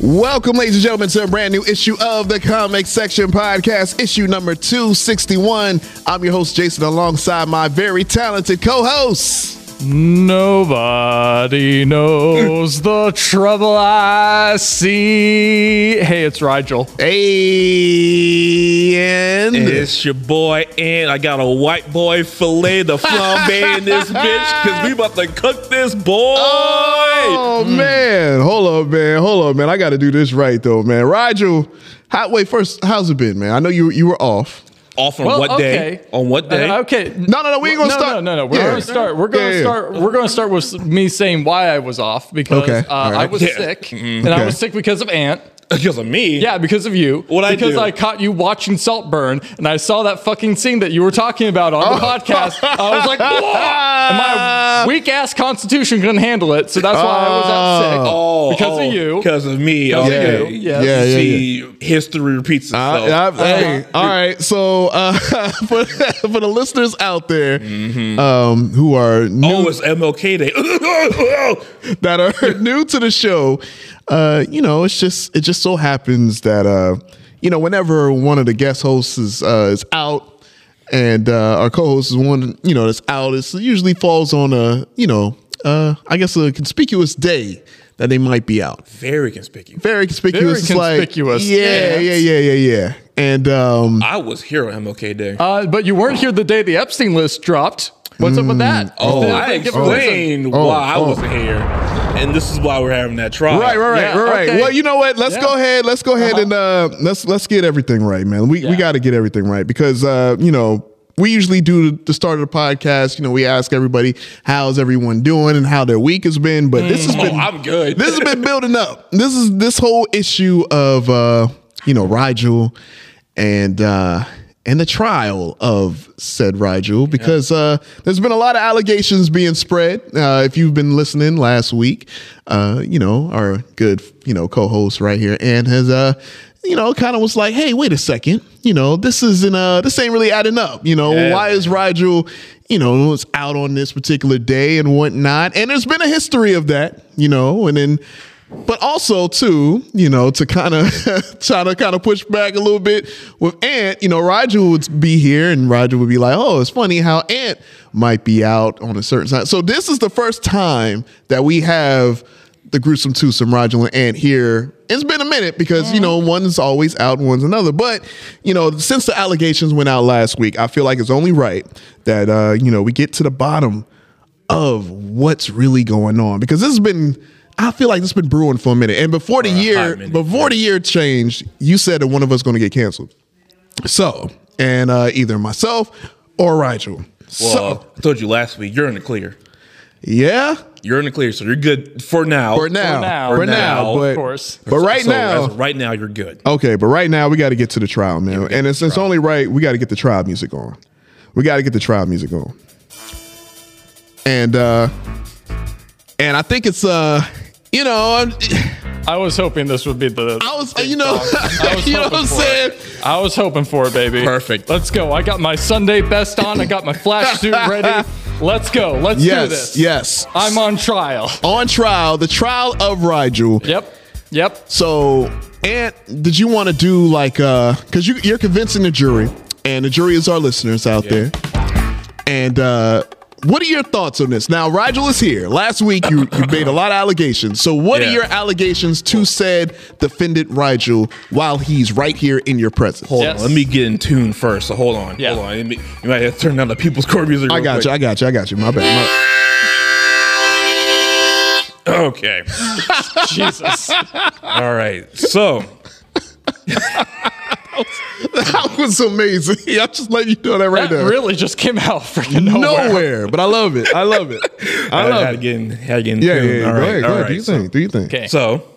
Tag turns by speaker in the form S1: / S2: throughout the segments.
S1: Welcome, ladies and gentlemen, to a brand new issue of the Comic Section Podcast, issue number 261. I'm your host, Jason, alongside my very talented co host.
S2: Nobody knows the trouble I see. Hey, it's Rigel.
S1: Hey, and
S3: it's your boy, and I got a white boy fillet to flambe in this bitch because we about to cook this boy.
S1: Oh mm. man, hold up, man, hold up, man. I got to do this right though, man. Rigel, how, wait, first, how's it been, man? I know you you were off
S3: off on well, what okay. day? On what day?
S2: Uh, okay.
S1: No, no, no. We ain't gonna
S2: no,
S1: start.
S2: No, no, no. We're yeah. gonna start. We're gonna yeah, start. Yeah. We're gonna start with me saying why I was off because okay. uh, right. I was sick, mm-hmm. and okay. I was sick because of Ant.
S3: Because of me?
S2: Yeah, because of you.
S3: What I
S2: because
S3: do?
S2: I caught you watching Saltburn, and I saw that fucking scene that you were talking about on the oh. podcast. I was like, my weak ass constitution couldn't handle it, so that's why I was out sick.
S3: Oh,
S2: because
S3: oh,
S2: of you.
S3: Because of me. Because
S2: okay. of you. Yes. Yeah,
S3: yeah, See, yeah. history repeats itself.
S1: Uh, I, hey, all right. So uh, for for the listeners out there mm-hmm. um, who are new,
S3: oh, it's MLK Day
S1: that are new to the show. Uh, you know, it's just it just so happens that uh, you know, whenever one of the guest hosts is uh, is out and uh, our co-host is one, you know, that's out, it usually falls on a you know, uh, I guess a conspicuous day that they might be out.
S3: Very conspicuous.
S1: Very conspicuous.
S2: Very conspicuous.
S1: Like, yeah, yeah, yeah, yeah, yeah. And um,
S3: I was here on MLK Day.
S2: Uh, but you weren't here the day the Epstein list dropped. What's mm. up
S1: Hmm.
S2: with that?
S3: Oh, Still I explained oh, why oh, I wasn't oh. here, and this is why we're having that trial.
S1: Right, right, right, yeah, right. Okay. Well, you know what? Let's yeah. go ahead. Let's go ahead uh-huh. and uh, let's let's get everything right, man. We yeah. we got to get everything right because uh, you know we usually do the start of the podcast. You know, we ask everybody how's everyone doing and how their week has been. But this has
S3: oh,
S1: been
S3: I'm good.
S1: this has been building up. This is this whole issue of uh, you know Rigel and. uh and the trial of said Rigel because uh, there's been a lot of allegations being spread. Uh, if you've been listening last week, uh, you know our good you know co-host right here and has uh, you know kind of was like, hey, wait a second, you know this isn't uh, this ain't really adding up. You know yeah. why is Rigel you know was out on this particular day and whatnot? And there's been a history of that, you know, and then but also too, you know, to kind of try to kind of push back a little bit with Ant, you know, Roger would be here and Roger would be like, "Oh, it's funny how Ant might be out on a certain side." So this is the first time that we have the gruesome twosome, Roger and Ant here. It's been a minute because you know one's always out, one's another. But you know, since the allegations went out last week, I feel like it's only right that uh, you know we get to the bottom of what's really going on because this has been. I feel like this has been brewing for a minute. And before the year, minute, before yeah. the year changed, you said that one of us going to get canceled. So, and uh, either myself or Rigel.
S3: Well, so, I told you last week, you're in the clear.
S1: Yeah,
S3: you're in the clear, so you're good for now.
S1: For now, for now, for now, now but, of course. But right
S3: so,
S1: now,
S3: right now, you're good.
S1: Okay, but right now we got to get to the trial, man. Yeah, and it's, it's only right we got to get the trial music on. We got to get the trial music on. And uh and I think it's uh you know I'm,
S2: i was hoping this would be the
S1: I was you know I was you know what I'm saying
S2: it. I was hoping for it baby
S3: perfect
S2: let's go I got my Sunday best on I got my flash suit ready let's go let's
S1: yes,
S2: do this
S1: yes
S2: I'm on trial
S1: on trial the trial of Rigel
S2: yep yep
S1: so Ant did you want to do like uh because you you're convincing the jury and the jury is our listeners out yeah. there and uh what are your thoughts on this? Now, Rigel is here. Last week, you, you made a lot of allegations. So, what yeah. are your allegations to said defendant Rigel while he's right here in your presence?
S3: Hold yes. on, let me get in tune first. So, hold on, yeah. hold on. Me, you might have to turn down the people's court music.
S1: I got quick. you. I got you. I got you. My bad. My-
S3: okay.
S2: Jesus.
S3: All right. So.
S1: That was amazing. I'm just letting you know that right
S2: That
S1: there.
S2: really just came out of freaking nowhere.
S1: nowhere. but I love it. I love it. I
S3: How
S1: love
S3: to
S1: it.
S3: get in, how to get in
S1: Yeah, yeah,
S3: tune.
S1: yeah.
S3: All
S1: go
S3: right,
S1: ahead. Go
S3: all
S1: ahead.
S3: right.
S1: Do you think? Do you think?
S2: Okay.
S3: So,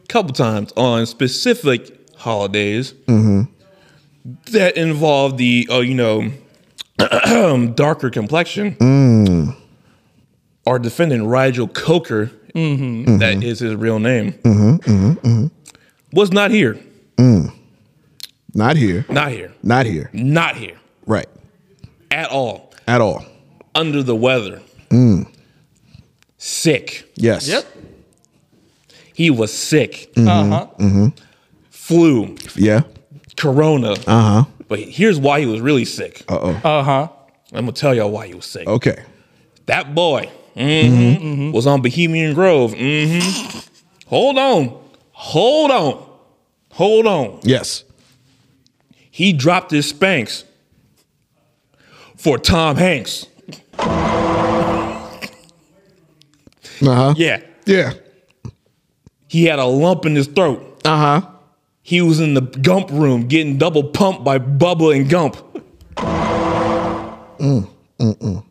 S3: a couple times on specific holidays that involve the, oh, you know, darker complexion, our defendant Rigel Coker, that is his real name, was not here.
S1: Not here.
S3: Not here.
S1: Not here.
S3: Not here
S1: Right.
S3: at all.
S1: At all.
S3: Under the weather. Sick.
S1: Yes.
S2: Yep.
S3: He was sick.
S2: Uh huh.
S3: Flu,
S1: Yeah.
S3: corona. Uh
S1: Uh-huh.
S3: huh. But here's why he was really sick.
S1: Oh.
S2: Uh huh.
S3: I'm gonna tell y'all why he was sick.
S1: Okay.
S3: That boy mhm,
S1: Mm-hmm.
S3: was on Bohemian Grove. hmm Hold on, hold on, hold on.
S1: Yes.
S3: He dropped his spanks for Tom Hanks.
S1: Uh huh.
S3: Yeah,
S1: Yeah.
S3: he had a lump in his throat.
S1: Uh huh.
S3: He was in the Gump room getting double pumped by Bubba and Gump.
S1: Mm,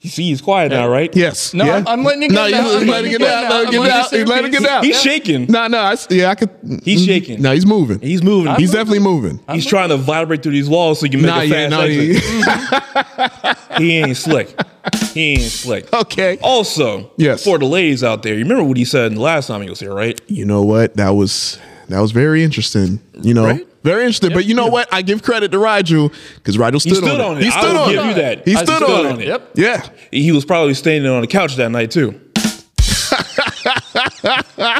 S3: You see, he's quiet now, right?
S1: Yes.
S2: No,
S1: yeah.
S2: I'm- I'm letting it
S1: No,
S2: get
S1: you
S2: out. I'm
S1: letting it
S2: letting it
S1: out.
S2: get out.
S1: Let it
S2: I'm
S1: get
S2: letting
S1: out.
S2: it
S1: You let it get out.
S3: He's shaking.
S1: No, no. I s- Yeah, I could.
S3: He's
S1: mhm.
S3: shaking.
S1: No, he's moving.
S3: He's moving.
S1: He's definitely moving.
S3: He's trying to vibrate through these walls so you can make
S1: Nah,
S3: a
S1: yeah,
S3: fast
S1: nah,
S3: exit.
S1: yeah.
S3: He ain't slick. He ain't slick.
S1: Okay.
S3: Oh. Also,
S1: Yes.
S3: for the ladies out there, you remember what he said the last time he was here, right?
S1: you know what that was that was very interesting you know
S3: Right?
S1: very interesting but you know what i give credit to Rigel because Rigel stood,
S3: stood
S1: on,
S3: on
S1: it
S3: it.
S1: he
S3: I
S1: stood
S3: will
S1: on
S3: give
S1: it
S3: you that.
S1: he
S3: I
S1: stood, on,
S3: stood on
S1: it
S3: it.
S2: Yep.
S1: yeah
S3: He was probably standing on the couch that night too.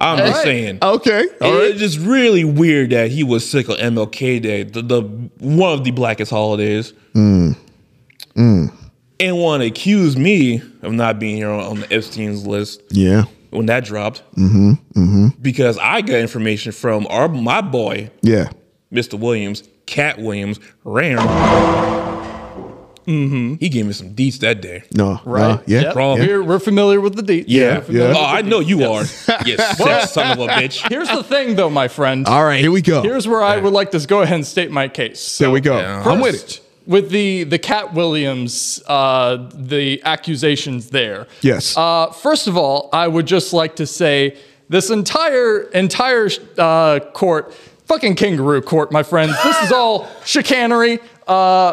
S3: I'm just saying.
S1: okay Oh, all
S3: It-
S1: right
S3: It's just really weird that he was sick on MLK Day, the, the one of the blackest holidays.
S1: Mm.
S3: And want to accuse me of not being here on, on the Epstein's list
S1: yeah
S3: when that dropped. Mm-hmm. Mm-hmm. Because I got information from our my boy,
S1: yeah
S3: Mr. Williams, Cat Williams, Ram. He gave me some deets that day.
S1: no
S2: Right.
S1: no, yeah
S2: Yep.
S3: Wrong.
S2: We're, we're familiar with the deep.
S3: Yeah.
S1: yeah.
S3: Oh, I know you are. Yes, sick son of a bitch.
S2: Here's the thing, though, my friend.
S1: all right here we go
S2: Here's where I would like to go ahead and state my case.
S1: there we go
S3: Yeah.
S1: i'm with it
S2: First, With the the Cat Williams, uh, the accusations there.
S1: yes
S2: Uh, first of all, I would just like to say this entire entire uh, court, fucking kangaroo court, my friends. This is all chicanery, uh,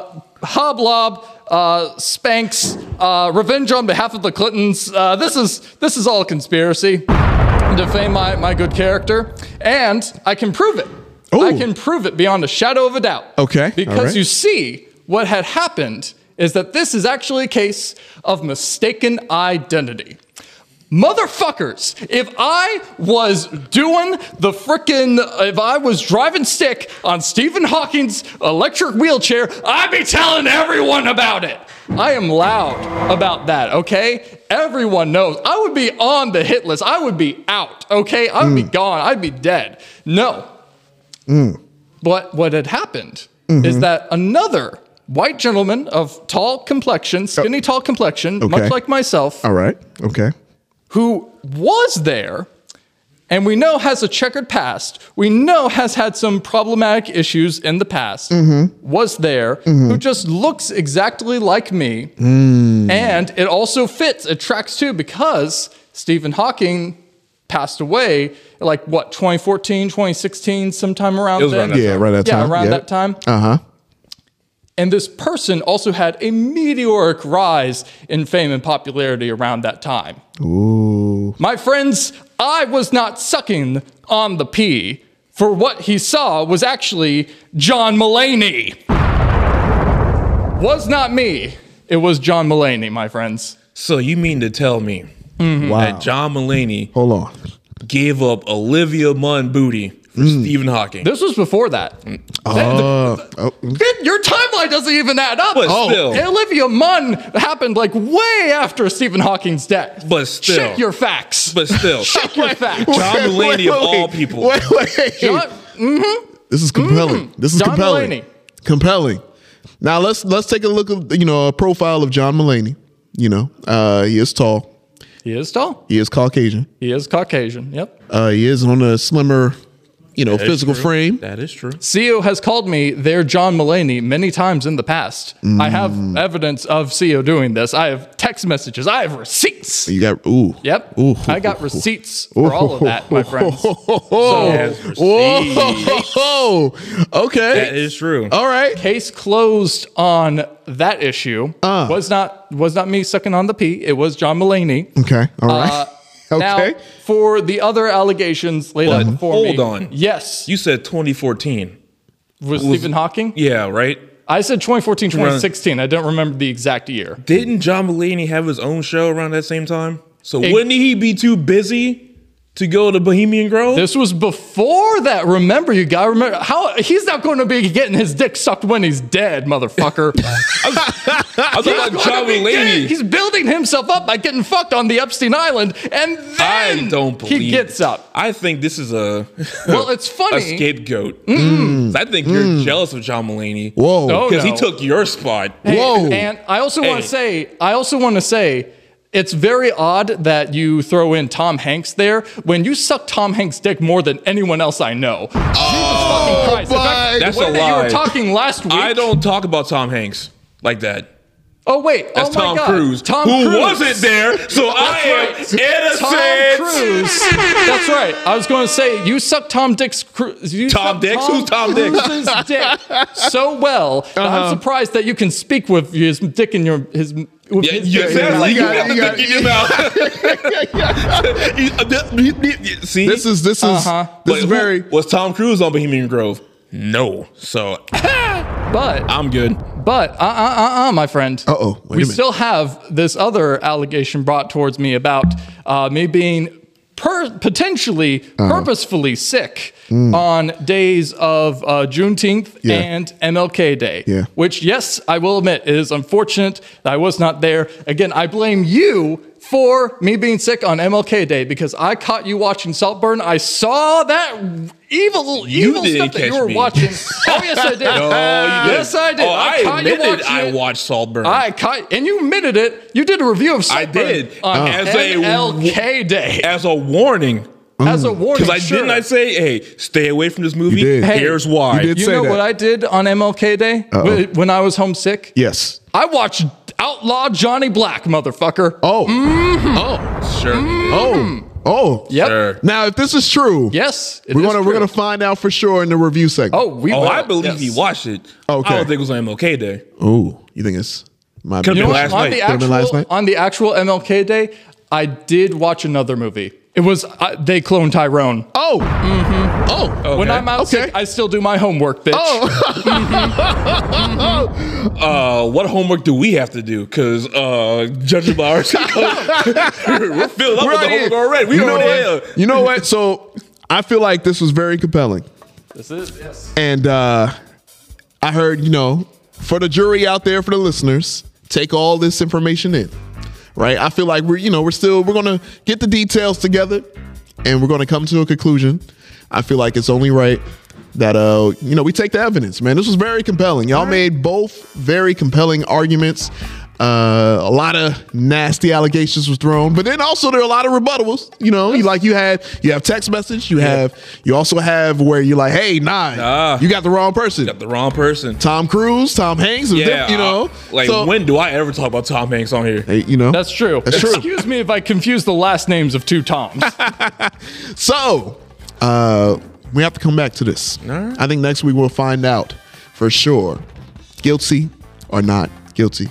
S2: hoblob, uh, Spanx, uh, revenge on behalf of the Clintons. Uh, this is this is all conspiracy, defame my my good character, and I can prove it. I
S1: Ooh.
S2: can prove it beyond a shadow of a doubt.
S1: Okay, all
S2: because
S1: right.
S2: you see, what had happened is that this is actually a case of mistaken identity. Motherfuckers, if I was doing the frickin', if I was driving stick on Stephen Hawking's electric wheelchair, I'd be telling everyone about it. I am loud about that, okay? Everyone knows. I would be on the hit list. I would be out, okay? I would be gone. I'd be dead. No, but what had happened is that another white gentleman of tall complexion, skinny tall complexion,
S1: Okay.
S2: much like myself,
S1: all right okay
S2: who was there and we know has a checkered past, we know has had some problematic issues in the past, was there, who just looks exactly like me. And it also fits, it tracks too, because Stephen Hawking passed away like what 2014 2016 sometime around
S3: It was
S2: then
S3: around that
S1: yeah right at
S2: yeah,
S1: time
S2: around
S1: Yep.
S2: that time.
S1: uh-huh
S2: And this person also had a meteoric rise in fame and popularity around that time.
S1: Ooh.
S2: My friends, I was not sucking on the pee, for what he saw was actually John Mullaney. Was not me. It was John Mullaney, my friends.
S3: So you mean to tell me
S1: wow
S3: that John Mulaney
S1: hold on
S3: gave up Olivia Munn booty for Stephen Hawking?
S2: This was before that.
S1: uh, oh,
S2: It- your timeline doesn't even add up.
S3: But Oh. still.
S2: Olivia Munn happened like way after Stephen Hawking's death.
S3: But still.
S2: check your facts.
S3: But still,
S2: check your facts.
S3: John Mulaney of all people.
S1: wait wait
S2: John- Mm-hmm.
S1: This is compelling. This is
S2: John
S1: compelling.
S2: Mulaney.
S1: Compelling. Now let's let's take a look at you know a profile of John Mulaney. You know, uh, he is tall.
S2: he is tall.
S1: He is Caucasian.
S2: He is Caucasian. Yep.
S1: Uh, he is on the slimmer you know,
S3: That is
S1: physical
S3: true.
S1: frame.
S3: That is true.
S2: CEO E has called me their John Mullaney many times in the past.
S1: Mm.
S2: I have evidence of CEO doing this. I have text messages. I have receipts.
S1: You got ooh.
S2: Yep.
S1: Ooh.
S2: I got receipts for all of that, my friends.
S3: Yes,
S2: So,
S3: receipts.
S1: Oh,
S3: That
S1: okay.
S3: is true.
S1: All right.
S2: case closed on that issue.
S1: Ah.
S2: Was not was not me sucking on the pee. It was John Mullaney.
S1: Okay. All right. okay.
S2: Now, for the other allegations laid out
S3: But
S2: before me.
S3: hold on.
S2: Yes.
S3: You said 2014.
S2: was Stephen Hawking?
S3: Yeah, right?
S2: I said 2014, 2016. I don't remember the exact year.
S3: Didn't John Mulaney have his own show around that same time? So wouldn't he be too busy to go to Bohemian Grove?
S2: This was before that. Remember, you gotta remember how he's not going to be getting his dick sucked when he's dead, motherfucker.
S3: I thought about
S2: He's gonna
S3: John
S2: be dead.
S3: Mulaney.
S2: He's building himself up by getting fucked on the Epstein Island, and then
S3: I don't believe
S2: he gets up.
S3: I think this is a
S2: Well, it's funny. Mm.
S3: a scapegoat. Mm. I think you're jealous of John Mulaney
S1: Whoa. Oh,
S2: No.
S3: because he took your spot.
S1: Whoa.
S2: And I also want
S3: Hey.
S2: to say, I also want to say, it's very odd that you throw in Tom Hanks there when you suck Tom Hanks' dick more than anyone else I know. Jesus fucking Christ! In fact,
S1: my-
S2: the
S3: That's
S2: way
S3: a
S2: that You
S3: lie.
S2: were talking last week.
S3: Oh I don't talk about Tom Hanks like that.
S2: Oh wait!
S3: That's
S2: oh my
S3: Tom
S2: God.
S3: Cruise,
S2: Tom
S3: who
S2: Cruise.
S3: wasn't there, so I am
S2: That's
S3: innocent.
S2: Tom Cruise. That's right. I was going to say you suck Tom Dick's. Cru- you
S3: Tom
S2: suck
S3: Dix? Who's Tom Uh-huh. Dix?
S2: Cruise's dick so well. that I'm surprised that you can speak with his dick in your his. With
S3: Yeah,
S2: his
S3: you
S2: dick in
S3: sounds
S2: your
S3: like
S2: mouth.
S3: you
S1: got
S3: got
S1: it,
S3: the
S1: you
S3: dick in your mouth. See,
S1: This is this is this
S3: But
S1: is
S3: who-
S1: very
S3: Was Tom Cruise on Bohemian Grove? No. So
S2: But
S3: I'm good.
S1: Oh,
S2: but uh uh uh uh my friend.
S1: Uh-oh, wait a
S2: we
S1: minute.
S2: still have this other allegation brought towards me about uh, me being. Per- potentially
S1: Uh-huh.
S2: purposefully sick on days of uh, Juneteenth
S1: Hmm. Yeah.
S2: and MLK Day,
S1: Yeah.
S2: which, yes, I will admit, it is unfortunate that I was not there. Again, I blame you for me being sick on MLK Day because I caught you watching Saltburn. I saw that evil, evil
S3: didn't
S2: stuff that you
S3: catch
S2: were
S3: me.
S2: watching. oh, yes, I did. Yes, I did.
S3: Oh, I,
S2: caught you
S3: admitted
S2: watching
S3: I
S2: it.
S3: watched Saltburn.
S2: I caught, and you admitted it. You did a review of
S3: I
S2: Saltburn
S3: did.
S2: on
S3: As a-
S2: MLK Day
S3: as a warning,
S2: as a warning.
S3: because I
S2: sure.
S3: didn't. I say, hey, stay away from this movie.
S1: did. Hey,
S3: Here's why.
S1: you did.
S2: you
S1: say
S2: know
S1: that.
S2: what I did on MLK Day Wh- when I was homesick?
S1: yes.
S2: I watched Outlaw Johnny Black, motherfucker.
S1: Oh.
S3: Sure.
S2: Mm-hmm.
S1: Oh. Oh.
S2: yep.
S3: Sure.
S1: Now, if this is true,
S2: Yes. it
S1: we're
S2: is
S1: gonna we're
S2: true.
S1: gonna find out for sure in the review segment.
S2: Oh, we.
S3: Oh,
S2: will,
S3: I believe he
S2: yes.
S3: watched it.
S1: Okay.
S3: I don't think it was on MLK Day.
S1: Ooh, you think it's my
S3: Could've
S2: You know
S3: been
S2: what?
S3: last
S2: on
S3: night.
S1: Could've
S2: the actual
S1: been last night.
S2: on the actual MLK Day, I did watch another movie. It was uh, they cloned Tyrone.
S1: Oh. Mm-hmm. Oh.
S2: When
S3: Okay. Oh,
S2: I'm out
S1: Okay.
S2: sick, I still do my homework, bitch.
S3: Uh, what homework do we have to do? Because uh, judging by ours, we're filled up
S1: We're
S3: with the
S1: out here.
S3: homework already. We
S1: you know
S3: already
S1: what?
S3: here.
S1: You know what? So I feel like this was very compelling.
S2: This is yes.
S1: And uh, I heard, you know, for the jury out there, for the listeners, take all this information in, right? I feel like we're, you know, we're still, we're gonna get the details together, and we're gonna come to a conclusion. I feel like it's only right that, uh, you know, we take the evidence, man. This was very compelling. Y'all made both very compelling arguments. Uh, a lot of nasty allegations was thrown, but then also there are a lot of rebuttals. You know, you, like you had, you have text message, you have, you also have where you're like, hey, nah,
S3: Nah.
S1: you got the wrong person.
S3: Got the wrong person.
S1: Tom Cruise, Tom Hanks, yeah, you know,
S3: I- uh, like
S1: So-
S3: when do I ever talk about Tom Hanks on here?
S1: Hey, you know,
S2: That's true.
S1: That's true.
S2: Excuse me if I confuse the last names of two Toms. Uh,
S1: So, uh, we have to come back to this. I think next week we'll find out for sure, guilty or not guilty.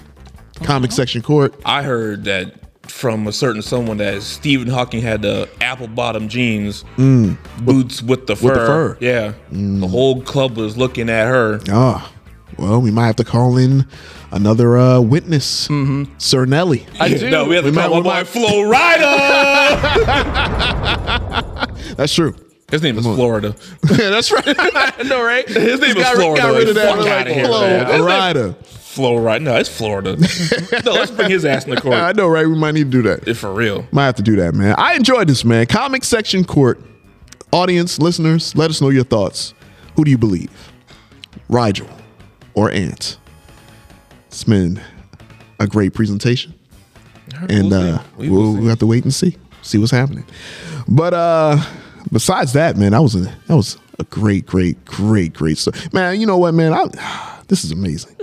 S1: Comic section court.
S3: I heard that from a certain someone that Stephen Hawking had the apple bottom jeans, boots with the fur.
S1: Mm. the fur. Mm.
S3: Yeah, the whole club was looking at her.
S1: Ah, well, we might have to call in another uh, witness,
S3: Mm-hmm.
S1: Sir Nelly.
S2: I do.
S3: No, we have to
S1: We might- we
S3: call my boy
S1: might-
S3: Flo Rida.
S1: That's true.
S3: His name is Florida.
S1: Yeah, that's right. no, right?
S3: His name is
S1: got, rid-
S3: Florida.
S1: got rid of that.
S3: Fuck
S1: like,
S3: outta here,
S1: Flo
S3: man. That's
S1: Rida.
S3: Flo Rida. No, it's Florida. no, let's bring his ass in the
S1: I
S3: court.
S1: know, right? We might need to do that.
S3: If for real.
S1: Might have to do that, man. I enjoyed this, man. Comic section court. Audience, listeners, let us know your thoughts. Who do you believe? Rigel or Ant? It's been a great presentation. And
S3: we'll
S1: uh,
S3: see. We
S1: we'll,
S3: will
S1: we'll have to wait and see. See what's happening. But uh besides that, man, that was a that was a great, great, great, great story. Man, you know what, man? I, this is amazing.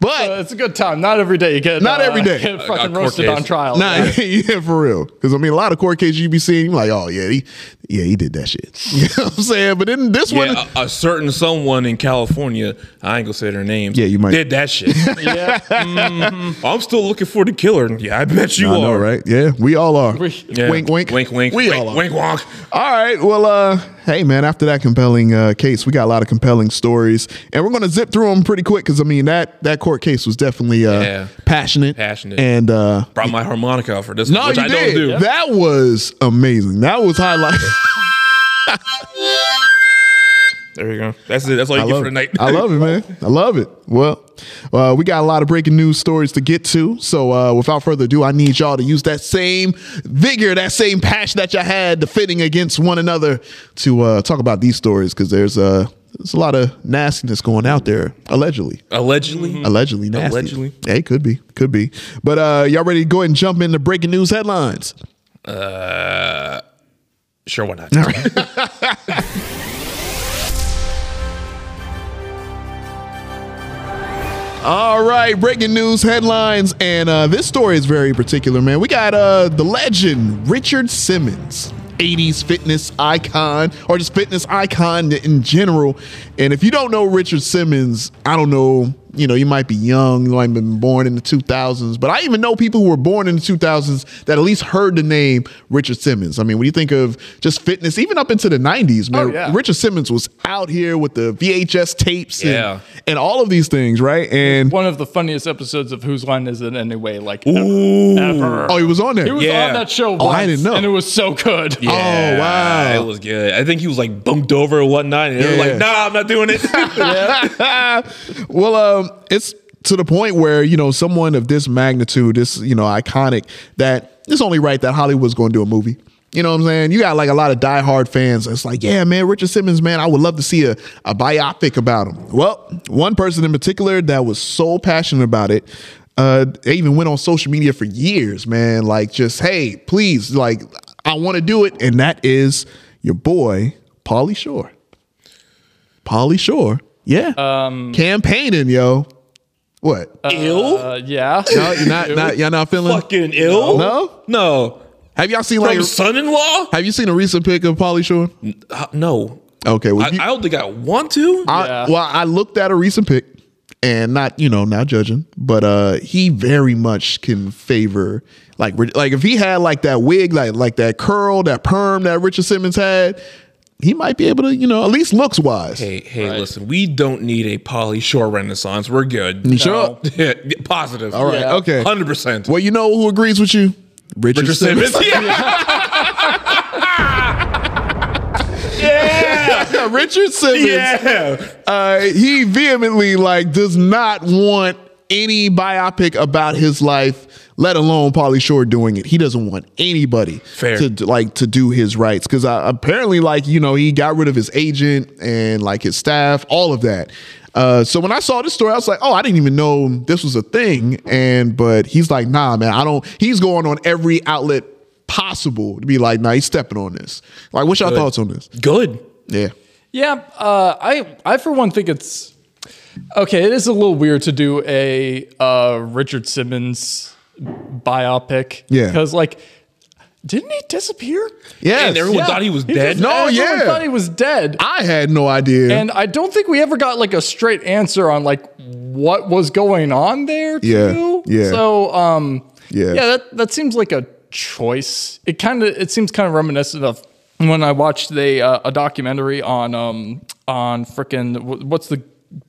S1: But
S2: Uh, it's a good time. Not every day you get
S1: Not
S2: uh,
S1: every day.
S2: get
S3: A- a
S2: fucking
S3: court
S2: roasted
S3: case.
S2: on trial.
S1: Nah, yeah, for real. Because I mean, a lot of court cases you be seeing, you like, oh yeah, he, yeah, he did that shit. You know what I'm saying? But then this one,
S3: Yeah, uh, a, a certain someone in California, I ain't gonna say their names.
S1: Yeah, you might-
S3: did that shit. Mm-hmm.
S2: Yeah.
S3: I'm still looking for the killer. Yeah, I bet you
S1: I
S3: are.
S1: know, right? Yeah, we all are.
S2: We-
S3: Yeah.
S1: Wink, wink,
S3: wink, wink.
S1: We
S3: wink,
S1: all are.
S3: wink, wonk.
S1: All right. Well, uh, hey man, after that compelling uh, case, we got a lot of compelling stories, and we're gonna zip through them pretty quick because I mean that that court case was definitely uh,
S3: Yeah.
S1: passionate,
S3: Passionate.
S1: and uh,
S3: Brought my harmonica out for this.
S1: no,
S3: one, which
S1: you
S3: I
S1: did.
S3: don't do.
S1: That was amazing. That was highlight.
S3: There you go. That's it. That's all you get
S1: love
S3: for
S1: it.
S3: the night.
S1: I love it, man. I love it. Well, uh, we got a lot of breaking news stories to get to. So uh, without further ado, I need y'all to use that same vigor, that same passion that y'all had defending against one another to uh, talk about these stories because there's, uh, there's a lot of nastiness going out there, allegedly.
S3: Allegedly.
S1: Allegedly nasty.
S3: Allegedly.
S1: Hey, could be. Could be. But uh, y'all ready to go ahead and jump into breaking news headlines?
S3: Uh, Sure, why not?
S1: All right, breaking news headlines, and uh, this story is very particular, man. We got uh, the legend Richard Simmons, 80s fitness icon, or just fitness icon in general. And if you don't know Richard Simmons, I don't know, you know, you might be young, you might have been born in the 2000s, but I even know people who were born in the 2000s that at least heard the name Richard Simmons. I mean, when you think of just fitness, even up into the 90s, man,
S2: Oh, yeah.
S1: Richard Simmons was out here with the VHS tapes and-
S3: Yeah.
S1: and, all of these things, right? And
S2: One of the funniest episodes of Whose Line Is It Anyway? Like
S3: Ooh.
S2: ever.
S1: Oh, he was on there.
S2: He was
S3: Yeah.
S2: on that show. Once,
S1: Oh, I didn't know.
S2: and it was so good.
S3: Yeah,
S1: Oh, wow.
S3: It was good. I think he was like bumped over and whatnot. And they were
S1: Yeah.
S3: like, nah, I'm not doing it.
S1: well, um, it's to the point where you know someone of this magnitude, this you know iconic, that it's only right that Hollywood's going to do a movie. You know what I'm saying? You got like a lot of diehard fans. It's like, yeah, man, Richard Simmons, man, I would love to see a, a biopic about him. Well, one person in particular that was so passionate about it, uh, they even went on social media for years, man. Like, just hey, please, like, I want to do it, and that is your boy, Paulie Shore. Paulie Shore. Yeah. Um, Campaigning, yo. What?
S3: Ill?
S2: Uh, yeah.
S1: no, you're not, not y'all not feeling
S3: Fucking ill?
S1: No?
S3: No.
S1: Have y'all seen like
S3: From son in law?
S1: have you seen a recent pic of Pauly Shore?
S3: Uh, No.
S1: Okay, well,
S3: I,
S1: you-
S3: I don't think I want to.
S1: I-
S2: Yeah.
S1: well, I looked at a recent pic and not, you know, not judging, but uh he very much can favor like re- like if he had like that wig, like like that curl, that perm that Richard Simmons had, he might be able to, you know, at least looks wise.
S3: hey, hey, listen, we don't need a Polly Shore renaissance. We're good.
S1: sure?
S3: Yeah, positive.
S1: All right, okay.
S3: 100%.
S1: Well, you know who agrees with you? Richard,
S3: Richard Simmons. Yeah.
S1: Yeah, Richard Simmons.
S3: yeah.
S1: uh, he vehemently like does not want any biopic about his life, let alone Pauly Shore doing it. He doesn't want anybody
S3: Fair.
S1: to d- like to do his rights because apparently, like you know, he got rid of his agent and like his staff, all of that. Uh, so when I saw this story, I was like, "Oh, I didn't even know this was a thing." And but he's like, "Nah, man, I don't." He's going on every outlet possible to be like, "Nah, he's stepping on this." Like, what's your thoughts on this?
S3: Good.
S1: Yeah,
S2: Yeah, uh, I I for one think it's okay. It is a little weird to do a uh, Richard Simmons biopic.
S1: Yeah.
S2: because like, didn't he disappear?
S1: yeah.
S3: And everyone thought he was dead.
S2: just-
S1: No,
S2: everyone
S1: yeah.
S2: thought he was dead.
S1: I had no idea.
S2: and I don't think we ever got like a straight answer on like what was going on there.
S1: Yeah,
S2: too.
S1: yeah.
S2: So um,
S1: Yeah.
S2: yeah. That that seems like a choice. It kind of it seems kind of reminiscent of when I watched the uh, a documentary on um on frickin' wh- what's the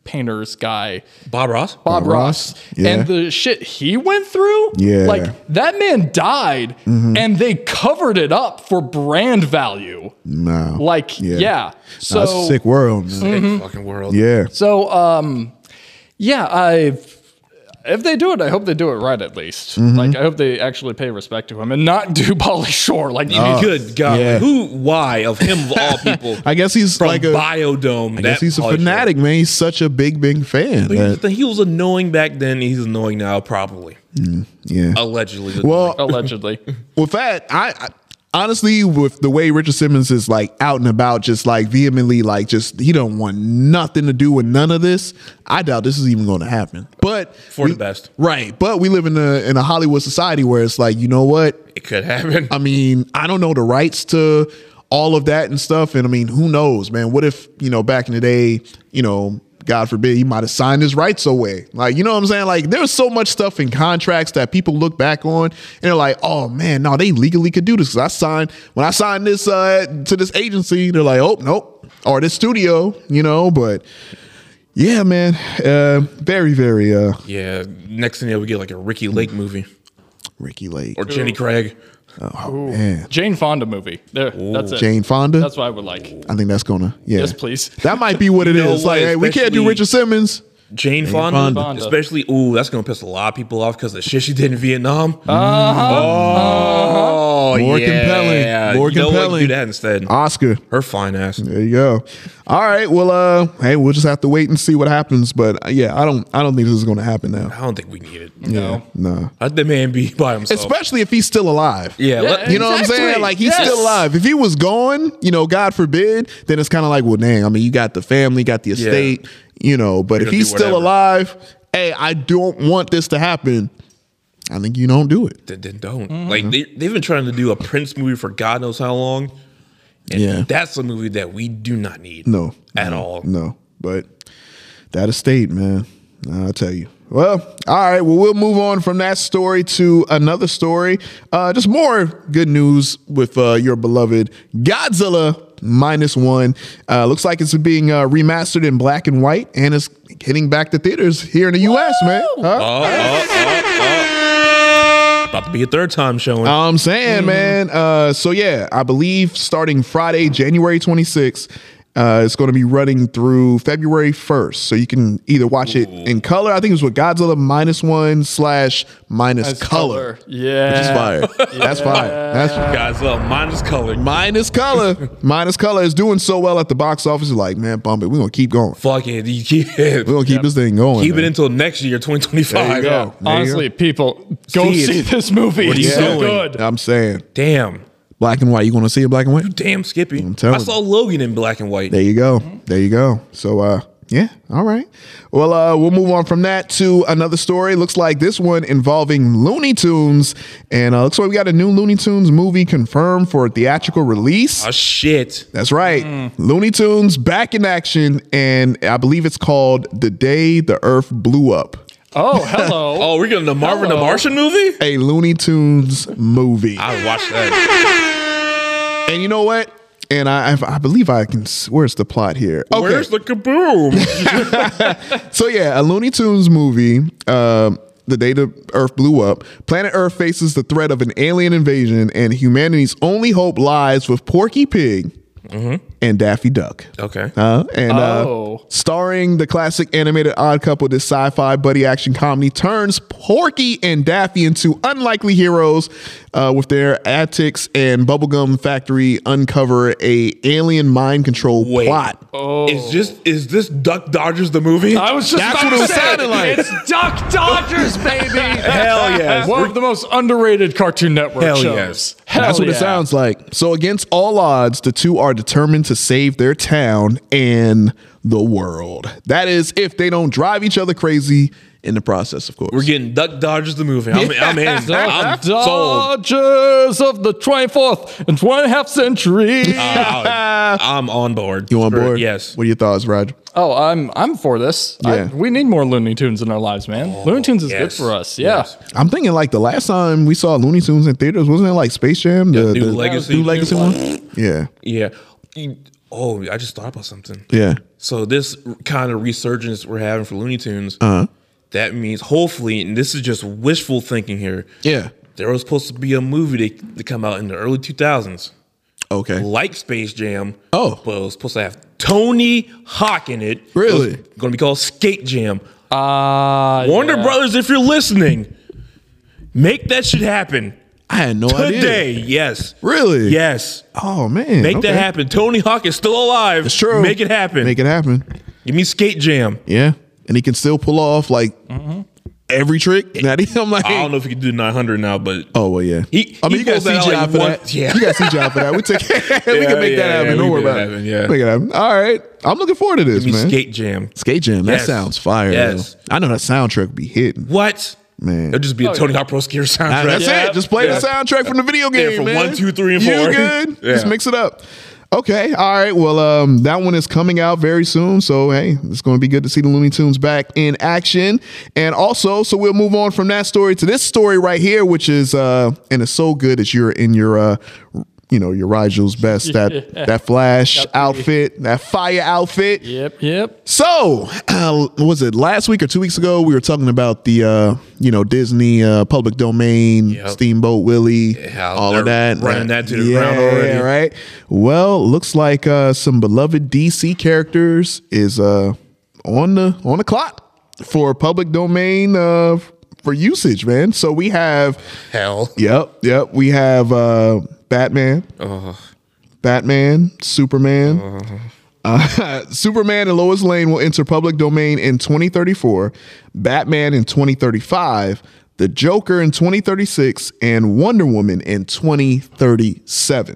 S2: painter's guy
S3: Bob Ross?
S2: Bob
S1: Ross,
S2: Ross,
S1: yeah.
S2: and the shit he went through.
S1: Yeah. Mm-hmm.
S2: Like that man died and they covered it up for brand value.
S1: no,
S2: Like,
S1: Yeah.
S2: yeah.
S1: Nah,
S2: So
S1: it's a sick world, man.
S3: Big fucking world.
S1: Mm-hmm. Yeah.
S2: So, um, yeah, I if they do it, I hope they do it right at least.
S3: Mm-hmm.
S2: Like, I hope they actually pay respect to him and not do Polly Shore. Like,
S3: Good God.
S1: Uh, yeah.
S3: Who, why, of him of all people?
S1: I guess he's
S3: from
S1: like a
S3: Biodome.
S1: I guess he's a fanatic, man. He's such a big, big fan. that-
S3: He was annoying back then. He's annoying now, probably.
S1: yeah.
S3: Oh. Allegedly.
S1: Well,
S2: allegedly.
S1: with that, I, I honestly, with the way Richard Simmons is like out and about, just like vehemently, like just he don't want nothing to do with none of this. I doubt this is even going to happen. But
S3: For the
S1: we-
S3: best.
S1: right? But we live in a in a Hollywood society where it's like, you know what?
S3: It could happen.
S1: I mean, I don't know the rights to all of that and stuff. And I mean, who knows, man? What if, you know, back in the day, you know, God forbid, he might have signed his rights away. Like, you know what I'm saying? Like, there's so much stuff in contracts that people look back on and they're like, oh man, no, they legally could do this. 'Cause I signed, when I signed this uh, to this agency, they're like, oh, nope, or this studio, you know, but. Yeah, man. Uh, very, very uh,
S3: yeah. Next thing you know, we get like a Ricky Lake movie
S1: Ricky Lake.
S3: or Jenny Craig.
S1: man.
S2: Jane Fonda movie. There, that's it.
S1: Jane Fonda.
S2: That's what I would like.
S1: I think that's gonna. Yeah.
S2: Yes, please.
S1: That might be what it is.
S3: know what,
S1: Like, hey, we can't do
S3: especially-
S1: Richard Simmons.
S3: Jane Fonda,
S2: Fonda.
S3: especially. Ooh, that's gonna piss a lot of people off because the shit she did in Vietnam. Oh,
S1: More
S3: yeah.
S1: compelling. More
S3: you know what?
S1: compelling.
S3: Do that instead.
S1: Oscar.
S3: Her fine ass.
S1: There you go. All right. Well, uh, hey, we'll just have to wait and see what happens. But uh, yeah, I don't, I don't think this is gonna happen now.
S3: I don't think we need it.
S2: No.
S1: No.
S3: Let the man be by himself.
S1: Especially if he's still alive.
S3: yeah,
S2: Yeah,
S3: let-
S2: and-
S1: You know what I'm saying?
S2: Exactly.
S1: Like he's
S2: Yes.
S1: still alive. If he was gone, you know, God forbid, then it's kind of like, well, dang. I mean, you got the family, got the estate, you know. But if
S3: gonna
S1: he's
S3: do
S1: still
S3: whatever.
S1: alive, hey, I don't want this to happen. I think you don't do it.
S3: then, then don't.
S1: Mm-hmm.
S3: Like they, they've been trying to do a Prince movie for God knows how long. And
S1: Yeah.
S3: that's a movie that we do not need.
S1: No,
S3: at
S1: no,
S3: all.
S1: No, but that estate, man. I'll tell you. Well, all right. Well, we'll move on from that story to another story. Uh, just more good news with uh, your beloved Godzilla minus one. Uh, looks like it's being uh, remastered in black and white, and it's hitting back to theaters here in the U.S. Man, Huh?
S3: Oh, oh, oh, oh. About to be a third time showing.
S1: I'm saying, man. Uh, so yeah, I believe starting Friday, January 26th, uh, it's going to be running through February 1st. So you can either watch it in color. I think it was with Godzilla minus one slash minus
S2: As
S1: color.
S2: Yeah.
S1: Which is fire. That's fine. That's
S3: Guys, love minus color.
S1: minus color. minus color is doing so well at the box office. You're like, man, bump it. We're gonna keep going.
S3: Fucking you keep it.
S1: We're gonna keep this thing going.
S3: Keep it
S1: man.
S3: until next year, 2025.
S1: There you go. There you go.
S2: Honestly, people, go
S3: See
S2: see,
S3: it.
S2: this movie.
S3: What are you
S2: it's so
S3: doing?
S2: good.
S1: I'm saying
S3: Damn.
S1: black and white. You gonna see it black and white?
S3: Damn, Skippy.
S1: telling
S3: I saw Logan in black and white.
S1: There you go. There you go. So uh yeah, all right. Well, uh, we'll move on from that to another story. Looks like this one involving Looney Tunes, and uh, looks like we got a new Looney Tunes movie confirmed for theatrical release.
S3: Oh, shit.
S1: That's right,
S3: Mm.
S1: Looney Tunes back in action, and I believe it's called "The Day the Earth Blew Up."
S2: Oh, hello.
S3: Oh, we're getting the Marvin the
S2: Hello.
S3: Martian movie?
S1: A Looney Tunes movie,
S3: I watched that.
S1: and you know what? And I, I, I believe I can. s- Where's the plot here? Okay.
S3: Where's the kaboom?
S1: So yeah, a Looney Tunes movie. Um, the day the Earth blew up, planet Earth faces the threat of an alien invasion, and humanity's only hope lies with Porky Pig and Daffy Duck.
S3: okay.
S1: Uh, and uh,
S2: Oh.
S1: starring the classic animated Odd Couple, this sci-fi buddy action comedy turns Porky and Daffy into unlikely heroes uh, with their antics and bubblegum factory uncover a alien mind control
S3: Wait.
S1: plot.
S3: Is just is this Duck Dodgers the movie?
S2: Oh. I was just
S1: That's what
S2: about to
S1: it was
S2: say,
S1: sounding like.
S2: It's Duck Dodgers, baby.
S3: Oh, Hell yes.
S2: One of the most underrated Cartoon Network
S3: Hell
S2: shows.
S3: yes.
S2: Hell
S1: That's what
S2: yeah.
S1: it sounds like. So, against all odds, the two are determined to save their town and the world. That is, if they don't drive each other crazy in the process, of course.
S3: We're getting Duck Dodgers the movie. I'm, I'm in. I'm sold.
S2: Dodgers of the 24th and 25th century.
S3: Ah. I- I'm on board.
S1: you on
S3: Sure,
S1: board?
S3: Yes.
S1: What are your thoughts, Roger?
S2: oh, I'm I'm for this. I-
S1: Yeah.
S2: we need more Looney Tunes in our lives, man. Looney Tunes is good
S3: yes.
S2: for us. Yeah.
S3: Yes.
S1: I'm thinking like the last time we saw Looney Tunes in theaters, wasn't it like Space Jam? The,
S3: New Legacy.
S1: New Legacy
S3: New-
S1: one? Yeah.
S3: Yeah. You- Oh, I just thought about something.
S1: Yeah.
S3: So this kind of resurgence we're having for Looney Tunes,
S1: Uh-huh.
S3: that means hopefully, and this is just wishful thinking here.
S1: Yeah.
S3: There was supposed to be a movie to, to come out in the early 2000s,
S1: Okay.
S3: like Space Jam.
S1: Oh.
S3: but it was supposed to have Tony Hawk in it.
S1: Really?
S3: Going to be called Skate Jam.
S2: Uh,
S3: Warner
S2: yeah.
S3: Brothers, if you're listening, make that shit happen
S1: I had no idea.
S3: today. Yes.
S1: Oh, Really?
S3: Yes.
S1: Oh, man.
S3: Make
S1: Okay.
S3: that happen. Tony Hawk is still alive.
S1: It's true.
S3: Make it happen.
S1: Make it happen.
S3: Give me Skate Jam.
S1: Yeah. And he can still pull off like every trick. Not even, I'm like,
S3: Mm-hmm. I don't know if he can do 900 now, but
S1: oh well, yeah.
S3: He-
S1: I mean,
S3: he
S1: you got
S3: pulled that
S1: CGI
S3: out like
S1: for
S3: one-
S1: that.
S3: yeah.
S1: you got CGI for that. We take, we
S3: Yeah,
S1: can make
S3: yeah,
S1: that happen.
S3: yeah,
S1: Don't
S3: we
S1: worry about
S3: can make it
S1: it.
S3: happen, yeah.
S1: Make it happen. All right, I'm looking forward to this,
S3: he
S1: man.
S3: skate jam.
S1: Skate Jam. That
S3: Yes.
S1: sounds fire.
S3: Yes.
S1: though. I know that soundtrack be hitting.
S3: What?
S1: Man.
S3: It'll just be a
S2: Oh,
S3: Tony
S2: yeah.
S3: Hawk Pro Skater
S1: Nah,
S3: soundtrack.
S1: that's
S2: Yeah.
S1: it. Just play
S3: Yeah.
S1: the soundtrack from the video
S3: Yeah,
S1: game.
S3: from
S1: man.
S3: one, two, three, and
S1: You
S3: four.
S1: good?
S3: Yeah.
S1: Just mix it up. Okay. All right. Well, um, that one is coming out very soon. So hey, it's going to be good to see the Looney Tunes back in action. And also, so we'll move on from that story to this story right here, which is uh, and it's so good that you're in your uh, you know, your Rigel's best that that flash outfit, that fire outfit.
S2: Yep, yep.
S1: So, uh, was it last week or two weeks ago? We were talking about the, uh, you know, Disney uh, public domain, Steamboat Willie,
S3: Yeah,
S1: all of
S3: they're
S1: that.
S3: running that to the
S1: Yeah,
S3: ground already.
S1: right? Well, looks like uh, some beloved DC characters is uh, on the on the clock for public domain uh, for usage, man. So we have,
S3: Hell.
S1: yep, yep, we have uh, Batman, Batman, Superman. Uh, Superman and Lois Lane will enter public domain in 2034, Batman in 2035, The Joker in 2036, and Wonder Woman in 2037.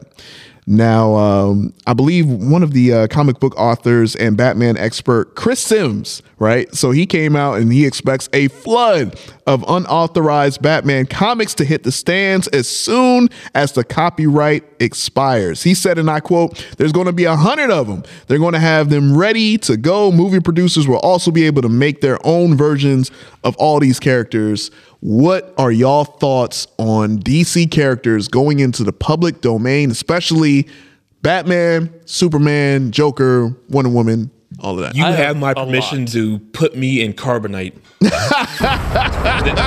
S1: Now, um, I believe one of the uh, comic book authors and Batman expert, Chris Sims, right? So he came out and he expects a flood of unauthorized Batman comics to hit the stands as soon as the copyright expires. He said, and I quote, there's going to be a hundred of them. They're going to have them ready to go. Movie producers will also be able to make their own versions of all these characters. What are y'all thoughts on DC characters going into the public domain, especially Batman, Superman, Joker, Wonder Woman, all of that?
S3: You
S2: I
S3: have
S2: have
S3: my
S2: a
S3: permission
S2: lot.
S3: to put me in carbonite. Th-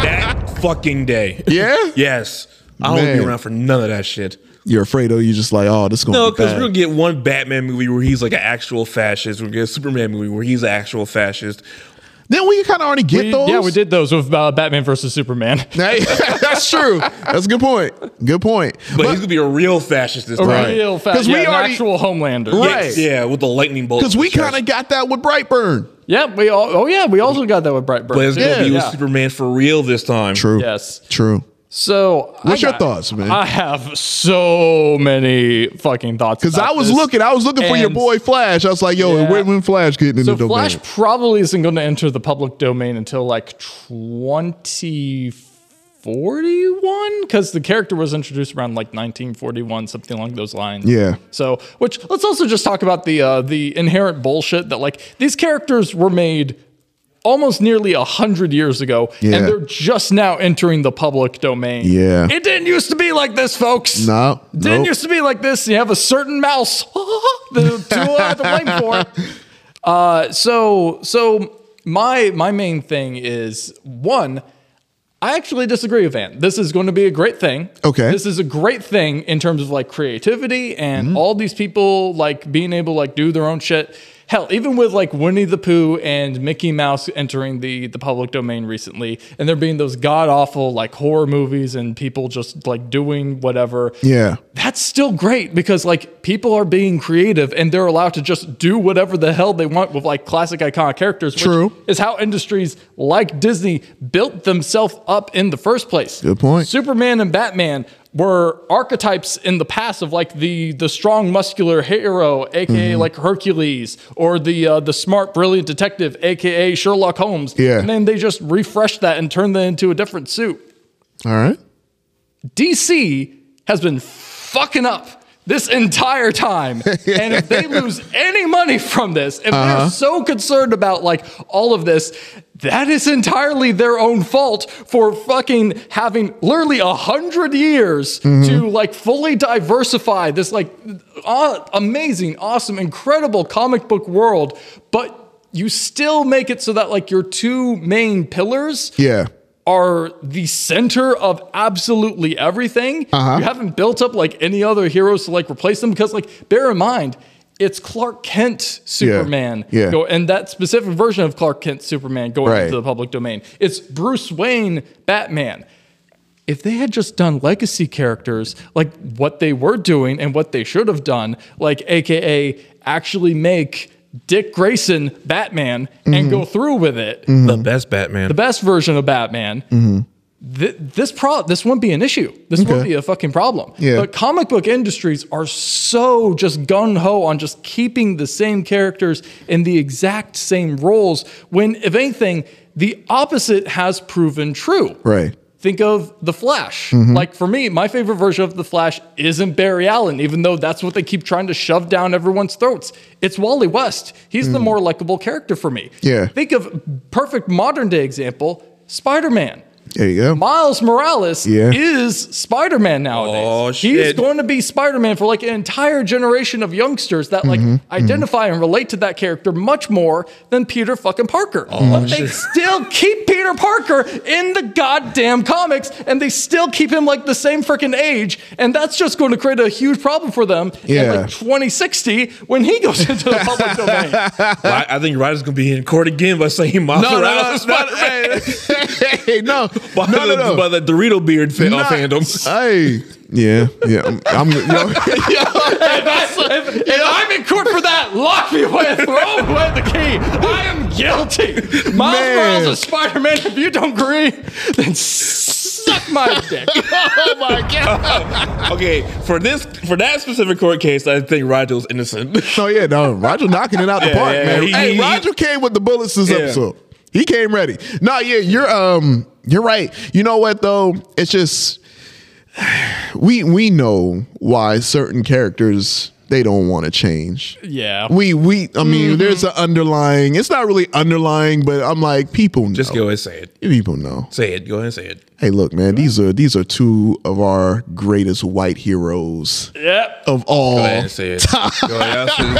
S3: that fucking day.
S1: yeah?
S3: Yes. I don't wanna
S1: Man.
S3: be around for none of that shit.
S1: You're afraid, oh, you're just like, oh, this is going to
S3: No,
S1: be
S3: because
S1: bad.
S3: we're gonna get one Batman movie where he's like an actual fascist. We're gonna get a Superman movie where he's an actual fascist.
S1: Then we kind of already get
S2: We-
S1: those.
S2: yeah, we did those with uh, Batman versus Superman.
S1: Hey, that's true. That's a good point. Good point.
S3: But, he's gonna be a real fascist this
S2: A
S3: time.
S2: real fact.
S1: 'Cause we
S2: Yeah, an
S1: already-
S2: actual Homelander.
S1: Right.
S3: Yes, yeah, with the lightning bolt.
S1: Because we kind of got that with Brightburn.
S2: Yeah, we all. Oh yeah, we also got that with Brightburn.
S3: But it's gonna
S1: Yeah.
S3: be with
S2: Yeah.
S3: Superman for real this time.
S1: True.
S2: Yes.
S1: True.
S2: So, I
S1: What's your
S2: got-
S1: thoughts, man?
S2: I have so many fucking thoughts.
S1: Because I
S2: about
S1: was
S2: this.
S1: looking, I was looking for your
S2: And-
S1: boy Flash. I was like, yo,
S2: Yeah.
S1: when when Flash getting in
S2: So
S1: the domain?
S2: Flash probably isn't going to enter the public domain until like 2041 because the character was introduced around like 1941, something along those lines.
S1: Yeah.
S2: So, which let's also just talk about the uh, the inherent bullshit that like these characters were made almost nearly a hundred years ago,
S1: Yeah.
S2: and they're just now entering the public domain.
S1: Yeah.
S2: It didn't used to be like this, folks.
S1: No,
S2: Didn't
S1: nope.
S2: used to be like this. You have a certain mouse to, to, uh, to blame for it. Uh, so, so my my main thing is one. I actually disagree with Ant. This is going to be a great thing.
S1: Okay.
S2: This is a great thing in terms of like creativity and
S1: Mm-hmm.
S2: all these people like being able to like do their own shit. Hell, even with like Winnie the Pooh and Mickey Mouse entering the the public domain recently, and there being those god awful like horror movies and people just like doing whatever
S1: yeah.
S2: that's still great because like people are being creative and they're allowed to just do whatever the hell they want with like classic iconic characters. which
S1: True.
S2: is how industries like Disney built themselves up in the first place.
S1: Good point.
S2: Superman and Batman were archetypes in the past of like the the strong muscular hero, aka
S1: Mm-hmm.
S2: like Hercules, or the uh, the smart brilliant detective, aka Sherlock Holmes.
S1: Yeah.
S2: and then they just refreshed that and turned that into a different suit.
S1: All right.
S2: DC has been fucking up this entire time. and if they lose any money from this, if they're so concerned about like all of this, that is entirely their own fault for fucking having literally a hundred years to like fully diversify this like aw- amazing, awesome, incredible comic book world, but you still make it so that like your two main pillars
S1: Yeah.
S2: are the center of absolutely everything.
S1: Uh-huh.
S2: You haven't built up like any other heroes to like replace them because like bear in mind it's Clark Kent Superman
S1: Yeah.
S2: Go, and that specific version of Clark Kent Superman going
S1: Right.
S2: into the public domain. It's Bruce Wayne Batman. If they had just done legacy characters like what they were doing and what they should have done, like AKA actually make Dick Grayson Batman
S1: Mm-hmm.
S2: and go through with it,
S3: The best Batman.
S2: the best version of Batman, th- this pro- this wouldn't be an issue. This wouldn't be a fucking problem.
S1: Yeah.
S2: But comic book industries are so just gun ho on just keeping the same characters in the exact same roles. When, if anything, the opposite has proven true.
S1: Right.
S2: Think of The Flash. Like for me, my favorite version of The Flash isn't Barry Allen, even though that's what they keep trying to shove down everyone's throats. It's Wally West. He's the more likable character for me.
S1: Yeah.
S2: Think of perfect modern day example, Spider-Man.
S1: There you go.
S2: Miles Morales
S1: Yeah.
S2: is Spider Man nowadays.
S3: Oh,
S2: He's
S3: shit.
S2: going to be Spider Man for like an entire generation of youngsters that
S1: Mm-hmm.
S2: like identify and relate to that character much more than Peter fucking Parker.
S3: Oh,
S2: but they still keep Peter Parker in the goddamn comics and they still keep him like the same freaking age. And that's just going to create a huge problem for them in
S1: Yeah.
S2: like 2060 when he goes into the public domain.
S3: I, I think Ryder's gonna be in court again by saying Miles
S1: no, no,
S3: Morales
S1: no,
S3: is Spider-Man.
S1: no, hey, hey, no, no,
S3: by,
S1: no,
S3: the,
S1: no.
S3: by the Dorito beard fit off
S1: Nuts.
S3: fandom.
S1: Hey, yeah, yeah. I'm, I'm yo,
S2: If, I, if, if I'm in court for that, lock me away, throw away the key. I am guilty. Miles
S1: Man.
S2: Morales is Spider Man. If you don't agree, then suck my dick.
S3: Okay, for this for that specific court case, I think Rigel's innocent.
S1: no, yeah, no. Roger knocking it out the
S3: Yeah,
S1: park,
S3: yeah,
S1: man.
S3: he-
S1: hey,
S3: he-
S1: Roger came with the bullets this
S3: Yeah.
S1: episode. He came ready. No, yeah, you're um, you're right. You know what though? It's just we we know why certain characters they don't want to change.
S2: Yeah.
S1: We we I mean,
S3: Mm-hmm.
S1: there's an underlying. It's not really underlying, but I'm like people know.
S3: Just go ahead and say it.
S1: People know.
S3: Say it. Go ahead and say it.
S1: Hey, look, man, these are these are two of our greatest white heroes
S2: Yep.
S1: of
S3: Go ahead
S1: all.
S3: and say it. Go ahead.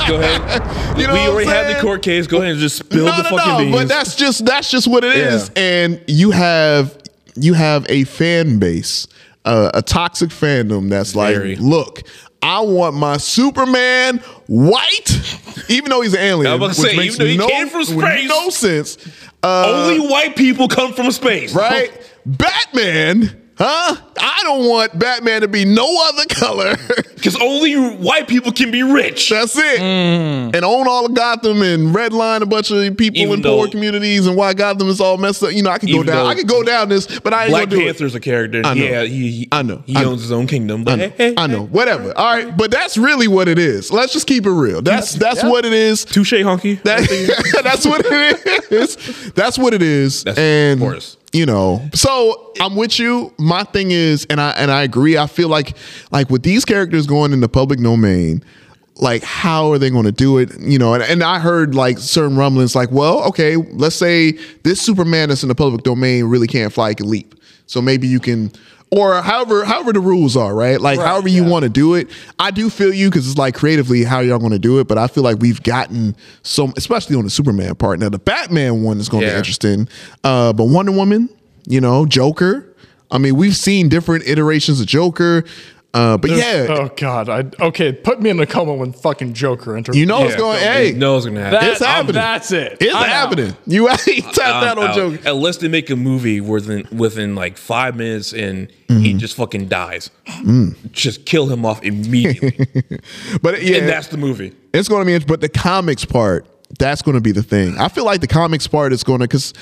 S3: Go ahead.
S1: Oh. You know
S3: we
S1: what I'm
S3: already have
S1: saying?
S3: the court case. Go ahead and just spill
S1: No,
S3: the
S1: no,
S3: fucking
S1: no,
S3: beans.
S1: but that's just that's just what it
S3: Yeah.
S1: is. And you have you have a fan base, uh, a toxic fandom that's
S3: Very.
S1: like, look, I want my Superman white, even though he's an alien,
S3: I
S1: which
S3: was gonna say,
S1: makes
S3: even though he
S1: no,
S3: came from space.
S1: no sense. Uh,
S3: Only white people come from space.
S1: right? Batman, huh? I don't want Batman to be no other color.
S3: Because only white people can be rich.
S1: That's it. And own all of Gotham and redline a bunch of people
S3: Mm. Even
S1: in poor
S3: though-
S1: communities and why Gotham is all messed up. You know, I could go
S3: Even
S1: down.
S3: though
S1: I could go down this, but I ain't
S3: Black
S1: gonna do
S3: Panther's a character.
S1: I know.
S3: Yeah, he, he-
S1: I know.
S3: He
S1: I know.
S3: owns his own
S1: it.
S3: kingdom.
S1: I
S3: But
S1: know.
S3: hey, hey,
S1: I
S3: hey.
S1: know. Whatever. All right, but that's really what it is. Let's just keep it real. That's that's what it is.
S3: Touche, honky.
S1: That, that's what it is. That's what it is.
S3: That's
S1: and
S3: Horace.
S1: you know, so I'm with you. My thing is, and I and I agree. I feel like like with these characters going in the public domain, like how are they going to do it? You know, and, and I heard like certain rumblings, like, well, okay, let's say this Superman that's in the public domain really can't fly, can leap. So maybe you can. Or however, however the rules are, right? Like however you want to do it. I do feel you because it's like creatively how y'all going to do it, but I feel like we've gotten so, especially on the Superman part. Now the Batman one is going to be
S3: Yeah.
S1: interesting interesting. Uh, but Wonder Woman, you know, Joker. I mean, we've seen different iterations of Joker. Uh, but yeah,
S2: Oh God! I okay. Put me in a coma when fucking Joker enters.
S1: you know what's
S3: Yeah,
S1: going.
S3: don't-
S1: Hey,
S3: no, it's gonna happen.
S2: That-
S1: it's happening.
S2: Oh, that's it.
S1: It's
S2: I'm out.
S1: happening. You ain't tapped out
S3: I'm
S1: on
S3: out.
S1: Joker.
S3: Unless they make a movie within within like five minutes and he
S1: Mm-hmm.
S3: just fucking dies. Just kill him off immediately.
S1: But Mm. yeah,
S3: And that's the movie.
S1: It's going to be, int- but the comics part, that's going to be the thing. I feel like the comics part is going to, because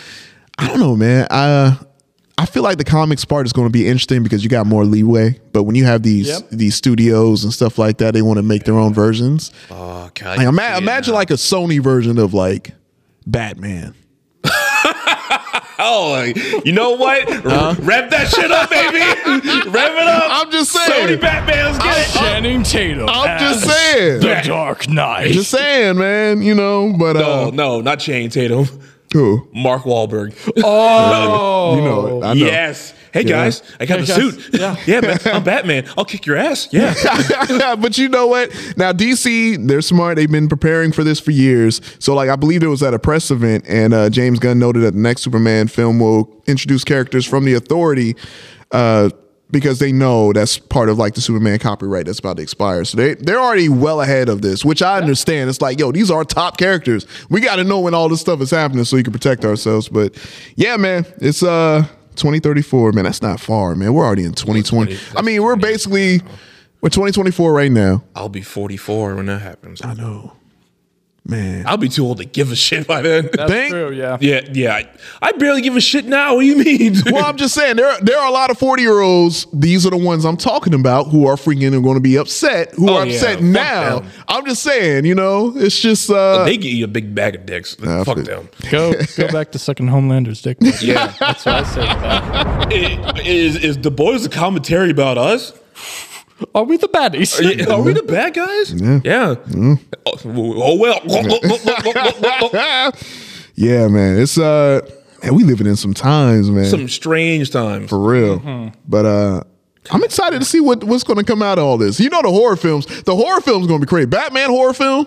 S1: I don't know, man. I, I feel like the comics part is going to be interesting because you got more leeway. But when you have these
S2: Yep.
S1: these studios and stuff like that, they want to make their own versions.
S3: Oh god.
S1: Like, ima- imagine like a Sony version of like Batman.
S3: Oh, like, you know what? R- Wrap that shit up, baby. Wrap it up.
S1: I'm just
S3: Sony
S1: saying.
S3: Batman. Let's get it.
S2: Channing Tatum.
S1: I'm just
S2: as
S1: saying.
S2: The Dark Knight.
S1: Just saying, man. You know, but
S3: Oh
S1: uh,
S3: no, not Channing Tatum.
S1: who?
S3: Mark Wahlberg.
S2: oh,
S1: You know, it. I know.
S3: Oh. Yes. Hey guys, I got
S2: Hey,
S3: the
S2: guys.
S3: suit.
S2: Yeah.
S3: Yeah, man, I'm Batman. I'll kick your ass. Yeah.
S1: but you know what? Now DC, they're smart. They've been preparing for this for years. So like I believe it was at a press event and uh, James Gunn noted that the next Superman film will introduce characters from the authority uh, because they know that's part of like the Superman copyright that's about to expire. So they they're already well ahead of this, which I understand. It's like, yo, these are top characters. We got to know when all this stuff is happening so we can protect ourselves. But yeah, man, it's uh 2034, man. That's not far, man. We're already in 2020. I mean, we're basically we're 2024 right now.
S3: I'll be 44 when that happens. I know.
S1: Man.
S3: I'll be too old to give a shit by then.
S1: Think?
S2: True, yeah.
S3: yeah, yeah. I, I barely give a shit now. What do you mean?
S1: Well, I'm just saying there are, there are a lot of 40 year olds. These are the ones I'm talking about who are freaking going to be upset. Who
S3: Oh,
S1: are
S3: yeah.
S1: upset
S3: Fuck
S1: now?
S3: them.
S1: I'm just saying, you know, it's just uh,
S3: they get you a big bag of dicks. Fuck
S1: it.
S3: them.
S2: Go go back to second Homelander's dick.
S3: Yeah.
S2: That's what I say.
S3: It- is is the boys a commentary about us?
S2: Are we the baddies?
S3: Are, you- are we the bad guys? Yeah. Oh, oh, well.
S1: yeah, man. It's uh, man, we living in some times, man,
S3: Some Mm-hmm. strange times.
S1: for real. But uh. I'm excited to see what, what's going to come out of all this. You know the horror films. The horror film's going to be crazy. Batman horror film.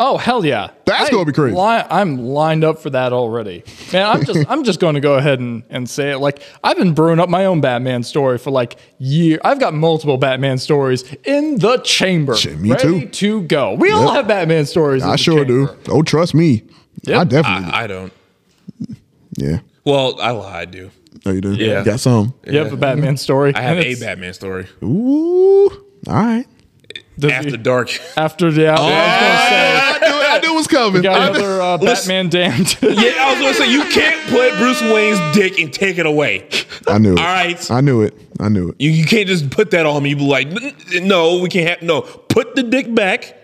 S2: Oh hell yeah!
S1: That's
S2: I
S1: gonna be crazy.
S2: li- I'm lined up for that already, man. I'm just I'm just going to go ahead and, and say it. Like I've been brewing up my own Batman story for like year. I've got multiple Batman stories in the chamber,
S1: Shit, me too.
S2: ready to go. We all have Batman stories. in
S1: I
S2: the
S1: sure
S2: chamber.
S1: do. Oh, trust me.
S2: Yep.
S1: I definitely. do.
S3: I, I don't.
S1: yeah.
S3: Well, I lie. I do.
S1: No, Oh, you do.
S3: Yeah.
S1: Got some.
S2: You have a Batman story.
S3: I have
S2: And
S3: a
S2: it's-
S3: Batman story.
S1: Ooh. All right.
S2: does he-
S3: After dark.
S2: After the
S1: Oh,
S2: album,
S1: I knew, I knew it was coming.
S2: got
S1: I knew-
S2: another uh, Batman damned.
S3: Yeah, I was gonna say you can't put Bruce Wayne's dick and take it away.
S1: I knew it.
S3: All right.
S1: I knew it. I knew it.
S3: You, you can't just put that on me. You be like, "N- n- no, we can't have no. Put the dick back.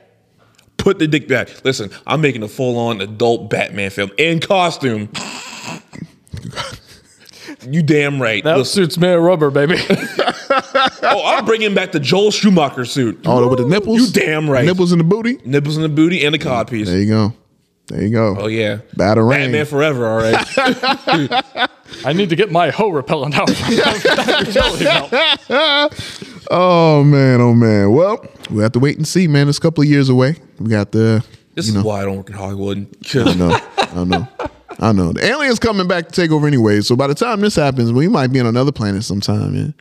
S3: Put the dick back. Listen, I'm making a full-on adult Batman film in costume. you damn right.
S2: that
S3: Listen,
S2: suits me a rubber, baby.
S3: oh, I'm bringing back the Joel Schumacher suit.
S1: All over Oh, the nipples.
S3: You damn right.
S1: Nipples in the booty.
S3: Nipples in the booty and a cod piece.
S1: There you go. There you go.
S3: Oh yeah.
S1: Batarang.
S3: Batman forever, all right.
S2: I need to get my hoe repellent out. from that jelly belt.
S1: Oh man. Oh man. Well, we have to wait and see, man. It's a couple of years away. We got the.
S3: This is why I don't work in Hollywood.
S1: I know. I know. I know. The aliens coming back to take over anyway. So by the time this happens, we might be on another planet sometime. Man.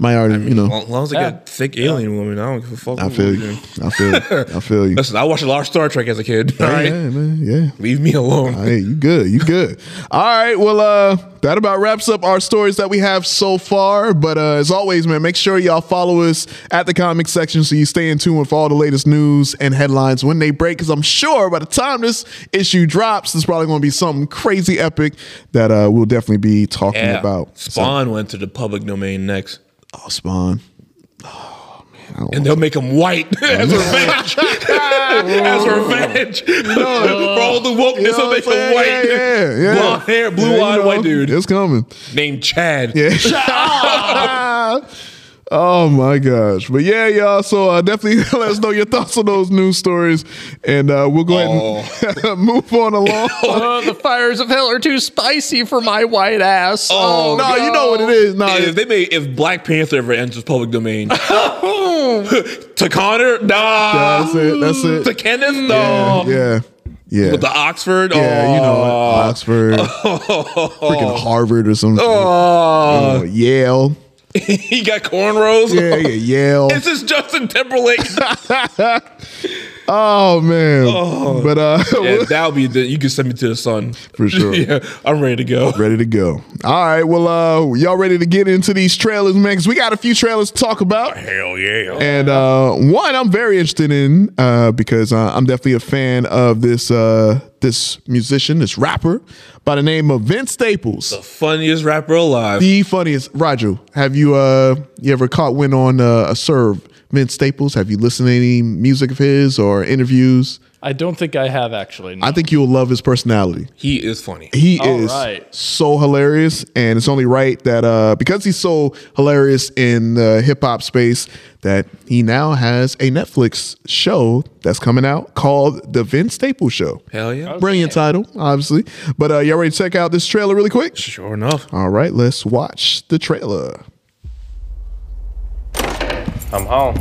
S1: Might already. you know.
S3: As long as I
S2: Yeah.
S3: got thick alien woman, I don't give a fuck.
S1: I
S3: what
S1: feel
S3: we
S1: you.
S3: do.
S1: I feel you. I feel you.
S3: Listen, I watched a lot of Star Trek as a kid. All
S1: Yeah,
S3: right,
S1: yeah, man. Yeah.
S3: leave me alone.
S1: Hey, you good. You good. All right. Well, uh, that about wraps up our stories that we have so far. But uh, as always, man, make sure y'all follow us at the comic section so you stay in tune for all the latest news and headlines when they break. Because I'm sure by the time this issue drops, there's probably going to be something crazy epic that uh, we'll definitely be talking
S3: Yeah.
S1: about. So-
S3: Spawn went to the public domain next,
S1: oh, Spawn. Oh,
S3: and they'll make him white as revenge. as revenge for all the wokeness, they'll make him white.
S1: Oh, Yeah, yeah, yeah.
S3: Blonde hair,
S1: Yeah, you
S3: blue eyed
S1: know,
S3: white dude
S1: It's coming.
S3: named Chad.
S1: Yeah. Oh my gosh. But yeah, y'all. So uh, definitely let us know your thoughts on those news stories. And uh, we'll go ahead and move on along.
S2: Oh, the fires of hell are too spicy for my white ass.
S3: Oh,
S1: no, you know what it is. No,
S3: If they made if Black Panther ever enters public domain, to Connor, nah.
S1: that's it. That's
S3: To
S1: it.
S3: Kenneth, no.
S1: Yeah. Yeah.
S3: With the Oxford,
S1: yeah, you know,
S3: oh.
S1: Oxford, freaking Harvard or something.
S3: Oh,
S1: Yale.
S3: he got cornrows.
S1: Yeah, yeah, Yale.
S3: This is Justin Timberlake.
S1: Oh, man. But uh,
S3: yeah, that'll be the. You can send me to the sun
S1: For sure.
S3: yeah, I'm ready to go.
S1: ready to go. All right. Well, uh, y'all ready to get into these trailers, man? Because we got a few trailers to talk about.
S3: Hell yeah.
S1: And uh, one I'm very interested in uh, because uh, I'm definitely a fan of this uh, this musician, this rapper by the name of Vince Staples,
S3: Funniest rapper alive.
S1: the funniest. Roger, have you uh, you ever caught wind on uh, a serve Vince Staples? Have you listened to any music of his or interviews?
S2: I don't think I have actually.
S1: I think you'll love his personality.
S3: he is funny.
S1: He
S2: All
S1: is
S2: right.
S1: so hilarious, and it's only right that uh, because he's so hilarious in the hip hop space, that he now has a Netflix show that's coming out called The Vince Staples Show.
S3: Hell yeah.
S1: Brilliant title, obviously. But uh, y'all ready to check out this trailer really quick?
S3: Sure enough.
S1: All right, let's watch the trailer.
S4: I'm home.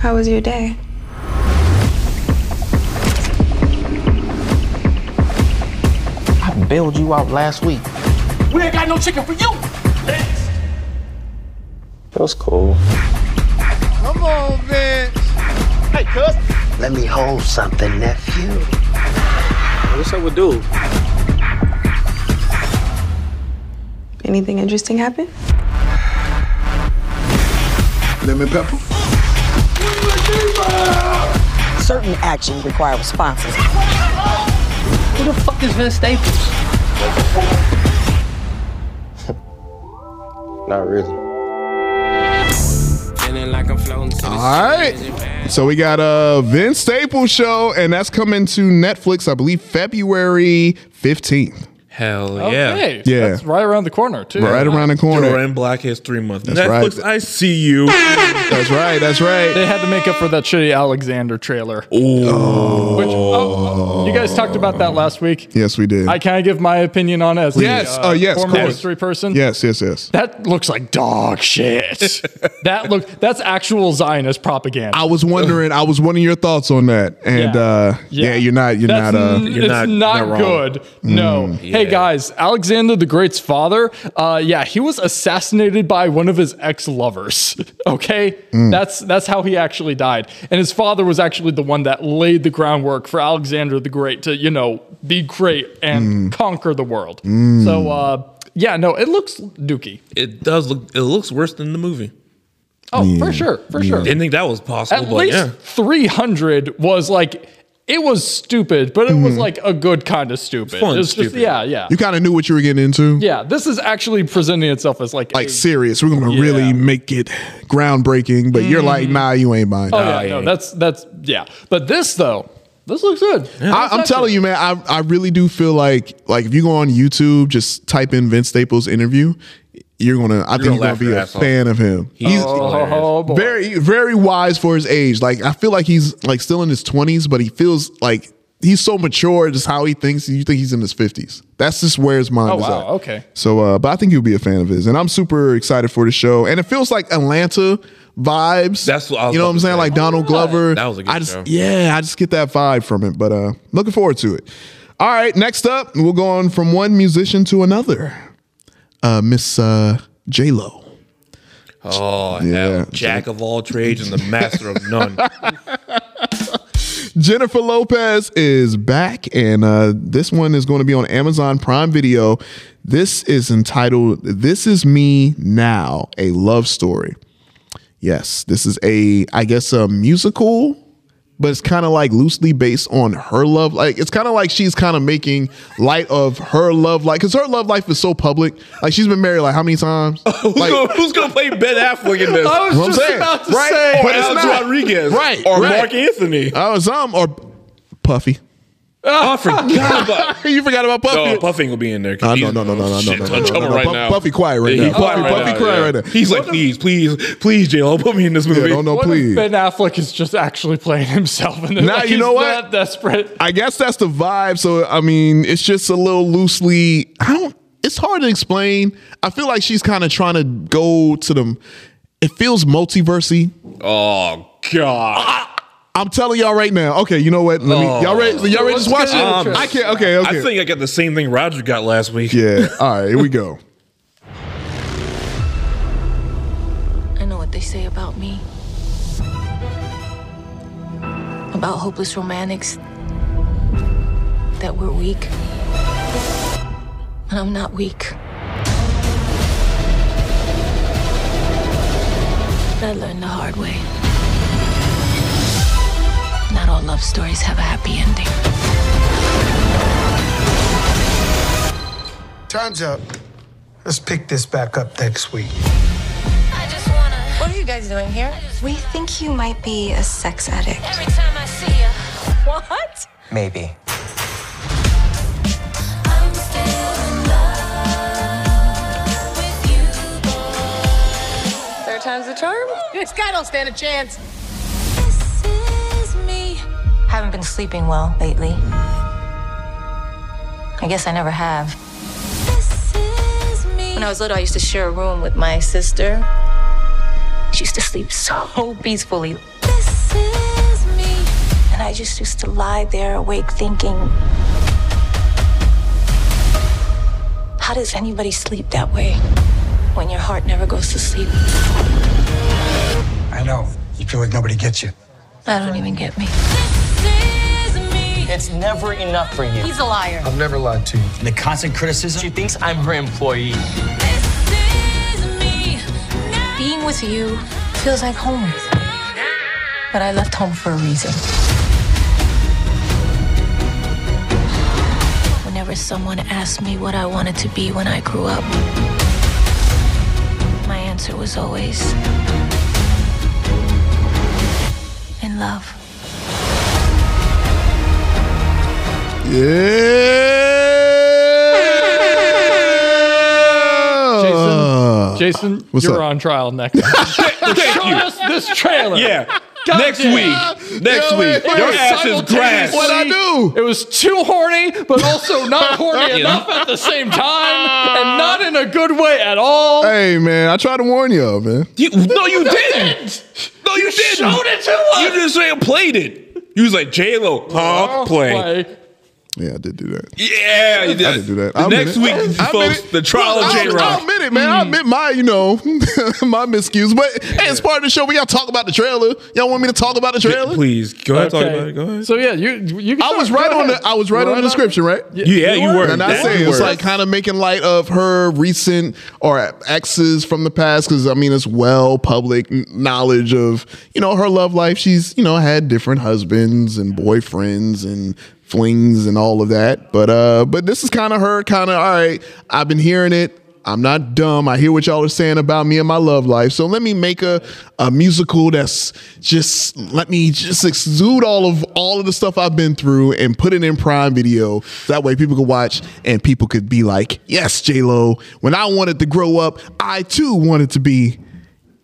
S5: How was your day?
S6: bailed you out last week.
S7: We ain't got no chicken for you.
S4: It was cool.
S6: Let me hold something, nephew.
S4: What's up with dude?
S5: Anything interesting happen?
S6: Lemon pepper?
S8: certain actions require responses.
S9: Who the fuck is Vince Staples?
S4: Not really.
S1: All right. So we got a Vince Staples show, and that's coming to Netflix, I believe, February 15th.
S3: Hell
S2: Okay.
S3: yeah.
S1: Yeah.
S2: Oh, That's right around the corner, too.
S1: Right around the corner.
S3: During Black History Month.
S1: That's
S3: Netflix,
S1: right.
S3: I see you.
S1: That's right. That's right.
S2: They had to make up for that shitty Alexander trailer.
S1: Oh.
S2: Which, oh, oh, you guys talked about that last week.
S1: Yes, we did.
S2: I can I give my opinion on it as
S1: Yes.
S2: the,
S1: Oh, yes, of
S2: former
S1: course.
S2: history person.
S1: yes, yes, yes.
S2: That looks like dog shit. that look that's actual Zionist propaganda.
S1: I was wondering. I was wondering your thoughts on that, and
S2: Yeah.
S1: uh, yeah. you're not. You're
S2: That's
S1: not. Mm. Uh,
S2: n- it's not, good. No. Hey guys, Alexander the Great's father. Uh, yeah, he was assassinated by one of his ex-lovers. okay,
S1: Mm.
S2: that's that's how he actually died. And his father was actually the one that laid the groundwork for Alexander the Great to you know be great
S1: Mm.
S2: and conquer the world. So uh, yeah, no, it looks dookie.
S3: It does look. It looks worse than the movie.
S2: Oh, for sure, for sure.
S3: Didn't think that was possible,
S2: At
S3: but
S2: least
S3: yeah.
S2: 300 was like it was stupid, but it
S1: Mm.
S2: was like a good kind of stupid.
S1: fun
S2: It was just
S1: stupid.
S2: yeah, yeah.
S1: You kind of knew what you were getting into.
S2: Yeah, this is actually presenting itself as like
S1: Like serious. We're gonna really make it groundbreaking, but you're like, nah, you ain't mine.
S2: Oh yeah, no, that's that's yeah. But this though, this looks good.
S1: I, I'm telling you, man. I I really do feel like like if you go on YouTube, just type in Vince Staples interview, you're gonna. I
S3: gonna
S1: think you're gonna
S3: laugh
S1: be
S3: your
S1: a
S3: ass off.
S1: fan of him. He's
S2: Oh,
S1: very very wise for his age. Like I feel like he's like still in his 20s, but he feels like he's so mature. Just how he thinks. You think he's in his 50s. That's just where his mind
S2: Oh
S1: is
S2: wow,
S1: at.
S2: okay.
S1: So, uh, but I think you'll be a fan of his, and I'm super excited for the show. And it feels like Atlanta vibes. That's what
S3: I was
S1: you know
S3: about
S1: what I'm
S3: to
S1: saying,
S3: say.
S1: like Donald Glover.
S3: That was a good
S1: I just
S3: show.
S1: yeah, I just get that vibe from it. But uh, looking forward to it. All right, next up, we'll go on from one musician to another. Uh, Miss uh, J Lo.
S3: Oh,
S1: Yeah.
S3: hell. jack of all trades and the master of none.
S1: Jennifer Lopez is back, and uh, this one is going to be on Amazon Prime Video. This is entitled "This Is Me Now: A Love Story." Yes, this is a, I guess, a musical, but it's kind of like loosely based on her love. Like it's kind of like she's kind of making light of her love life because her love life is so public. Like she's been married like how many times?
S3: who's,
S1: Like
S3: gonna, who's gonna play Ben Affleck in this?
S2: I was
S1: What I'm
S2: just
S1: saying,
S2: about to
S1: right?
S2: say.
S3: or
S1: But it's
S3: Alex
S1: not.
S3: Rodriguez,
S1: Right,
S3: Or
S1: right.
S3: Mark Anthony.
S1: Oh, some or Puffy.
S3: I forgot about.
S1: you forgot about Puffy.
S3: No, Puffing will be in there. 'cause
S1: Uh, no,
S3: he's-
S1: no, no, no, no, no,
S3: shit,
S1: no, no,
S3: I'm
S1: no,
S3: trouble
S1: no, no.
S3: right
S1: Puff-
S3: now.
S1: Puffy quiet right
S3: Yeah,
S1: now.
S3: he
S1: Puffy-
S3: quiet
S1: Puffy
S3: now,
S1: quiet
S3: yeah.
S1: right now.
S3: He's like, please, please, please, J-Lo, put me in this movie.
S1: Yeah, don't know,
S2: What if
S1: please.
S2: Ben Affleck is just actually playing himself, and
S1: Nah,
S2: now
S1: you know what?
S2: That desperate.
S1: I guess that's the vibe. So I mean, it's just a little loosely. I don't. It's hard to explain. I feel like she's kind of trying to go to them. It feels multiversy.
S3: Oh God!
S1: I'm telling y'all right now. Okay, you know what? Let me. Y'all ready? Y'all ready? to Just watch it.
S2: Um,
S1: I can't. Okay. Okay.
S3: I think I got the same thing Roger got last week.
S1: yeah. All right. Here we go.
S10: I know what they say about me. About hopeless romantics. That we're weak. And I'm not weak. I learned the hard way. Not all love stories have a happy ending.
S11: Time's up. Let's pick this back up next week.
S10: I just wanna. What are you guys doing here?
S5: We think you might be a sex addict.
S10: Every time I see ya. What?
S6: Maybe.
S10: Third time's the charm? This guy don't stand a chance. Haven't been sleeping well lately. I guess I never have. When I was little, I used to share a room with my sister. She used to sleep so peacefully. And I just used to lie there awake thinking, how does anybody sleep that way when your heart never goes to sleep?
S11: I know. You feel like nobody gets you.
S10: I don't even get me.
S6: It's never enough for you.
S10: He's a liar.
S11: I've never lied to you.
S6: And the constant criticism, she thinks I'm her employee.
S10: Being with you feels like home. But I left home for a reason. whenever someone asked me what I wanted to be when I grew up, my answer was always in love.
S1: Yeah.
S2: Jason,
S1: What's
S2: you're
S1: up?
S2: on trial next. Show us this trailer.
S3: Yeah.
S2: God
S3: Next
S2: damn.
S3: week. Next
S2: Yo,
S3: week.
S2: it- it
S3: Your
S2: was
S3: ass is grass.
S2: simultaneously-
S3: What I
S1: do?
S2: It was too horny, but also not horny
S3: Yeah.
S2: enough at the same time, and not in a good way at all.
S1: Ah. Hey man, I tried to warn y'all, man.
S3: You, no, you didn't. No, you, didn't.
S2: showed it to us.
S3: You just saying played it. You was like J Lo, huh? Play.
S1: Yeah, I did do that.
S3: Yeah, you did.
S1: I did do that.
S3: The
S1: I admit
S3: next
S1: it.
S3: week,
S1: I admit
S3: folks,
S1: it.
S3: the trial
S1: Look,
S3: of
S1: I-
S3: J
S1: I
S3: Rock.
S1: admit it, man. I admit my, you know, my miscues. But hey, it's part of the show. We gotta talk about the trailer. Y'all want me to talk about the trailer?
S3: Please go ahead, talk
S2: Okay.
S3: about it. Go ahead.
S2: So yeah, you you. Can
S1: I
S2: start.
S1: was
S2: Go
S1: right on
S2: ahead.
S1: the I was right on the description, right?
S3: Yeah, you were.
S1: And I
S3: That
S1: say
S3: you
S1: it's
S3: were.
S1: like kind of making light of her recent or exes from the past because I mean it's well public n- knowledge of you know her love life. She's you know had different husbands and boyfriends and flings and all of that. But uh, but this is kind of her kind of all right. I've been hearing it. I'm not dumb. I hear what y'all are saying about me and my love life. So let me make a, a musical that's just let me just exude all of all of the stuff I've been through and put it in Prime Video. That way people could watch and people could be like, "Yes, J Lo. When I wanted to grow up, I too wanted to be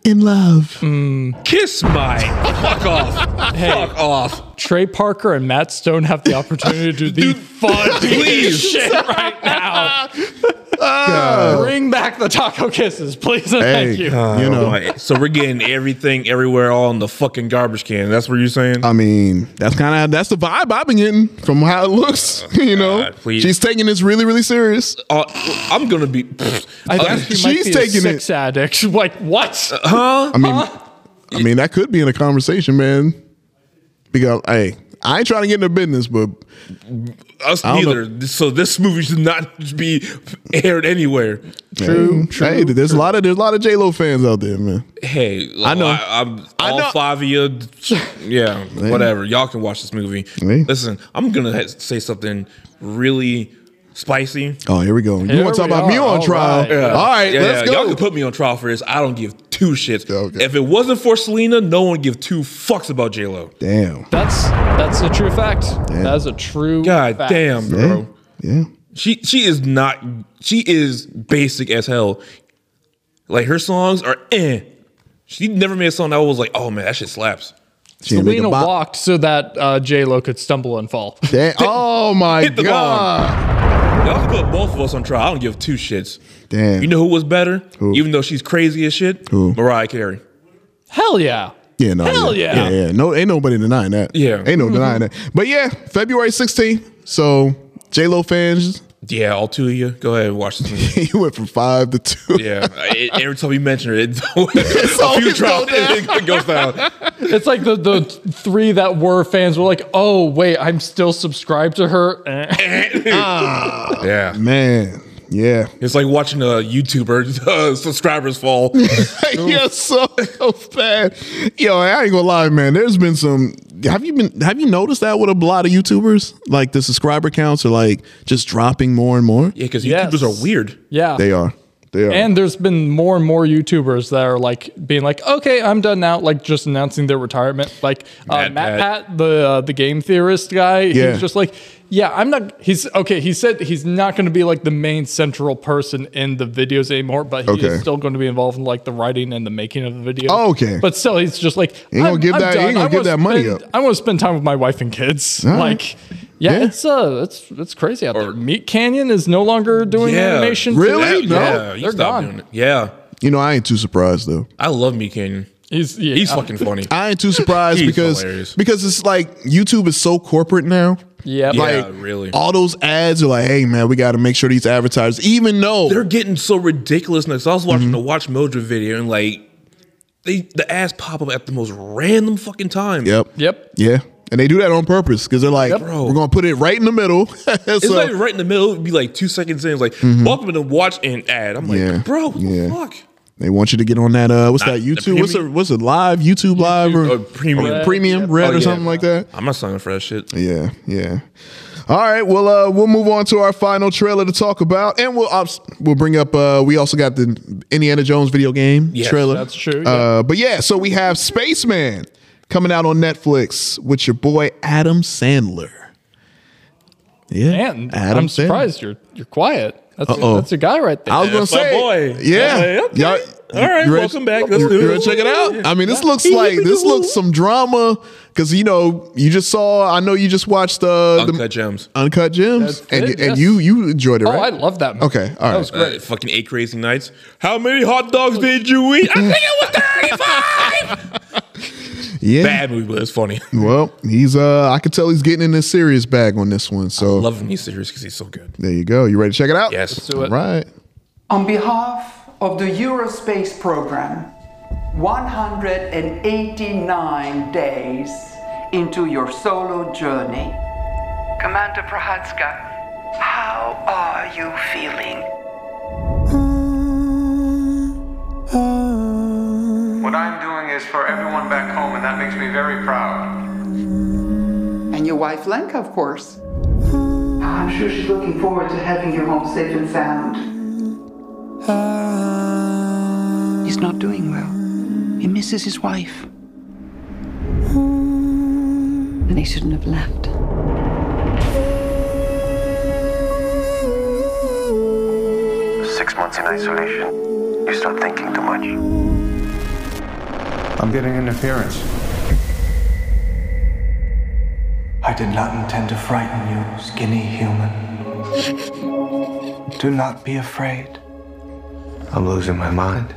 S1: in love."
S2: Mm.
S3: Kiss my fuck off. Fuck off.
S2: Trey Parker and Matt Stone have the opportunity to do the funniest
S3: please.
S2: shit right now. Bring back the taco kisses, please and
S1: Oh. Uh, Hey,
S2: thank you.
S1: you know.
S3: Alright, so we're getting everything everywhere all in the fucking garbage can. That's what you're saying?
S1: I mean, that's kind of that's the vibe I've been getting from how it looks. You know,
S3: God, please.
S1: she's taking this really, really serious.
S3: Uh, I'm gonna be.
S2: I
S3: Uh,
S2: think she
S1: she's
S2: might be
S1: taking
S2: a
S1: it.
S2: sex addict. Like what?
S1: I mean, I mean that could be in a conversation, man. Because hey, I ain't trying to get into business, but
S3: us
S1: I don't
S3: neither. So this movie should not be aired anywhere.
S1: true, hey, hey, there's a lot of there's a lot of J Lo fans out there, man.
S3: Hey,
S1: I know.
S3: I, am
S1: I
S3: all
S1: know.
S3: five of you. Yeah, whatever. Y'all can watch this movie.
S1: Hey.
S3: Listen, I'm gonna ha- say something really spicy.
S1: Oh, here we go. you
S2: Here
S1: want to talk
S2: we
S1: about me
S2: are.
S1: on
S2: All
S1: trial?
S2: right. Yeah.
S1: All right,
S3: Yeah,
S1: let's
S3: yeah,
S1: go.
S3: Y'all can put me on trial for this. I don't give two shits.
S1: Okay.
S3: If it wasn't for Selena, no one give two fucks about J Lo.
S1: Damn.
S2: That's that's a true fact. That's a true
S3: God
S2: fact.
S3: damn, bro.
S1: Yeah. Yeah.
S3: She she is not she is basic as hell. Like her songs are eh. She never made a song that was like, oh man, that shit slaps.
S1: She ain't make a
S2: Selena
S1: bop.
S2: walked so that uh, J Lo could stumble and fall.
S1: Damn. Oh my
S3: Hit the
S1: god.
S3: Y'all can put both of us on trial. I don't give two shits.
S1: Damn.
S3: You know who was better?
S1: Who?
S3: Even though she's crazy as shit?
S1: Who?
S3: Mariah Carey.
S2: Hell yeah.
S1: Yeah, no.
S2: Hell
S1: yeah.
S2: yeah.
S1: Yeah, No, ain't nobody denying that.
S3: Yeah.
S1: Ain't no denying that. But yeah, February 16th. So J Lo fans,
S3: Yeah, all two of you. Go ahead and watch this movie.
S1: you went from five to two.
S3: Yeah, I- every time you mention her, it, a few
S1: always go
S3: drops,
S1: down.
S3: it, it goes down.
S2: It's like the the three that were fans were like, oh wait, I'm still subscribed to her. Eh.
S3: Yeah,
S1: Man. Yeah.
S3: it's like watching a YouTuber uh, subscribers fall.
S1: You're so bad. Yo, I ain't gonna lie, man. There's been some have you been have you noticed that with a lot of YouTubers? Like the subscriber counts are like just dropping more and more.
S3: Yeah, because
S2: Yes.
S3: YouTubers are weird.
S2: Yeah.
S1: They are. They are.
S2: And there's been more and more YouTubers that are like being like, okay, I'm done now, like just announcing their retirement. Like uh,
S3: Matt
S2: Matt Pat, the uh, the game theorist guy,
S1: Yeah.
S2: he's just like, yeah, I'm not. He's okay. He said he's not going to be like the main central person in the videos anymore, but he
S1: Okay.
S2: is still going to be involved in like the writing and the making of the video.
S1: Oh, okay.
S2: but still, he's just like,
S1: He ain't gonna give that- he ain't gonna
S2: I
S1: give
S2: wanna
S1: that money
S2: spend-
S1: up."
S2: I want to spend time with my wife and kids.
S1: All right.
S2: like, yeah,
S1: Yeah.
S2: it's uh, it's it's crazy out there. Meat Canyon is no longer doing
S3: Yeah.
S2: animation.
S1: Really?
S2: today.
S1: That- No.
S3: yeah, you
S2: they're
S3: stop
S2: gone.
S3: doing it. Yeah,
S1: You know, I ain't too surprised though.
S3: I love me Canyon.
S2: He's yeah,
S3: He's
S2: uh,
S3: fucking funny.
S1: I ain't too surprised
S3: He's
S1: because
S3: hilarious.
S1: because it's like YouTube is so corporate now.
S2: Yep.
S3: Yeah,
S1: Like
S3: really.
S1: all those ads are like, hey man, we got to make sure these advertisers, even though
S3: They're getting so ridiculous now. 'cause I was watching
S1: Mm-hmm.
S3: the Watch Mojo video and like they the ass pop up at the most random fucking time.
S1: yep,
S2: Yep.
S1: yeah, and they do that on purpose because they're like,
S2: Yep.
S1: we're gonna put it right in the middle. so, Mm-hmm.
S3: It's like right in the middle. It'd be like two seconds in. It's like welcome to watch an ad. I'm like,
S1: Yeah.
S3: bro, what
S1: Yeah.
S3: the fuck?
S1: They want you to get on that. Uh, what's
S3: Nah,
S1: that
S3: the
S1: YouTube? What's a
S3: premium-
S1: what's a live YouTube live or
S3: or premium.
S1: or premium red or
S3: Oh, yeah.
S1: something like that?
S3: I'm not signing up for that shit.
S1: Yeah, yeah. All right, well, uh, we'll move on to our final trailer to talk about, and we'll obs- we'll bring up. Uh, we also got the Indiana Jones video game
S3: Yes,
S1: trailer.
S3: that's true,
S1: Uh, but yeah, so we have Spaceman coming out on Netflix with your boy Adam Sandler. Yeah,
S2: Man, I'm
S1: Sandler.
S2: surprised you're you're quiet. That's
S1: Uh-oh.
S2: that's your guy right there.
S1: I was gonna say, yeah, Y'all-
S3: All right,
S1: you ready-
S3: welcome back. Let's
S1: you-
S3: do
S1: you
S3: it.
S1: ready to check it out. I mean, this
S3: Yeah.
S1: looks like this looks some drama because you know you just saw. I know you just watched uh, the
S3: Uncut Gems.
S1: Uncut Gems,
S3: That's
S1: and
S3: it,
S1: and
S3: yes.
S1: you you enjoyed it,
S3: Oh,
S1: right?
S3: I love that movie.
S1: Okay, all right.
S3: Uh, fucking eight crazy nights. How many hot dogs did you eat? I think it was 35.
S1: yeah.
S3: Bad movie, but it's funny.
S1: Well, he's uh, I could tell he's getting in a serious bag on this one. So
S3: Love him. He's serious because he's so good.
S1: there you go. You ready to check it out?
S3: Yes. Let's do
S1: All
S3: it.
S1: right.
S12: On behalf of the Eurospace program, 189 days into your solo journey, Commander Prohatska, how are you feeling?
S13: What I'm doing is for everyone back home, and that makes me very proud.
S12: And your wife, Lenka, of course. I'm sure she's looking forward to having you home safe and sound. He's not doing well. He misses his wife.
S14: And he shouldn't have left.
S13: Six months in isolation. You start thinking too much. I'm getting interference.
S7: I did not intend to frighten you, skinny human. Do not be afraid.
S13: I'm losing my mind.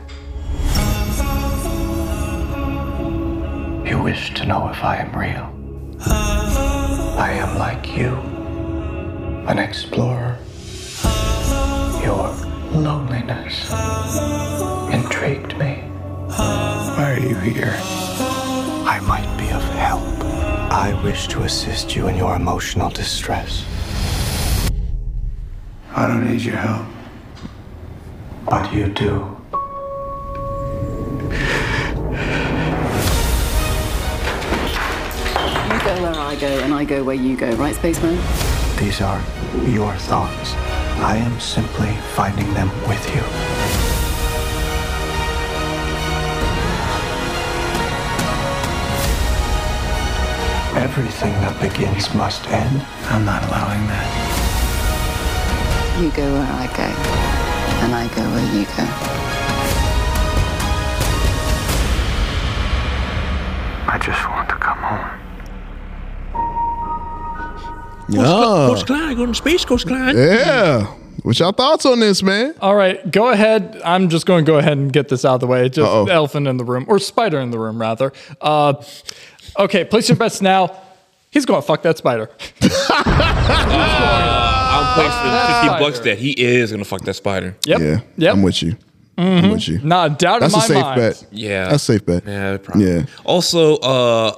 S7: You wish to know if I am real. I am like you, an explorer. Your loneliness intrigued me. Why are you here? I might be of help. I wish to assist you in your emotional distress. I don't need your help. But you do.
S14: You go where I go, and I go where you go, right, Spaceman?
S7: These are your thoughts. I am simply finding them with you. Everything that begins must end. I'm not allowing that.
S14: You go where I go, and I go where you go.
S7: I just want to come home.
S3: Ah.
S1: Oh.
S3: Klein going to space, Coach Klein.
S1: Yeah. What's your thoughts on this, man?
S2: All right, go ahead. I'm just going to go ahead and get this out of the way. Just
S1: Uh-oh.
S2: elephant in the room, or spider in the room, rather. Uh, okay, place your bets now. He's going to fuck that spider.
S3: I'll place Uh, the 50
S2: Spider.
S3: bucks that he is going to fuck that spider.
S2: Yep.
S1: Yeah.
S2: Yep. Mm-hmm.
S1: I'm with you. I'm with you.
S2: Not a doubt
S1: That's
S2: in
S1: a
S2: my
S1: safe
S2: mind.
S1: bet.
S3: Yeah.
S1: That's a safe bet.
S3: Yeah, probably.
S1: Yeah.
S3: Also, uh,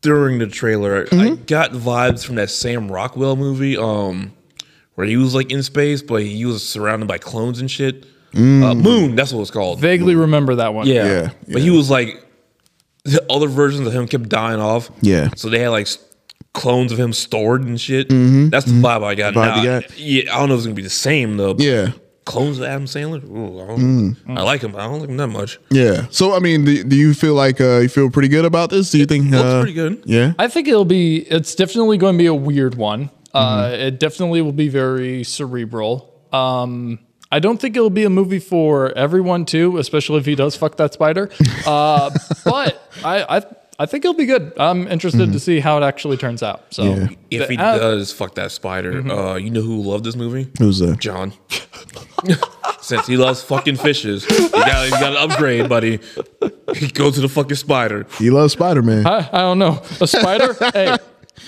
S3: during the trailer, I got vibes from that Sam Rockwell movie, um, where he was like in space, but he was surrounded by clones and shit. Uh, Moon, that's what it's called.
S2: Vaguely remember that one.
S3: Yeah. But he was like, the other versions of him kept dying off.
S1: Yeah.
S3: So they had like s- clones of him stored and shit. That's the vibe I got.
S1: Mm-hmm. Vibe
S3: now,
S1: you got?
S3: Yeah, I don't know if it's gonna be the same though. but
S1: Yeah. Mm.
S3: Clones of Adam Sandler. Ooh, I, don't, I like him. but I don't like him that much.
S1: Yeah. So I mean, do, do you feel like uh, you feel pretty good about this? Do you think
S3: looks
S1: uh,
S3: pretty good.
S1: Yeah.
S2: I think it'll be. It's definitely going to be a weird one. Uh,
S1: Mm-hmm.
S2: it definitely will be very cerebral. Um, I don't think it'll be a movie for everyone too, especially if he does fuck that spider. Uh, but I, I, I think it'll be good. I'm interested
S1: Mm-hmm.
S2: to see how it actually turns out. So
S3: If he
S2: uh,
S3: does fuck that spider, uh, you know who loved this movie?
S1: Who's that?
S3: John. Since he loves fucking fishes, you got to upgrade, buddy. He goes to the fucking spider.
S1: He loves Spider Man.
S2: I, I don't know a spider. hey,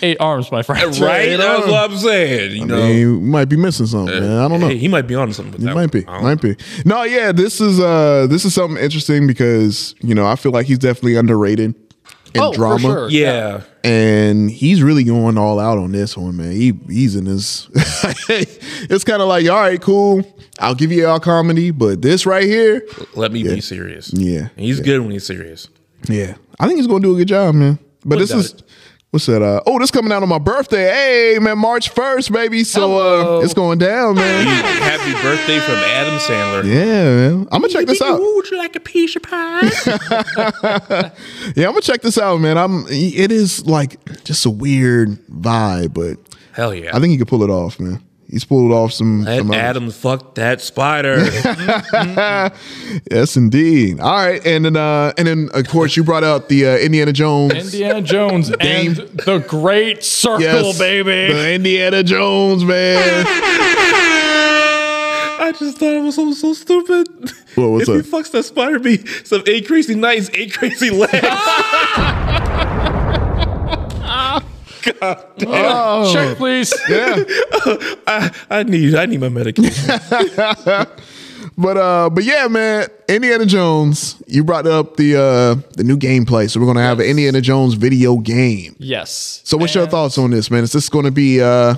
S2: eight arms, my friend.
S3: Right? That's what I'm saying. You know,
S1: He might be missing something. man. I don't know.
S3: Hey, he might be on something with
S1: It
S3: that.
S1: might be, might be. No, yeah, this is uh, this is something interesting because you know I feel like he's definitely underrated in
S2: Oh, for
S1: drama.
S2: sure.
S3: Yeah.
S1: and he's really going all out on this one, man. He he's in this. it's kind of like, all right, cool. I'll give you all comedy, but this right here,
S3: Let me be serious.
S1: Yeah.
S3: And he's good when he's serious.
S1: yeah, I think he's gonna do a good job, man. But
S3: Wouldn't
S1: this is What's that? Uh, oh, this coming out on my birthday. Hey, man, March 1st, baby. So uh, it's going down, man.
S3: Happy birthday from Adam Sandler.
S1: Yeah, man. I'm going to check this out.
S3: Would you like a piece of pie?
S1: Yeah, I'm going to check this out, man. I'm. It is like just a weird vibe, but
S3: Hell yeah.
S1: I think he could pull it off, man. He's pulled off some.
S3: Let
S1: some uh, others.
S3: Adam fuck that spider.
S1: Yes, indeed. All right, and then uh, and then of course you brought up the uh, Indiana Jones.
S2: Indiana Jones and the Great Circle,
S1: Yes.
S2: baby.
S1: The Indiana Jones, man.
S3: I just thought it was so, so stupid.
S1: What, what's
S3: if
S1: up?
S3: he fucks that spider, be some eight crazy nights, eight crazy legs. God damn.
S2: Oh. Check, please.
S1: Yeah.
S3: I, I need I need my medication.
S1: But uh, but yeah, man, Indiana Jones. You brought up the uh the new gameplay, so we're gonna have an Indiana Jones video game.
S2: Yes.
S1: So what's your thoughts on this, man? Is this gonna be uh,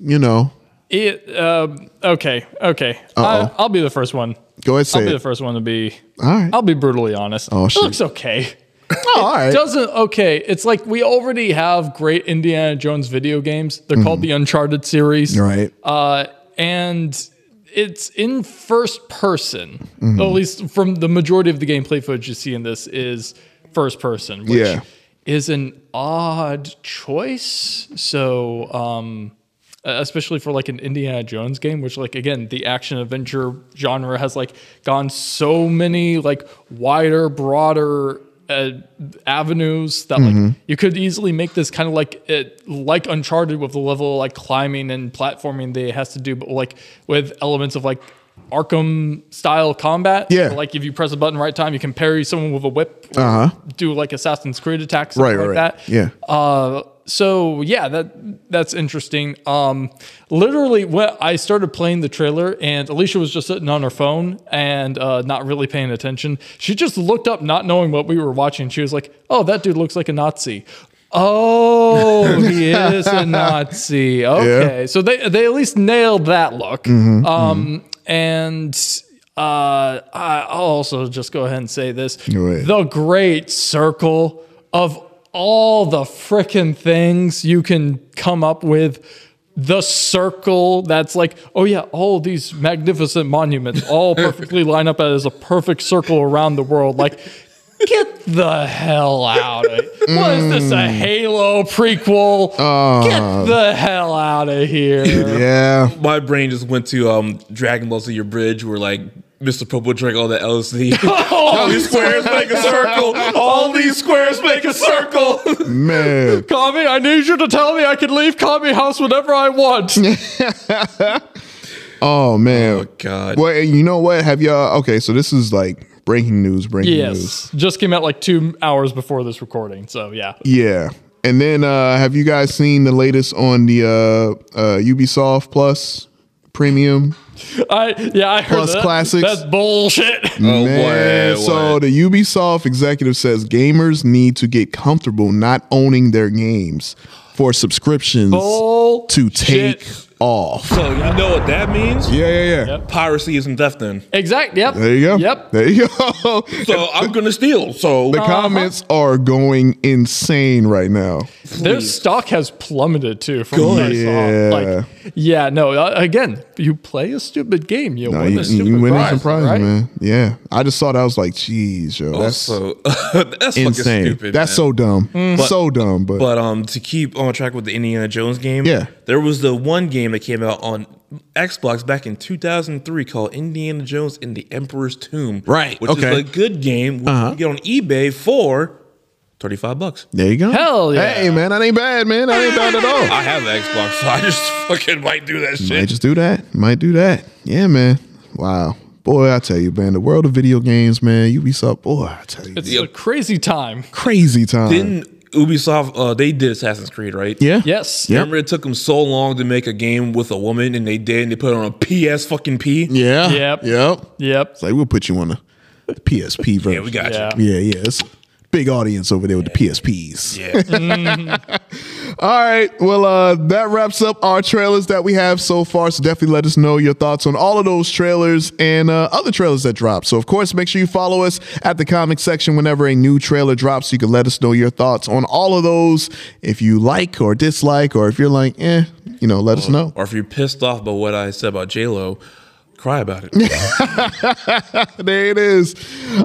S1: you know,
S2: It, um, okay, okay. I,
S1: Uh-oh.
S2: I'll be the first one.
S1: Go ahead, say
S2: I'll be
S1: it.
S2: the first one to be.
S1: All right.
S2: I'll be brutally honest.
S1: Oh,
S2: it
S1: shoot.
S2: looks okay.
S1: Oh, all right.
S2: Doesn't okay. It's like we already have great Indiana Jones video games. They're called the Uncharted series,
S1: Mm-hmm. Right.
S2: Uh, and it's in first person.
S1: Mm-hmm.
S2: At least from the majority of the gameplay footage you see in this is first person, which
S1: Yeah.
S2: is an odd choice. So, um, especially for like an Indiana Jones game, which like again the action adventure genre has like gone so many like wider, broader uh, avenues that
S1: Mhm.
S2: like you could easily make this kind of like it like Uncharted with the level of like climbing and platforming that it has to do, but like with elements of like. Arkham style combat.
S1: Yeah.
S2: Like if you press a button right time, you can parry someone with a whip
S1: Uh huh.
S2: do like Assassin's Creed attacks,
S1: Right,
S2: something
S1: right,
S2: like
S1: right.
S2: that.
S1: Yeah.
S2: Uh, so yeah, that that's interesting. Um, literally, when I started playing the trailer, and Alicia was just sitting on her phone and uh, not really paying attention. She just looked up, not knowing what we were watching. She was like, "Oh, that dude looks like a Nazi." Oh, he is a Nazi. Okay, so they they at least nailed that look. Um, and uh, I- I'll also just go ahead and say this:
S1: Go ahead.
S2: the great circle of all the frickin' things you can come up with. The circle that's like, oh yeah, all these magnificent monuments all perfectly line up as a perfect circle around the world. Like, get the hell out of What is this,
S1: Mm.
S2: a Halo prequel?
S1: Oh.
S2: get the hell out of here.
S1: Yeah.
S3: my brain just went to um Dragon Ball Z Your Bridge where like Mr. Purple drank all that LSD. all
S1: Oh,
S3: these squares make a circle. All these squares make a circle. Oh
S1: Man.
S2: Kami, I need you to tell me I can leave Kami house whenever I want.
S1: Oh man.
S3: God.
S1: Well, and you know what? Have y'all? Okay, so this is like breaking news. Breaking news.
S2: yes. Just came out like two hours before this recording. So yeah.
S1: Yeah. And then uh have you guys seen the latest on the uh uh Ubisoft Plus premium?
S2: I yeah, I heard
S1: Plus
S2: that.
S1: classics.
S2: That's bullshit.
S3: Oh
S1: Man,
S3: what?
S1: so
S3: what?
S1: the Ubisoft executive says gamers need to get comfortable not owning their games for subscriptions
S2: Bullshit.
S1: to take off.
S3: So you know what that means?
S1: Yeah, yeah, yeah.
S3: Piracy isn't death then.
S2: Exact. Yep.
S1: There you go.
S2: Yep. Uh-huh.
S1: There you go.
S3: So I'm gonna steal. So
S1: the comments are going insane right now.
S2: Their stock has plummeted too. From what I
S1: Yeah.
S2: saw. Like, yeah. No. uh, Again, you play a stupid game, you
S1: No,
S2: win
S1: you,
S2: a
S1: you
S2: stupid
S1: winning
S2: prize,
S1: some prizes,
S2: right?
S1: man. Yeah. I just saw that. I was like, geez, yo, that's
S3: so that's fucking
S1: insane.
S3: stupid.
S1: that's
S3: man.
S1: so dumb.
S2: Mm.
S3: But-
S1: so dumb. But,
S3: But um, to keep on track with the Indiana Jones game,
S1: Yeah.
S3: there was the one game that came out on Xbox back in 2003 called Indiana Jones and the Emperor's Tomb,
S1: Right,
S3: Which
S1: okay.
S3: is a good game. Which
S1: Uh-huh.
S3: You get on eBay for 35 bucks.
S1: there you go.
S2: Hell yeah.
S1: Hey man, that ain't bad, man. That ain't bad at all.
S3: I have an Xbox, so I just fucking might do that
S1: Might
S3: shit.
S1: just do that. Might do that. Yeah, man. Wow. Boy, I tell you, man, the world of video games, man, Ubisoft, boy, I tell you,
S2: It's a crazy time.
S1: crazy time.
S3: Didn't Ubisoft? Uh, they did Assassin's Creed, right?
S1: yeah.
S2: Yes.
S1: Yep.
S3: Remember, it took them so long to make a game with a woman, and they did, and they put it on a PS fucking P.
S1: Yeah.
S2: Yep.
S1: Yep.
S2: Yep.
S1: It's like we'll put you on the PSP version.
S3: Yeah, we got
S2: Yeah.
S3: you.
S1: Yeah, yeah. It's a big audience over there with the PSPs.
S3: Yeah.
S1: All right. Well, uh, that wraps up our trailers that we have so far. So definitely let us know your thoughts on all of those trailers and uh, other trailers that drop. So, of course, make sure you follow us at the comic section whenever a new trailer drops. So you can let us know your thoughts on all of those. If you like or dislike, or if you're like, eh, you know, let us know.
S3: Or if you're pissed off by what I said about J Lo, cry about it.
S1: there it is.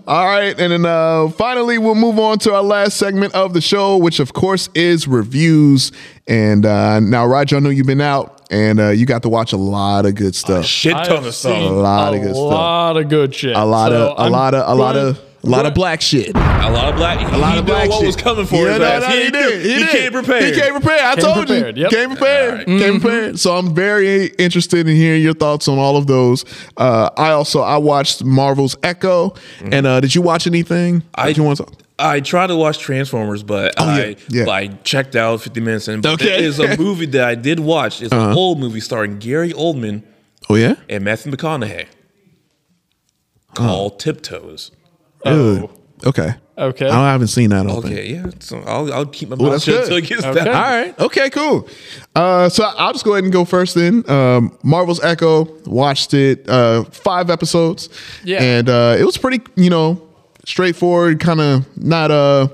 S1: All right. And then uh, finally, we'll move on to our last segment of the show, which, of course, is reviews. And uh, now, Roger, I know you've been out and uh, you got to watch a lot of good stuff. A
S3: shit ton of stuff.
S1: A lot of good stuff.
S2: A lot of good shit.
S1: A lot of, so a lot of, a lot of. A lot of black shit.
S3: A lot of black.
S1: A lot of black
S3: what
S1: shit.
S3: was coming for yeah, his no, ass. No, he, he, did. He, he came prepared.
S1: He came prepared. I
S2: came
S1: told
S2: prepared.
S1: you. Yep. Came prepared. Right. Mm-hmm. Came prepared. So I'm very interested in hearing your thoughts on all of those. Uh, I also I watched Marvel's Echo, mm-hmm. and uh, did you watch anything?
S3: I
S1: did you want
S3: to- I tried to watch Transformers, but
S1: oh,
S3: I
S1: yeah, yeah.
S3: like checked out 50 minutes in. But okay. there is a movie that I did watch. It's uh-huh. an old movie starring Gary Oldman.
S1: Oh yeah,
S3: and Matthew McConaughey called oh. Tiptoes.
S1: Dude. Oh. Okay.
S2: Okay.
S1: I haven't seen that.
S3: okay. Yeah. So I'll, I'll keep my mouth well, shut until it gets okay.
S1: All right. Okay. Cool. Uh, so I'll just go ahead and go first. Then um, Marvel's Echo watched it uh, five episodes.
S2: Yeah.
S1: And uh, it was pretty, you know, straightforward. Kind of not uh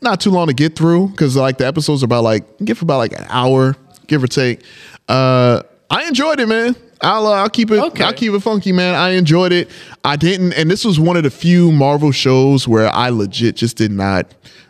S1: not too long to get through because like the episodes are about like give for about like an hour, give or take. Uh, I enjoyed it, man. I'll uh, I'll keep it
S2: okay.
S1: I'll keep it funky, man. I enjoyed it. I didn't, and this was one of the few Marvel shows where I legit just did not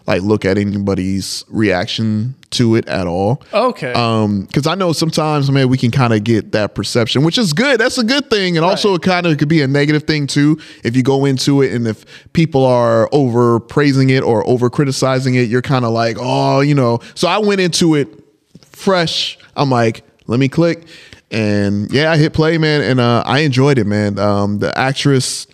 S1: like look at anybody's reaction to it at all.
S2: Okay.
S1: Um, because I know sometimes, man, we can kind of get that perception, which is good. That's a good thing, and right. also it kind of could be a negative thing too if you go into it and if people are over praising it or over criticizing it, you're kind of like, oh, you know. So I went into it fresh. I'm like, let me click and yeah, I hit play, man, and uh, I enjoyed it, man. Um, the actress,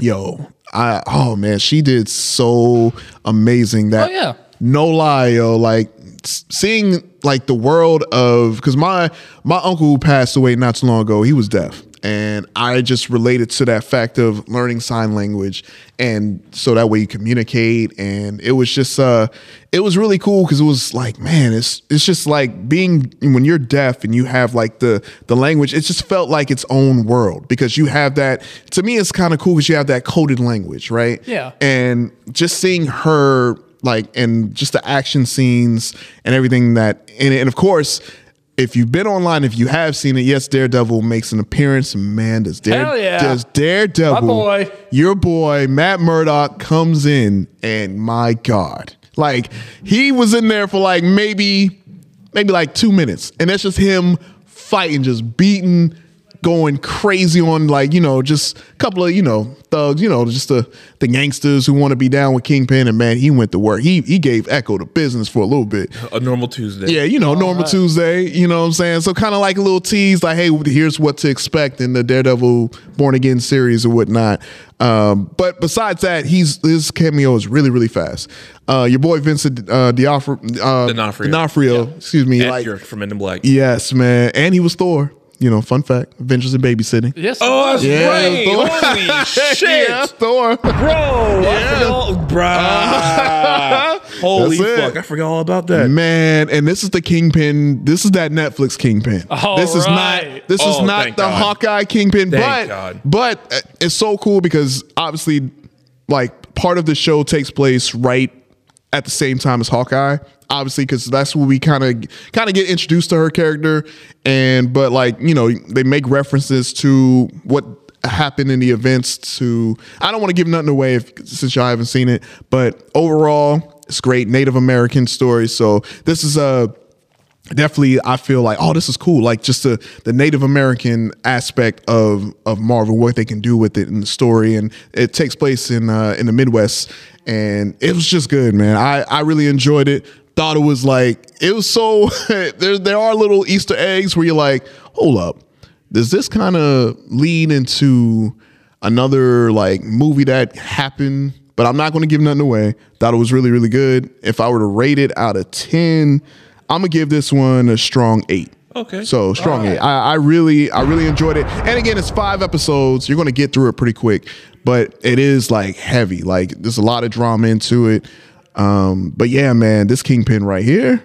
S1: yo, I oh man, she did so amazing that
S2: oh, yeah.
S1: no lie, yo, like seeing like the world of because my my uncle who passed away not too long ago, he was deaf. And I just related to that fact of learning sign language, and so that way you communicate. And it was just, uh, it was really cool because it was like, man, it's it's just like being when you're deaf and you have like the the language. It just felt like its own world because you have that. To me, it's kind of cool because you have that coded language, right?
S2: Yeah.
S1: And just seeing her like and just the action scenes and everything that and, and of course if you've been online, if you have seen it, yes, Daredevil makes an appearance. Man, does, Dare,
S2: yeah.
S1: does Daredevil,
S2: my boy.
S1: your boy Matt Murdock comes in, and my God, like he was in there for like maybe, maybe like two minutes, and that's just him fighting, just beating, going crazy on like you know just a couple of you know thugs, you know just the the gangsters who want to be down with Kingpin, and man, he went to work. He he gave Echo the business for a little bit.
S3: A normal Tuesday.
S1: Yeah, you know, All normal right. Tuesday. You know what I'm saying? So kind of like a little tease, like hey, here's what to expect in the Daredevil Born Again series or whatnot. Um, but besides that, he's his cameo is really really fast. Uh, your boy Vincent uh, D'Offrio, uh,
S3: D'Onofrio,
S1: D'Onofrio yeah. excuse me,
S3: and like, from Men in Black.
S1: Yes, man, and he was Thor you know, fun fact, Avengers and babysitting.
S2: Yes.
S3: Oh, that's yeah, right. Thor. Holy shit.
S1: Yeah, Thor.
S3: Bro, yeah. I forgot, bro. Uh, holy fuck, I forgot all about that.
S1: Ah. Man, and this is the Kingpin. This is that Netflix Kingpin.
S2: All
S1: this is
S2: right.
S1: not this
S3: oh,
S1: is not the
S3: God.
S1: Hawkeye Kingpin, but
S3: thank God.
S1: but uh, it's so cool because obviously like part of the show takes place right at the same time as Hawkeye, obviously, because that's where we kind of kind of get introduced to her character. And but like you know, they make references to what happened in the events. To I don't want to give nothing away if, since y'all haven't seen it, but overall, it's great Native American story. So this is a definitely I feel like oh this is cool like just the the Native American aspect of of Marvel what they can do with it in the story and it takes place in uh, in the Midwest and it was just good man I I really enjoyed it thought it was like it was so there there are little Easter eggs where you're like hold up does this kind of lead into another like movie that happened but I'm not going to give nothing away thought it was really really good if I were to rate it out of ten. I'm gonna give this one a strong eight.
S3: Okay.
S1: So strong right. eight. I, I, really, I really enjoyed it. And again, it's five episodes. You're gonna get through it pretty quick, but it is like heavy. Like there's a lot of drama into it. Um, but yeah, man, this kingpin right here.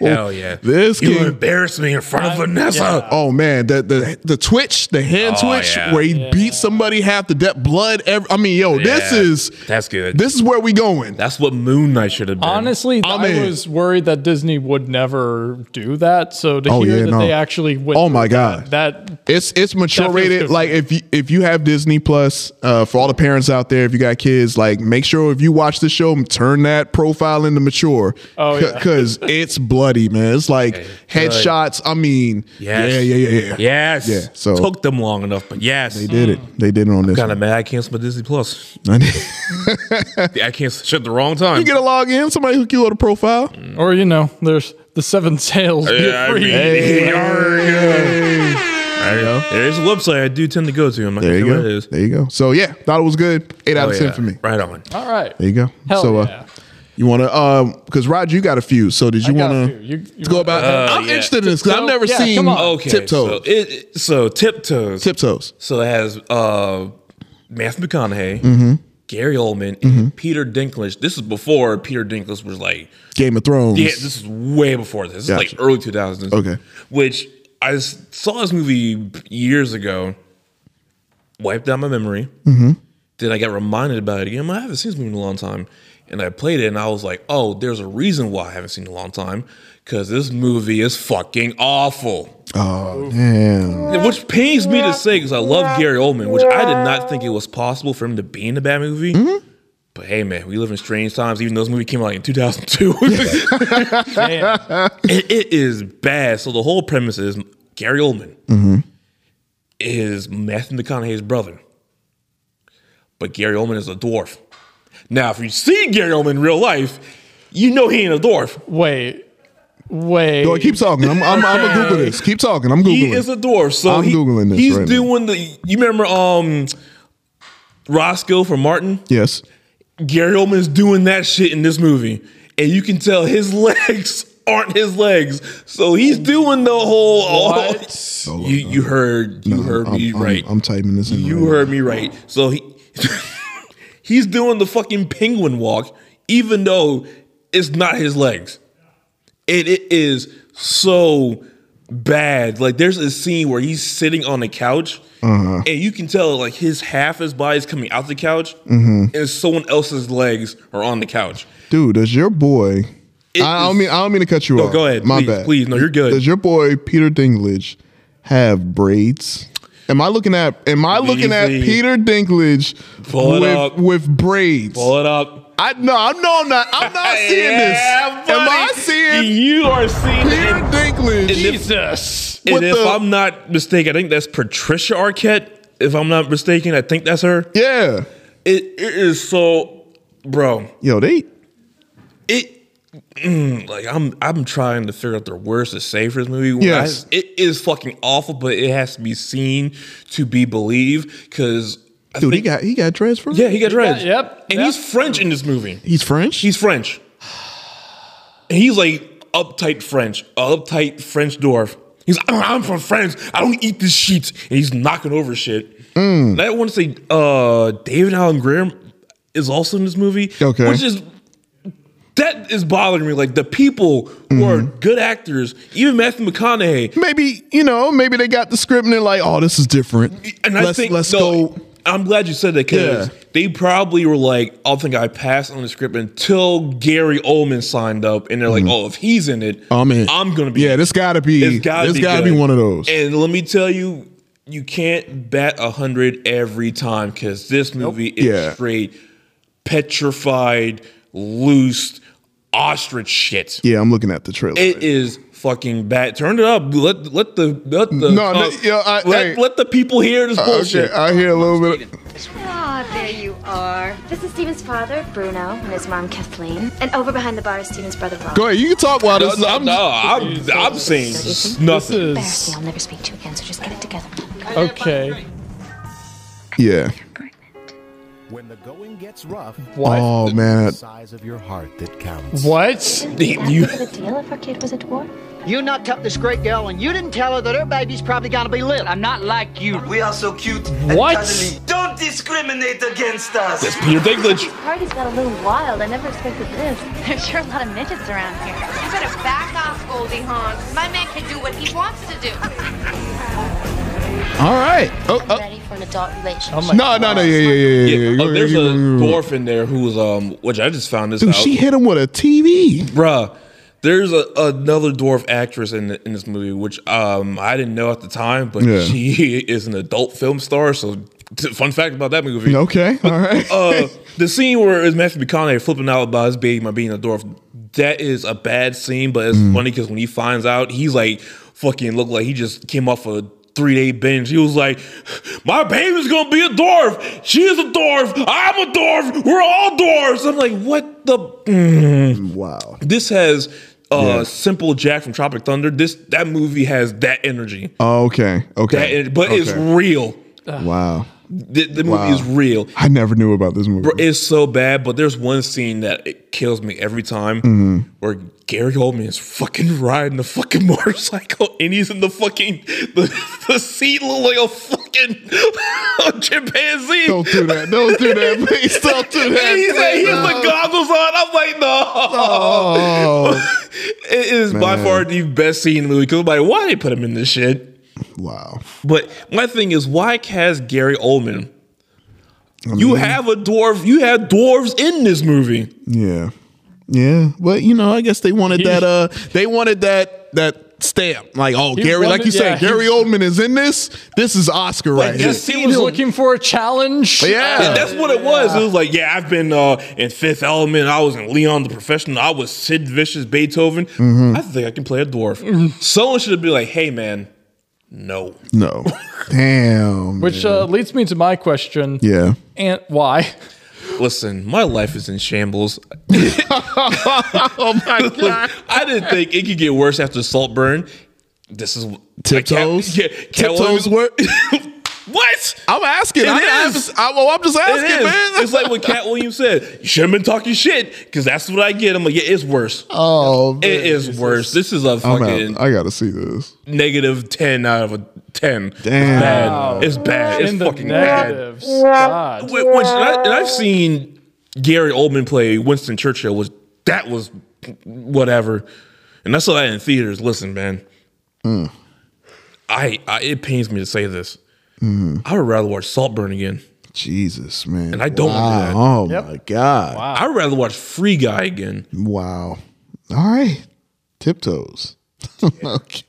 S3: Hell yeah.
S1: This
S3: you
S1: can-
S3: embarrassed me in front of Vanessa.
S1: Oh man, the the the twitch, the hand
S3: Oh,
S1: twitch,
S3: yeah.
S1: where he beat somebody half to death, blood. Every, I mean, yo, this
S3: Yeah,
S1: is
S3: that's good.
S1: This is where we going.
S3: That's what Moon Knight should have been.
S2: Honestly, I,
S1: in.
S2: was worried that Disney would never do that. So to
S1: Oh,
S2: hear
S1: yeah,
S2: that
S1: no.
S2: they actually went
S1: Oh, my
S2: through that-
S1: God.
S2: that
S1: It's it's mature
S2: feels good
S1: rated.
S2: for
S1: Like if you if you have Disney Plus, uh, for all the parents out there, if you got kids, like make sure if you watch the show, turn that profile into mature.
S2: Oh, yeah.
S1: because it's bloody, man. It's like
S3: good.
S1: headshots. I mean,
S3: Yes.
S1: yeah, yeah, yeah, yeah.
S3: Yes.
S1: Yeah, so-
S3: took them long enough, but yes,
S1: They did it. They did it on this.
S3: Kind
S1: one.
S3: of mad I canceled my Disney Plus. I canceled shit the wrong
S1: You
S3: time.
S1: get a login. Somebody hook you up a profile.
S3: Mm,
S2: Or you know, there's the seven sales.
S3: Yeah, I mean, yarr, yeah. I- There's a website I do tend to go to. I'm not
S1: There you
S3: sure what it
S1: go.
S3: is.
S1: There you go. So yeah, thought it was good. Eight out
S3: Oh,
S1: of ten
S3: yeah.
S1: for me.
S3: Right on.
S2: All right.
S1: There you go.
S2: Hell
S1: so
S2: yeah.
S1: uh you want to um because Roger, you got a few. So did you
S2: got a
S1: want
S2: few. You- you
S1: to go
S2: wanna-
S1: about?
S2: Uh,
S1: I'm
S2: yeah.
S1: interested in this because I've never
S2: Yeah,
S1: seen
S2: come on.
S3: Okay,
S1: tiptoes.
S3: So, it, it- so tiptoes.
S1: Tiptoes.
S3: So it has uh, Matthew McConaughey,
S1: Mhm.
S3: Gary Oldman,
S1: Mm-hmm.
S3: and Peter Dinklage. This is before Peter Dinklage was like
S1: Game of Thrones.
S3: Yeah, this is way before this. This is
S1: Gotcha.
S3: like early 2000s.
S1: Okay.
S3: Which I s- saw this movie years ago, wiped out my memory.
S1: Mhm.
S3: Then I got reminded about it again. I haven't seen this movie in a long time. And I played it and I was like, oh, there's a reason why I haven't seen it in a long time. Because this movie is fucking awful.
S1: Oh man.
S3: And Which pains me to say because I love Gary Oldman, which I did not think it was possible for him to be in a bad movie. But hey, man, we live in strange times, even though this movie came out like in 2002. it, it is bad. So the whole premise is Gary Oldman
S1: Mhm.
S3: is Matthew McConaughey's brother, but Gary Oldman is a dwarf. Now, if you see Gary Oldman in real life, you know he ain't a dwarf.
S2: Wait, wait.
S1: Yo, keep talking. I'm I'm, I'm gonna Google this. Keep talking. I'm googling.
S3: He is a dwarf. So
S1: I'm
S3: he-
S1: googling this.
S3: He's
S1: right now.
S3: doing the. You remember um, Roscoe from Martin?
S1: Yes.
S3: Gary Oldman's doing that shit in this movie, and you can tell his legs aren't his legs. So he's doing the whole.
S1: Oh.
S3: you you heard you heard me
S1: I'm,
S3: right.
S1: I'm typing this in.
S3: you
S1: right
S3: heard me right. So he he's doing the fucking penguin walk, even though it's not his legs. And it is so bad. Like there's a scene where he's sitting on the couch.
S1: Uh-huh.
S3: And you can tell like his half his body is coming out the couch,
S1: Mhm.
S3: and someone else's legs are on the couch.
S1: Dude, does your boy? I, I don't mean I don't mean to cut you
S3: No,
S1: off.
S3: go ahead,
S1: My
S3: please,
S1: bad.
S3: please. No, you're good.
S1: Does your boy Peter Dinklage have braids? Am I looking at? Am I looking at
S3: Easy.
S1: Peter Dinklage
S3: Pull it
S1: with
S3: up.
S1: with braids?
S3: Pull it up.
S1: I no, I know I'm not. I'm not seeing
S3: Yeah,
S1: this. Am I
S3: buddy.
S1: seeing
S3: You are seeing
S1: Peter Dinklage?
S2: Jesus.
S1: What
S3: And if
S1: the-
S3: I'm not mistaken, I think that's Patricia Arquette. If I'm not mistaken, I think that's her.
S1: Yeah.
S3: It, it is so, bro.
S1: Yo, they
S3: It mm, like I'm I'm trying to figure out the words to say for this movie. When I-
S1: Yes.
S3: it is fucking awful, but it has to be seen to be believed. Because
S1: dude, he got he got dreads for.
S3: yeah, he got dreads.
S2: yep,
S3: and he's French in this movie.
S1: He's French.
S3: He's French. And he's like uptight French, a uptight French dwarf. He's like, I'm from France. I don't eat this shit. And he's knocking over shit.
S1: Mm.
S3: And I want to say uh, David Allen Graham is also in this movie.
S1: Okay.
S3: Which is that is bothering me. Like the people who are
S1: Mm-hmm.
S3: good actors, even Matthew McConaughey.
S1: Maybe you know. Maybe they got the script and they're like, "Oh, this is different."
S3: And I
S1: let's,
S3: think
S1: let's
S3: no,
S1: go.
S3: I'm glad you said that because
S1: Yeah.
S3: they probably were like, I think I passed on the script until Gary Oldman signed up, and they're like, oh, if he's in it,
S1: Mm-hmm. I'm in.
S3: I'm gonna be.
S1: Yeah, this gotta be.
S3: It's gotta,
S1: this
S3: be,
S1: gotta
S3: good.
S1: be one of those.
S3: And let me tell you, you can't bet a hundred every time because this movie is
S1: Yeah.
S3: straight petrified, loose ostrich shit.
S1: Yeah, I'm looking at the trailer.
S3: It is fucking bad. Turn it up. Let let the let the
S1: No, no,
S3: uh,
S1: yo, I-
S3: let,
S1: hey.
S3: let the people hear this
S1: Uh,
S3: bullshit.
S1: Okay, I hear a little bit. of-
S15: Ah, there you are. This is Steven's father, Bruno, and his mom, Kathleen. And over behind the bar is Steven's brother, Rob.
S1: Go ahead, you can talk while
S3: No,
S1: this.
S3: no,
S1: I'm,
S3: no, I'm, I'm saying nothing.
S15: Embarrass me, I'll never speak to you again, so just get it together.
S2: Okay.
S1: Yeah.
S16: When the going gets rough,
S2: What?
S1: Oh man.
S16: size of your heart that counts.
S2: What?
S15: Would that be the deal if our kid was a dwarf?
S17: You knocked up this great girl and you didn't tell her that her baby's probably gonna be little.
S18: I'm not like you. We are so cute.
S2: What?
S18: don't discriminate against us.
S3: That's Peter Dinklage.
S15: Party's got a little wild. I never expected this. There's sure a lot of midgets around here.
S19: You better back off, Goldie Hawn. My man can do what he wants to do.
S1: All right. Oh,
S19: I'm
S1: oh.
S19: ready for an adult relationship.
S1: no, no, no, yeah, yeah, yeah, yeah. yeah.
S3: Oh, there's a dwarf in there who's um, which I just found this
S1: Dude,
S3: out.
S1: she hit him with a TV.
S3: Bruh, there's a, another dwarf actress in the, in this movie, which um I didn't know at the time, but
S1: Yeah.
S3: she is an adult film star. So, t- fun fact about that movie.
S1: Okay, all right.
S3: uh, the scene where is Matthew McConaughey flipping out about his baby by being a dwarf. That is a bad scene, but
S1: Mm.
S3: it's funny because when he finds out, he's like fucking look like he just came off a three day binge. He was like, "My baby's gonna be a dwarf. She's a dwarf. I'm a dwarf. We're all dwarfs." I'm like, "What the? Mm.
S1: Wow.
S3: This has." Uh,
S1: Yeah.
S3: simple Jack from Tropic Thunder. This that movie has that energy,
S1: Okay, okay.
S3: that en- but it's
S1: okay.
S3: real.
S1: wow.
S3: The, the movie
S1: Wow.
S3: is real.
S1: I never knew about this movie.
S3: Bro, it's so bad, but there's one scene that it kills me every time
S1: Mhm.
S3: where Gary Oldman is fucking riding the fucking motorcycle and he's in the fucking the, the seat look like a fucking chimpanzee.
S1: Don't do that. Don't do that. Please don't do that.
S3: And he's like, he has the
S1: No.
S3: goggles on. I'm like, no.
S1: Oh,
S3: it is by
S1: Man.
S3: far the best scene in the movie. Cause I'm like, why they put him in this shit?
S1: wow.
S3: But my thing is, why cast Gary Oldman? You have a dwarf. You have dwarves in this movie.
S1: Yeah. Yeah. But you know, I guess they wanted that uh they wanted that that stamp. Like, oh,
S2: He
S1: Gary,
S2: wanted-
S1: like you said,
S2: yeah, he-
S1: Gary Oldman is in this. This is Oscar
S3: Like,
S1: right here.
S3: just
S2: Yes, he was looking for a challenge.
S1: Yeah.
S3: And that's what it was. It was like, yeah, I've been uh, in Fifth Element. I was in Leon the Professional. I was Sid Vicious Beethoven.
S1: Mm-hmm.
S3: I think I can play a dwarf. Someone should be like, hey, man, no.
S1: No. Damn.
S2: Which uh, leads me to my question.
S1: yeah.
S2: And why?
S3: Listen, my life is in shambles.
S1: oh my god.
S3: I didn't think it could get worse after Saltburn. This is
S1: Tiptoes?
S3: Yeah, Cat
S1: Tiptoes
S3: Williams-
S1: work.
S3: What?
S1: I'm asking.
S3: It
S1: I didn't- I
S3: is.
S1: just- I- well, I'm just
S3: It
S1: asking,
S3: is.
S1: man.
S3: It's like what Cat Williams said. You shouldn't have been talking shit because that's what I get. I'm like, yeah, it's worse.
S1: Oh man.
S3: It is worse. This is a
S1: I'm
S3: fucking
S1: out. I gotta see this.
S3: negative 10 out of a 10.
S1: Damn.
S3: Bad. It's bad. It's
S2: In the
S3: fucking bad.
S2: negatives. God.
S3: Which, which- and, I, and I've seen Gary Oldman play Winston Churchill, which that was whatever. And I saw that in theaters. Listen, man.
S1: Mm.
S3: I, I it pains me to say this.
S1: Mm-hmm.
S3: I would rather watch Saltburn again.
S1: Jesus, man.
S3: And I don't
S1: wow.
S3: want
S1: Oh my god. Wow.
S3: I'd rather watch Free Guy again.
S1: All right. Tiptoes. okay.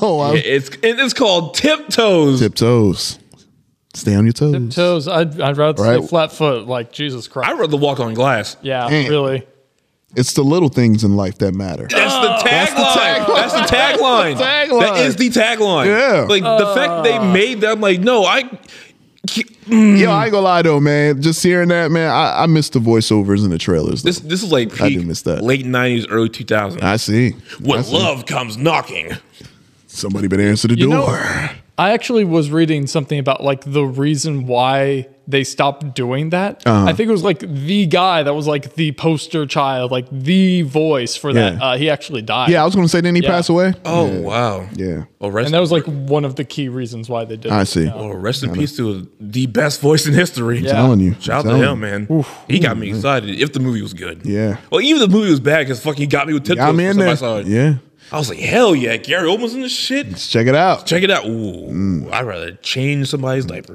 S1: Oh, I
S3: Yeah, It's and it's called Tiptoes.
S1: Tiptoes. Stay on your toes.
S2: Toes. I'd, I'd rather say
S1: Right.
S2: flat foot. Like Jesus Christ.
S3: I'd rather walk on glass.
S2: yeah.
S1: Damn.
S2: Really.
S1: It's the little things in life that matter.
S3: That's
S1: Oh.
S3: the tagline. That's the tagline.
S1: That's the tagline.
S3: That is the tagline.
S1: Yeah. Oh.
S3: Like the fact they made that, I'm like, no, I. Mm.
S1: Yo, I ain't gonna lie though, man. Just hearing that, man, I, I miss the voiceovers and the trailers. though.
S3: This this is like peak
S1: I do miss that.
S3: late '90s, early 2000s.
S1: I see. I
S3: when
S1: see.
S3: love comes knocking.
S1: Somebody better answer the
S2: You know-
S1: door.
S2: I actually was reading something about like the reason why they stopped doing that.
S1: Uh-huh.
S2: I think it was like the guy that was like the poster child, like the voice for that.
S1: Yeah.
S2: Uh, he actually died.
S1: yeah, I was gonna say, didn't he
S2: Yeah.
S1: pass away?
S3: Oh wow.
S1: Yeah.
S3: Well, rest,
S2: and that was like one of the key reasons why they did.
S1: I
S2: it.
S1: see.
S3: well, rest in peace to the best voice in history.
S2: Yeah.
S1: Telling you.
S3: Shout out to
S1: Telling
S3: him,
S1: you.
S3: man. He got me excited. If the movie was good.
S1: Mm-hmm. Yeah.
S3: Well, even the movie was bad because fucking he got me with tiptoes.
S1: I'm in
S3: first time I
S1: there.
S3: saw it.
S1: Yeah.
S3: I was like, hell yeah, Gary Oldman's in this shit.
S1: Let's check it out.
S3: Check it out. Ooh,
S2: Mm.
S3: I'd rather change somebody's diaper.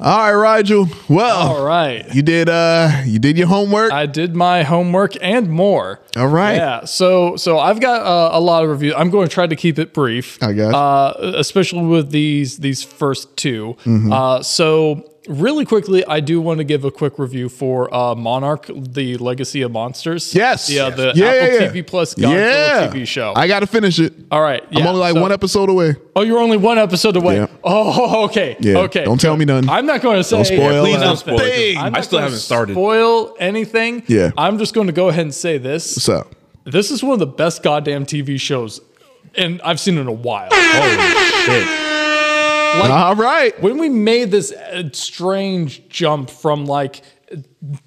S1: All right, Rigel. Well,
S2: All right.
S1: you did uh you did your homework.
S2: I did my homework and more.
S1: All right.
S2: Yeah. So so I've got uh, a lot of reviews. I'm going to try to keep it brief.
S1: I guess.
S2: Uh, especially with these these first 2
S1: Mm-hmm.
S2: Uh, so really quickly, I do want to give a quick review for uh, Monarch: The Legacy of Monsters.
S1: yes.
S2: Yeah. The
S1: Yeah,
S2: Apple
S1: yeah, yeah.
S2: TV Plus Godzilla
S1: Yeah.
S2: TV show.
S1: I gotta finish it.
S2: All right.
S1: I'm
S2: yeah,
S1: only like
S2: so-
S1: one episode away.
S2: Oh, you're only one episode away.
S1: Yeah.
S2: Oh, okay.
S1: Yeah,
S2: Okay.
S1: don't tell me nothing.
S2: I'm not going to say.
S1: Don't spoil
S3: Please don't
S1: Nothing.
S3: spoil it. 'cause
S2: I'm
S3: I
S2: not
S3: still
S2: gonna
S3: haven't started.
S2: Spoil anything?
S1: Yeah.
S2: I'm just going to go ahead and say this.
S1: What's up?
S2: This is one of the best goddamn TV shows, and I've seen in a while.
S1: All right.
S2: When we made this uh, strange jump from like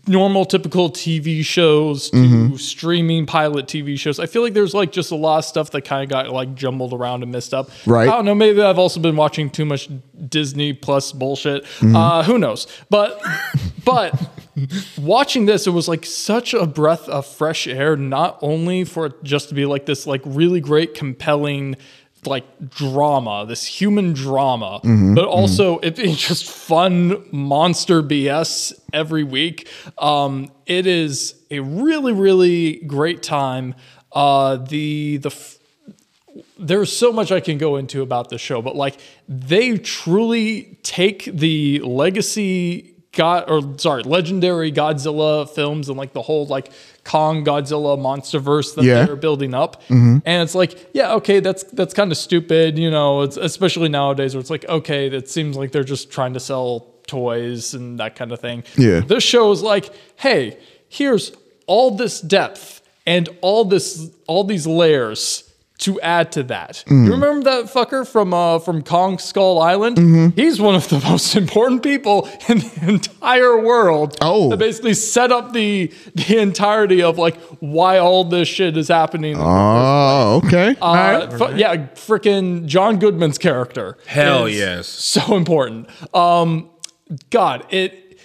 S2: normal typical TV shows to
S1: Mhm.
S2: streaming pilot TV shows. I feel like there's like just a lot of stuff that kind of got like jumbled around and messed up.
S1: Right.
S2: I don't know. Maybe I've also been watching too much Disney Plus bullshit.
S1: Mhm.
S2: Uh, who knows? But but watching this, it was like such a breath of fresh air. Not only for it just to be like this, like really great, compelling. Like drama, this human drama,
S1: Mhm.
S2: but also so it being just fun monster BS every week. Um, it is a really really great time. Uh, the the f- there's so much I can go into about the show, but like they truly take the legacy god or sorry legendary Godzilla films and like the whole like Kong Godzilla MonsterVerse that
S1: Yeah.
S2: they're building up,
S1: Mhm.
S2: and it's like yeah okay that's that's kind of stupid you know it's especially nowadays where it's like okay that seems like they're just trying to sell toys and that kind of thing
S1: Yeah.
S2: this show is like hey here's all this depth and all this all these layers to add to that
S1: Mm.
S2: you remember that fucker from uh from kong skull island
S1: Mhm.
S2: he's one of the most important people in the entire world oh that basically set up the the entirety of like why all this shit is happening in the
S1: Oh, okay.
S2: uh, fu- Yeah, freaking John Goodman's character.
S3: Hell
S2: is
S3: yes.
S2: So important. Um, God, it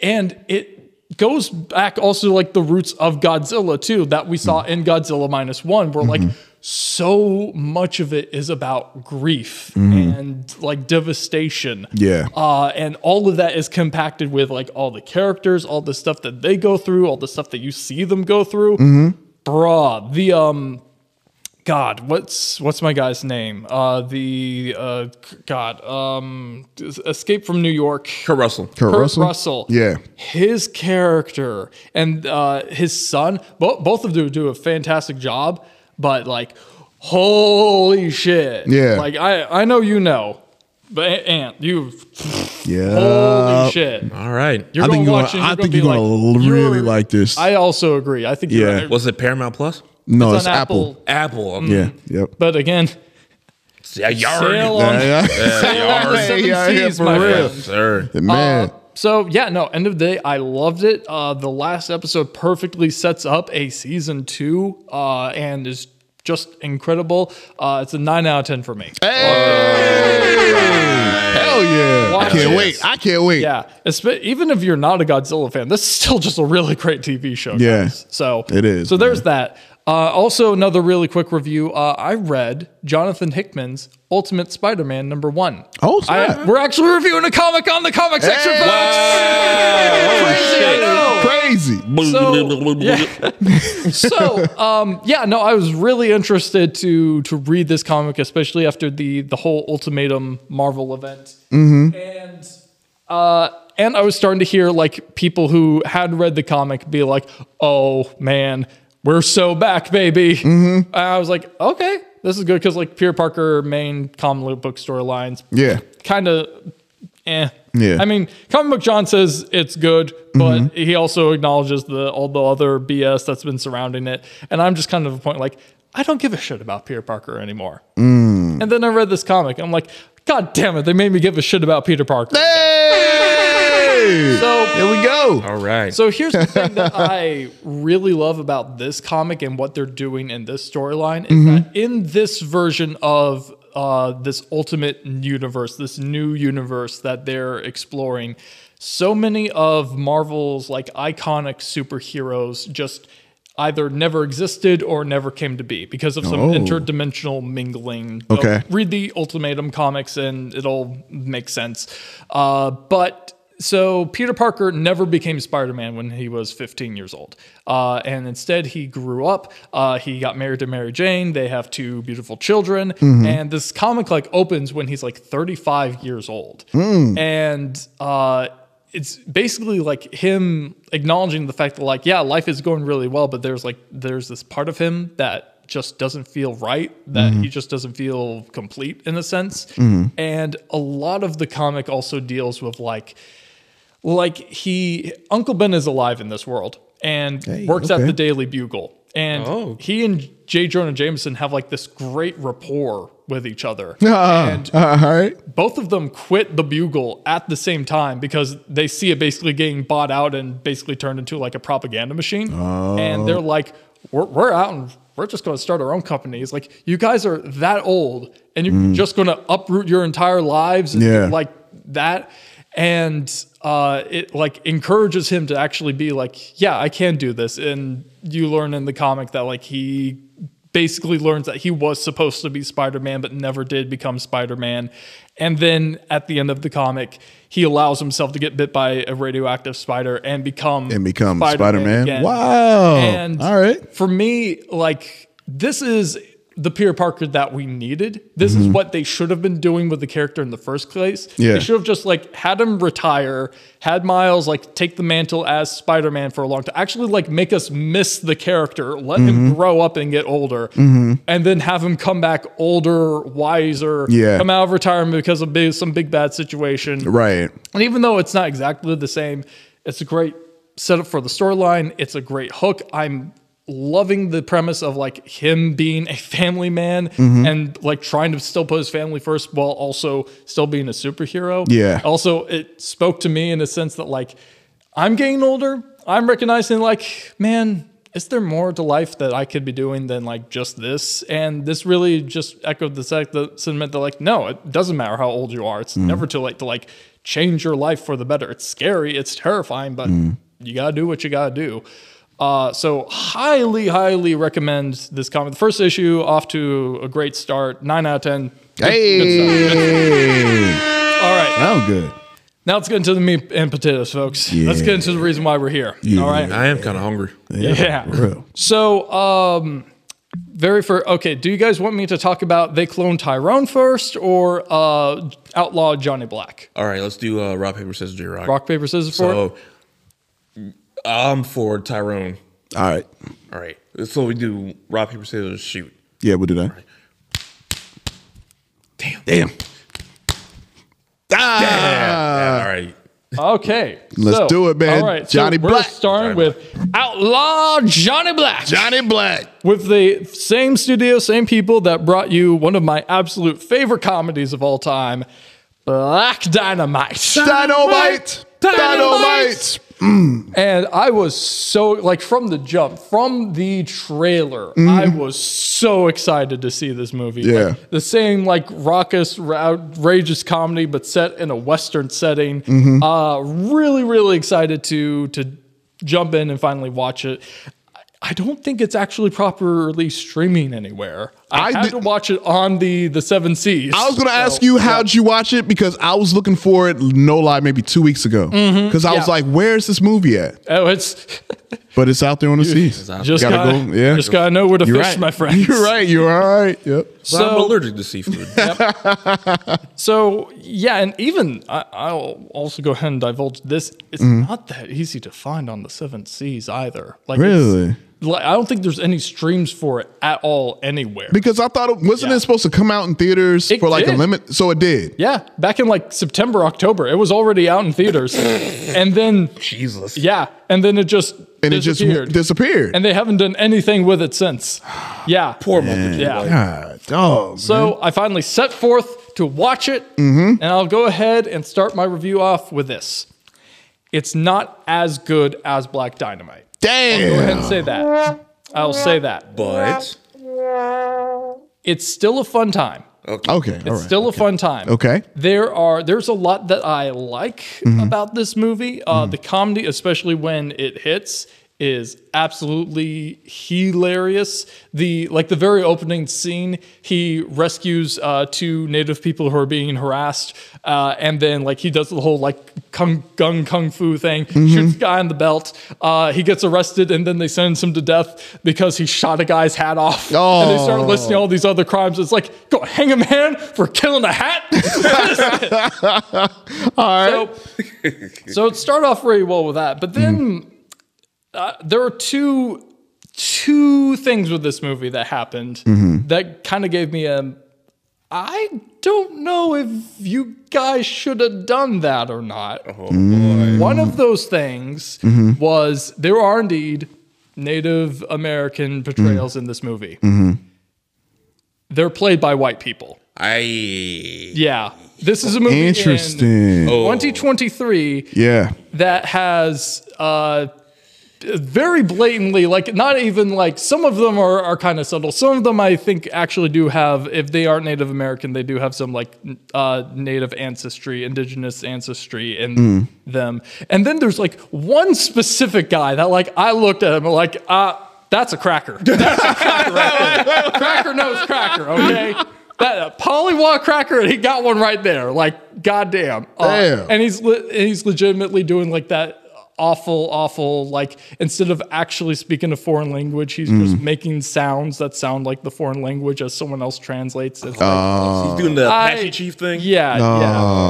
S2: and it goes back also to, like the roots of Godzilla too that we saw in Godzilla minus one, where like so much of it is about grief
S1: Mhm.
S2: and like devastation.
S1: Yeah.
S2: Uh, and all of that is compacted with like all the characters, all the stuff that they go through, all the stuff that you see them go through.
S1: Mhm.
S2: Bruh, the um, God, what's what's my guy's name? Uh, the uh, c- God, um, Escape from New York. Kurt
S3: Russell.
S1: Kurt Russell?
S2: Russell.
S1: Yeah.
S2: His character and uh, his son, bo- both of them do a fantastic job, but like, holy shit.
S1: Yeah.
S2: Like I, I know you know, but A- Ant, you
S1: Yeah.
S2: Holy shit.
S3: All right.
S2: You're
S1: I
S2: gonna
S1: think you're
S2: watch
S1: gonna,
S2: it,
S1: I
S2: you're
S1: think
S2: gonna
S1: you're
S2: be
S1: gonna
S2: like,
S1: really
S2: you're-
S1: like this.
S2: I also agree. I think you're
S1: Yeah.
S2: right.
S3: Was it Paramount Plus?
S1: no,
S2: it's
S1: it's
S2: on
S1: Apple.
S3: Apple. um,
S1: Yeah. Yep.
S2: But again,
S3: Yeah, yarn.
S2: Sail on-
S1: Yeah, yeah.
S2: sail on the
S1: Yeah,
S2: seven
S1: yeah, yeah,
S2: seas,
S1: for
S2: my
S1: real.
S2: friend.
S3: Sir.
S2: uh,
S1: Man.
S2: So yeah, no. End of the day, I loved it. Uh, the last episode perfectly sets up a season two, uh, and is just incredible. Uh, it's a nine out of ten for me.
S1: Hell yeah. I
S2: Watch
S1: can't
S2: it.
S1: wait. I can't wait.
S2: Yeah, espe- even if you're not a Godzilla fan, this is still just a really great TV show. guys.
S1: Yeah.
S2: So
S1: It is,
S2: So there's that. Uh, also, another really quick review. Uh, I read Jonathan Hickman's Ultimate Spider-Man number one.
S1: Oh,
S2: I, we're actually reviewing a comic on the comic section. folks! Crazy, I know.
S1: Crazy.
S2: So, yeah. so um, yeah, no, I was really interested to to read this comic, especially after the the whole Ultimatum Marvel event.
S1: Mm-hmm.
S2: Uh, and I was starting to hear like people who had read the comic be like, "Oh man, we're so back, baby." And I was like, "Okay, this is good" because like Peter Parker main comic book storylines,
S1: Yeah.
S2: kind of, eh.
S1: Yeah.
S2: I mean, comic book John says it's good, but
S1: Mhm.
S2: he also acknowledges the all the other BS that's been surrounding it. And I'm just kind of at a point like, I don't give a shit about Peter Parker anymore.
S1: Mm.
S2: And then I read this comic. I'm like, God damn it! They made me give a shit about Peter Parker.
S1: Hey!
S2: So
S1: Here we go.
S3: All right.
S2: So here's the thing that I really love about this comic and what they're doing in this storyline is
S1: Mhm.
S2: that in this version of uh, this ultimate universe, this new universe that they're exploring, so many of Marvel's like iconic superheroes just either never existed or never came to be because of some
S1: Oh.
S2: interdimensional mingling.
S1: Okay.
S2: read the Ultimatum comics and it'll make sense. Uh, but so Peter Parker never became Spider Man when he was 15 years old. Uh, and instead, he grew up. Uh, he got married to Mary Jane. They have two beautiful children.
S1: Mhm.
S2: And this comic like opens when he's like 35 years old
S1: Mm.
S2: and uh, it's basically like him acknowledging the fact that like yeah life is going really well but there's like there's this part of him that just doesn't feel right that
S1: Mhm.
S2: he just doesn't feel complete in a sense
S1: Mhm.
S2: and a lot of the comic also deals with like like he Uncle Ben is alive in this world and
S1: Hey,
S2: works
S1: okay.
S2: at the Daily Bugle. And
S1: Oh.
S2: he and J. Jonah Jameson have like this great rapport with each other.
S1: Ah,
S2: and
S1: all right.
S2: both of them quit the Bugle at the same time because they see it basically getting bought out and basically turned into like a propaganda machine.
S1: Oh.
S2: And they're like, we're, we're out and we're just going to start our own company. It's like, you guys are that old and you're
S1: Mm.
S2: just going to uproot your entire lives and
S1: Yeah.
S2: like that. And uh, it like encourages him to actually be like, yeah, I can do this. And you learn in the comic that like he basically learns that he was supposed to be Spider-Man but never did become Spider-Man. And then at the end of the comic, he allows himself to get bit by a radioactive spider and become
S1: And become Spider-Man.
S2: again.
S1: Wow. Oh, All right.
S2: For me, like this is the Peter Parker that we needed. This is
S1: Mhm.
S2: what they should have been doing with the character in the first place.
S1: Yeah.
S2: They should have just like had him retire, had Miles like take the mantle as Spider-Man for a long time. Actually like make us miss the character, let him
S1: Mhm.
S2: grow up and get older
S1: Mhm.
S2: and then have him come back older, wiser,
S1: Yeah.
S2: come out of retirement because of big, some big bad situation.
S1: Right.
S2: And even though it's not exactly the same, it's a great setup for the storyline. It's a great hook. I'm loving the premise of like him being a family man
S1: Mhm.
S2: and like trying to still put his family first while also still being a superhero.
S1: Yeah.
S2: Also, it spoke to me in a sense that like I'm getting older. I'm recognizing like, man, is there more to life that I could be doing than like just this? And this really just echoed the, sec- the sentiment that like, no, it doesn't matter how old you are. It's
S1: Mm.
S2: never too late to like change your life for the better. It's scary. It's terrifying, but
S1: Mm.
S2: you gotta do what you gotta do. Uh, so highly, highly recommend this comic. The first issue off to a great start. Nine out of ten. Good- good stuff.
S1: Hey.
S2: All right.
S1: Sound good.
S2: Now let's get into the meat and potatoes, folks. Let's get into the reason why we're here.
S1: Yeah.
S2: All right.
S3: I am kind of hungry.
S2: Yeah. So, um, very first. Okay, do you guys want me to talk about they clone Tyrone first or uh, outlaw Johnny Black?
S3: All right, let's do uh, rock paper scissors. J rock.
S2: Rock, paper, scissors for it?
S3: so, I'm for Tyrone.
S1: All right.
S3: All right. So we do rock paper scissors shoot.
S1: Yeah, we'll do that. Damn. Damn. Ah.
S3: all right.
S2: Okay.
S1: Let's
S2: so-
S1: do it, man.
S2: All right.
S1: Johnny
S2: so
S1: Black.
S2: We're starting with Outlaw Johnny Black.
S1: Johnny Black.
S2: With the same studio, same people that brought you one of my absolute favorite comedies of all time, Black Dynamite.
S1: Dynamite. Dynamite.
S2: And I was so like from the jump, from the trailer,
S1: Mhm.
S2: I was so excited to see this movie. Like,
S1: Yeah.
S2: the same like raucous, ra- outrageous comedy, but set in a western setting.
S1: Mhm.
S2: Uh, really, really excited to to jump in and finally watch it. I- I don't think it's actually properly streaming anywhere. I, had to watch it on the the Seven Seas.
S1: I was gonna
S2: So,
S1: ask you how'd you watch it because I was looking for it. No lie, maybe two weeks ago.
S2: Mhm.
S1: Because I was
S2: Yeah.
S1: like, "Where's this movie at?"
S2: Oh, it's
S1: But it's out there on the seas.
S2: Just gotta,
S1: Yeah,
S2: just gotta know where to
S1: You're
S2: fish,
S1: right.
S2: my friend.
S1: You're right. You're all right. Yep.
S3: So, I'm allergic to seafood.
S2: So yeah, and even I, I'll also go ahead and divulge this. It's
S1: Mhm.
S2: not that easy to find on the seven seas either. it's-
S1: really?
S2: Like I don't think there's any streams for it at all anywhere.
S1: Because I thought it wasn't it supposed to come out in theaters for like a
S2: did.
S1: limit? So it did.
S2: Yeah, back in like September, October, it was already out in theaters, and then
S3: Jesus,
S2: yeah, and then it just
S1: And it just
S2: disappeared.
S1: disappeared.
S2: and they haven't done anything with it since. Yeah, poor
S1: Man,
S2: Yeah,
S1: God, dog.
S2: So I finally set forth to watch it,
S1: Mm-hmm.
S2: and I'll go ahead and start my review off with this. It's not as good as Black Dynamite.
S1: Damn.
S2: I'll go ahead and say that. I'll say that.
S3: But
S2: it's still a fun time.
S3: Okay.
S1: Okay,
S2: It's
S1: all right,
S2: still a fun time.
S1: Okay.
S2: There are there's a lot that I like
S1: Mhm.
S2: about this movie. Uh, The comedy, especially when it hits, is absolutely hilarious. The like the very opening scene, he rescues uh, two native people who are being harassed, uh, and then like he does the whole like kung gung kung fu thing,
S1: Mhm.
S2: shoots the guy in the belt. Uh, he gets arrested, and then they sentence him to death because he shot a guy's hat off. And they start
S1: Oh.
S2: listing all these other crimes. It's like, go hang a man for killing a hat. all right. So, so it started off very well with that, but then uh, there are two two things with this movie that happened
S1: Mhm.
S2: that kind of gave me a. I don't know if you guys should have done that or not.
S1: Mm.
S2: One of those things
S1: Mhm.
S2: was there are indeed Native American portrayals in this movie.
S1: Mhm.
S2: They're played by white people.
S3: I
S2: yeah. This is a movie in
S1: Interesting. Oh.
S2: 2023
S1: Yeah.
S2: that has uh, very blatantly, like not even like some of them are, are kind of subtle. Some of them I think actually do have, if they aren't Native American, they do have some like n- uh, Native ancestry, indigenous ancestry in
S1: Mm.
S2: them. And then there's like one specific guy that like I looked at him like, uh, that's a cracker. That's a cracker right there. cracker knows cracker, okay? That uh, Polly Watt cracker, and he got one right there. Like, goddamn. Uh,
S1: Damn.
S2: and he's le- and he's legitimately doing like that awful, awful. Like instead of actually speaking a foreign language, he's
S1: Mm.
S2: just making sounds that sound like the foreign language as someone else translates. It's like,
S1: Oh.
S3: He's doing the
S2: I-
S3: Apache chief thing.
S2: yeah,
S1: Oh,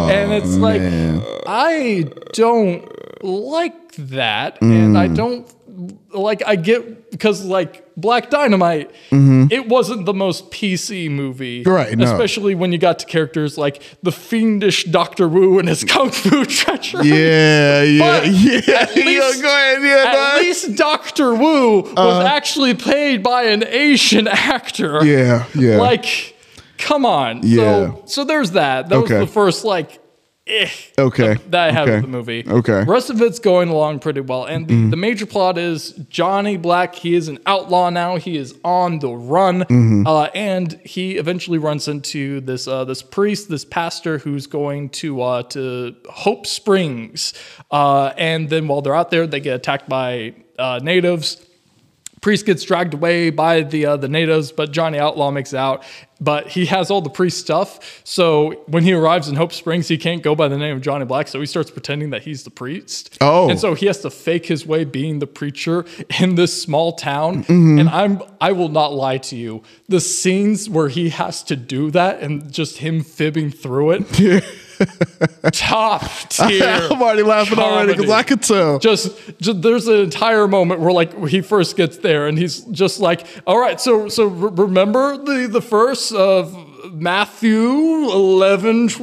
S2: yeah. And it's like
S1: man.
S2: I don't like that and I
S1: Mm.
S2: don't like I get because like Black Dynamite
S1: Mhm.
S2: it wasn't the most PC movie.
S1: Right, no.
S2: Especially when you got to characters like the fiendish Doctor Wu and his kung fu treachery.
S1: Yeah, yeah,
S2: But
S1: yeah.
S2: At least,
S1: Yo, go ahead, yeah,
S2: at
S1: dog.
S2: least Doctor Wu was
S1: Uh-huh.
S2: actually played by an Asian actor.
S1: Yeah, yeah.
S2: Like, come on.
S1: Yeah.
S2: So, so there's that. That
S1: Okay.
S2: was the first like eh,
S1: Okay.
S2: that I had
S1: okay.
S2: with the movie.
S1: Okay.
S2: Rest of it's going along pretty well, and the,
S1: Mhm.
S2: the major plot is Johnny Black. He is an outlaw now. He is on the run,
S1: Mhm.
S2: uh, and he eventually runs into this uh, this priest, this pastor, who's going to uh, to Hope Springs. Uh, and then while they're out there, they get attacked by uh, natives priest gets dragged away by the uh, the natives, but Johnny Outlaw makes it out. But he has all the priest stuff, so when he arrives in Hope Springs, he can't go by the name of Johnny Black, so he starts pretending that he's the priest.
S1: Oh.
S2: and so he has to fake his way being the preacher in this small town.
S1: Mhm.
S2: And I'm I will not lie to you, the scenes where he has to do that and just him fibbing through it. Top tier.
S1: I'm already laughing already because I
S2: comedy
S1: could tell.
S2: just, just there's an entire moment where like he first gets there and he's just like all right so so re- remember the the verse of matthew 11 12 It's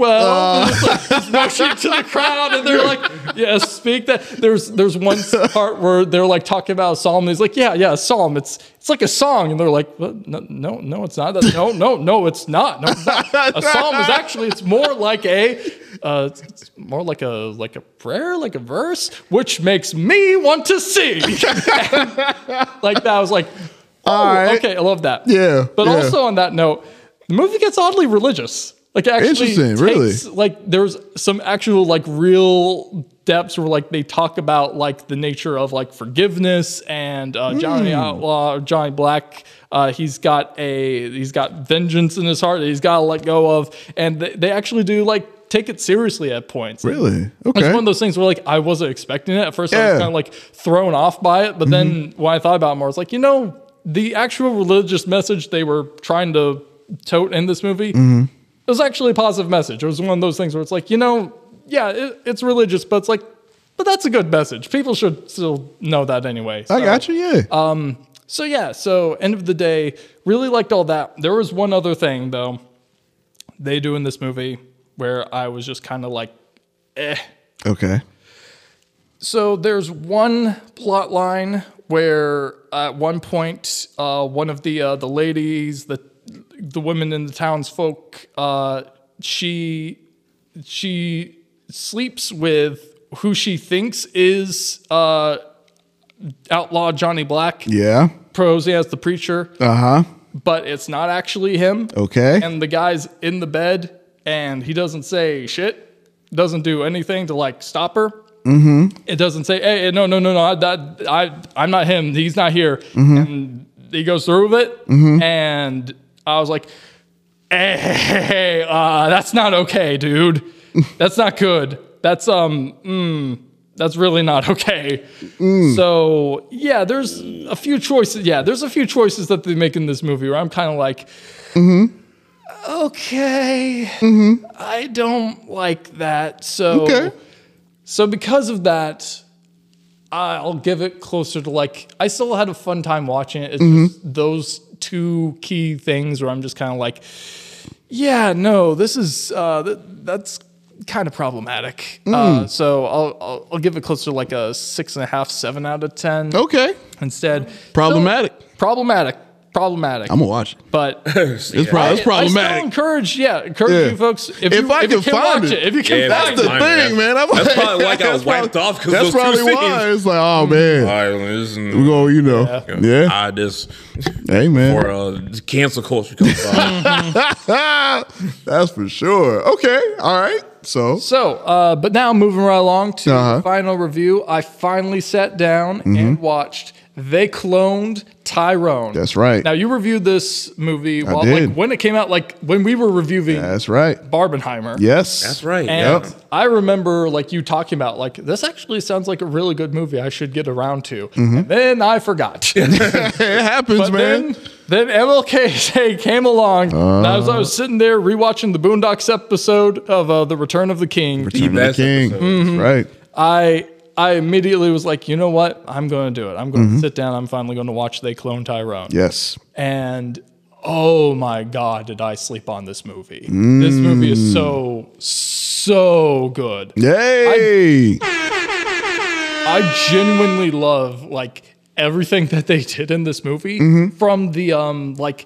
S2: like, just rushing to the crowd and they're like yes speak that there's there's one part where they're like talking about a psalm and he's like yeah yeah a psalm it's it's like a song and they're like what? no no no it's not That's- no no no it's not no it's not. a psalm is actually it's more like a uh, it's- it's more like a like a prayer, like a verse, which makes me want to sing. like that, I was like, oh, okay, I love that.
S1: Yeah,
S2: But
S1: yeah.
S2: also on that note, the movie gets oddly religious. Like actually,
S1: Interesting, really.
S2: takes- Like there's some actual like real depths where like they talk about like the nature of like forgiveness and uh, Johnny
S1: Mm.
S2: Outlaw, Johnny Black. Uh, he's got a he's got vengeance in his heart. That he's got to let go of, and they, they actually do like take it seriously at points.
S1: Really?
S2: It's one of those things where like I wasn't expecting it at first. I was
S1: Yeah. Mm-hmm.
S2: kind of like thrown off by it, but then when I thought about it more, I was like, you know, the actual religious message they were trying to tote in this movie
S1: Mhm.
S2: it was actually a positive message. It was one of those things where it's like, you know, yeah, it, it's religious, but it's like, but that's a good message. People should still know that anyway.
S1: I got you, yeah.
S2: Um, so yeah, so end of the day, really liked all that. There was one other thing though, they do in this movie where I was just kind of like, eh.
S1: Okay.
S2: So there's one plot line where at one point uh, one of the uh, the ladies, the the women in the townsfolk, uh, she she sleeps with who she thinks is uh, outlaw Johnny Black,
S1: Yeah.
S2: pros as the preacher,
S1: Uh huh.
S2: but it's not actually him.
S1: Okay.
S2: And the guy's in the bed and he doesn't say shit, doesn't do anything to like stop her.
S1: Mm hmm.
S2: It doesn't say, "Hey, no, no, no, no, I, that, I, I'm not him. He's not here."
S1: Mhm.
S2: And he goes through with it,
S1: Mhm.
S2: and I was like, "Hey, hey, hey, uh, that's not okay, dude. That's not good. That's um, mm, that's really not okay." So yeah, there's a few choices. Yeah, there's a few choices that they make in this movie where I'm kind of like,
S1: Mm hmm.
S2: okay,
S1: Mhm.
S2: I don't like that. So, so because of that, I'll give it closer to like I still had a fun time watching it. It's
S1: Mhm.
S2: just those two key things where I'm just kind of like, yeah, no, this is uh, th- that's kind of problematic. Uh,
S1: Mm.
S2: so I'll, I'll I'll give it closer to like a six and a half, seven out of ten.
S1: Okay.
S2: Instead,
S1: Problematic.
S2: Still problematic. problematic.
S1: I'm gonna watch it,
S2: but
S1: it's, prob- it's
S2: I- I
S1: problematic.
S2: still encourage, yeah, encourage
S1: Yeah.
S2: you folks if,
S1: If
S2: you,
S1: I
S2: if
S1: can
S2: you can
S1: find
S2: watch
S1: it.
S2: it. if you can
S1: Yeah,
S2: find
S1: that's the
S2: it.
S1: thing, man. I'm
S3: That's
S1: like-
S3: probably why I got
S1: that's
S3: wiped
S1: probably-
S3: off because
S1: that's
S3: those two
S1: probably why.
S3: scenes.
S1: It's like, oh man,
S3: I listen.
S1: we go, you know, yeah.
S3: I just
S1: Hey man,
S3: for uh, cancel culture comes by. uh,
S1: that's for sure. Okay, all right. So
S2: So, uh, but now moving right along to
S1: Uh-huh. Mm-hmm.
S2: the final review. I finally sat down and watched. They cloned Tyrone.
S1: That's right.
S2: Now you reviewed this movie
S1: I
S2: while,
S1: did.
S2: like when it came out, like when we were reviewing
S1: that's right.
S2: Barbenheimer.
S1: Yes. That's right.
S2: And
S1: Yep.
S2: I remember like you talking about like this actually sounds like a really good movie I should get around to.
S1: Mhm.
S2: And then I forgot. it
S1: happens, man.
S2: Then, then MLK came along. and I was I was sitting there rewatching the Boondocks episode of uh, The Return of the King.
S1: Return of the King.
S2: Mhm.
S1: Right.
S2: I I immediately was like, you know what? I'm going to do it. I'm going
S1: Mhm.
S2: to sit down. I'm finally going to watch They Clone Tyrone.
S1: Yes.
S2: And oh my God, did I sleep on this movie? This movie is so, so good.
S1: Yay!
S2: I genuinely love like everything that they did in this movie
S1: Mhm.
S2: from the um like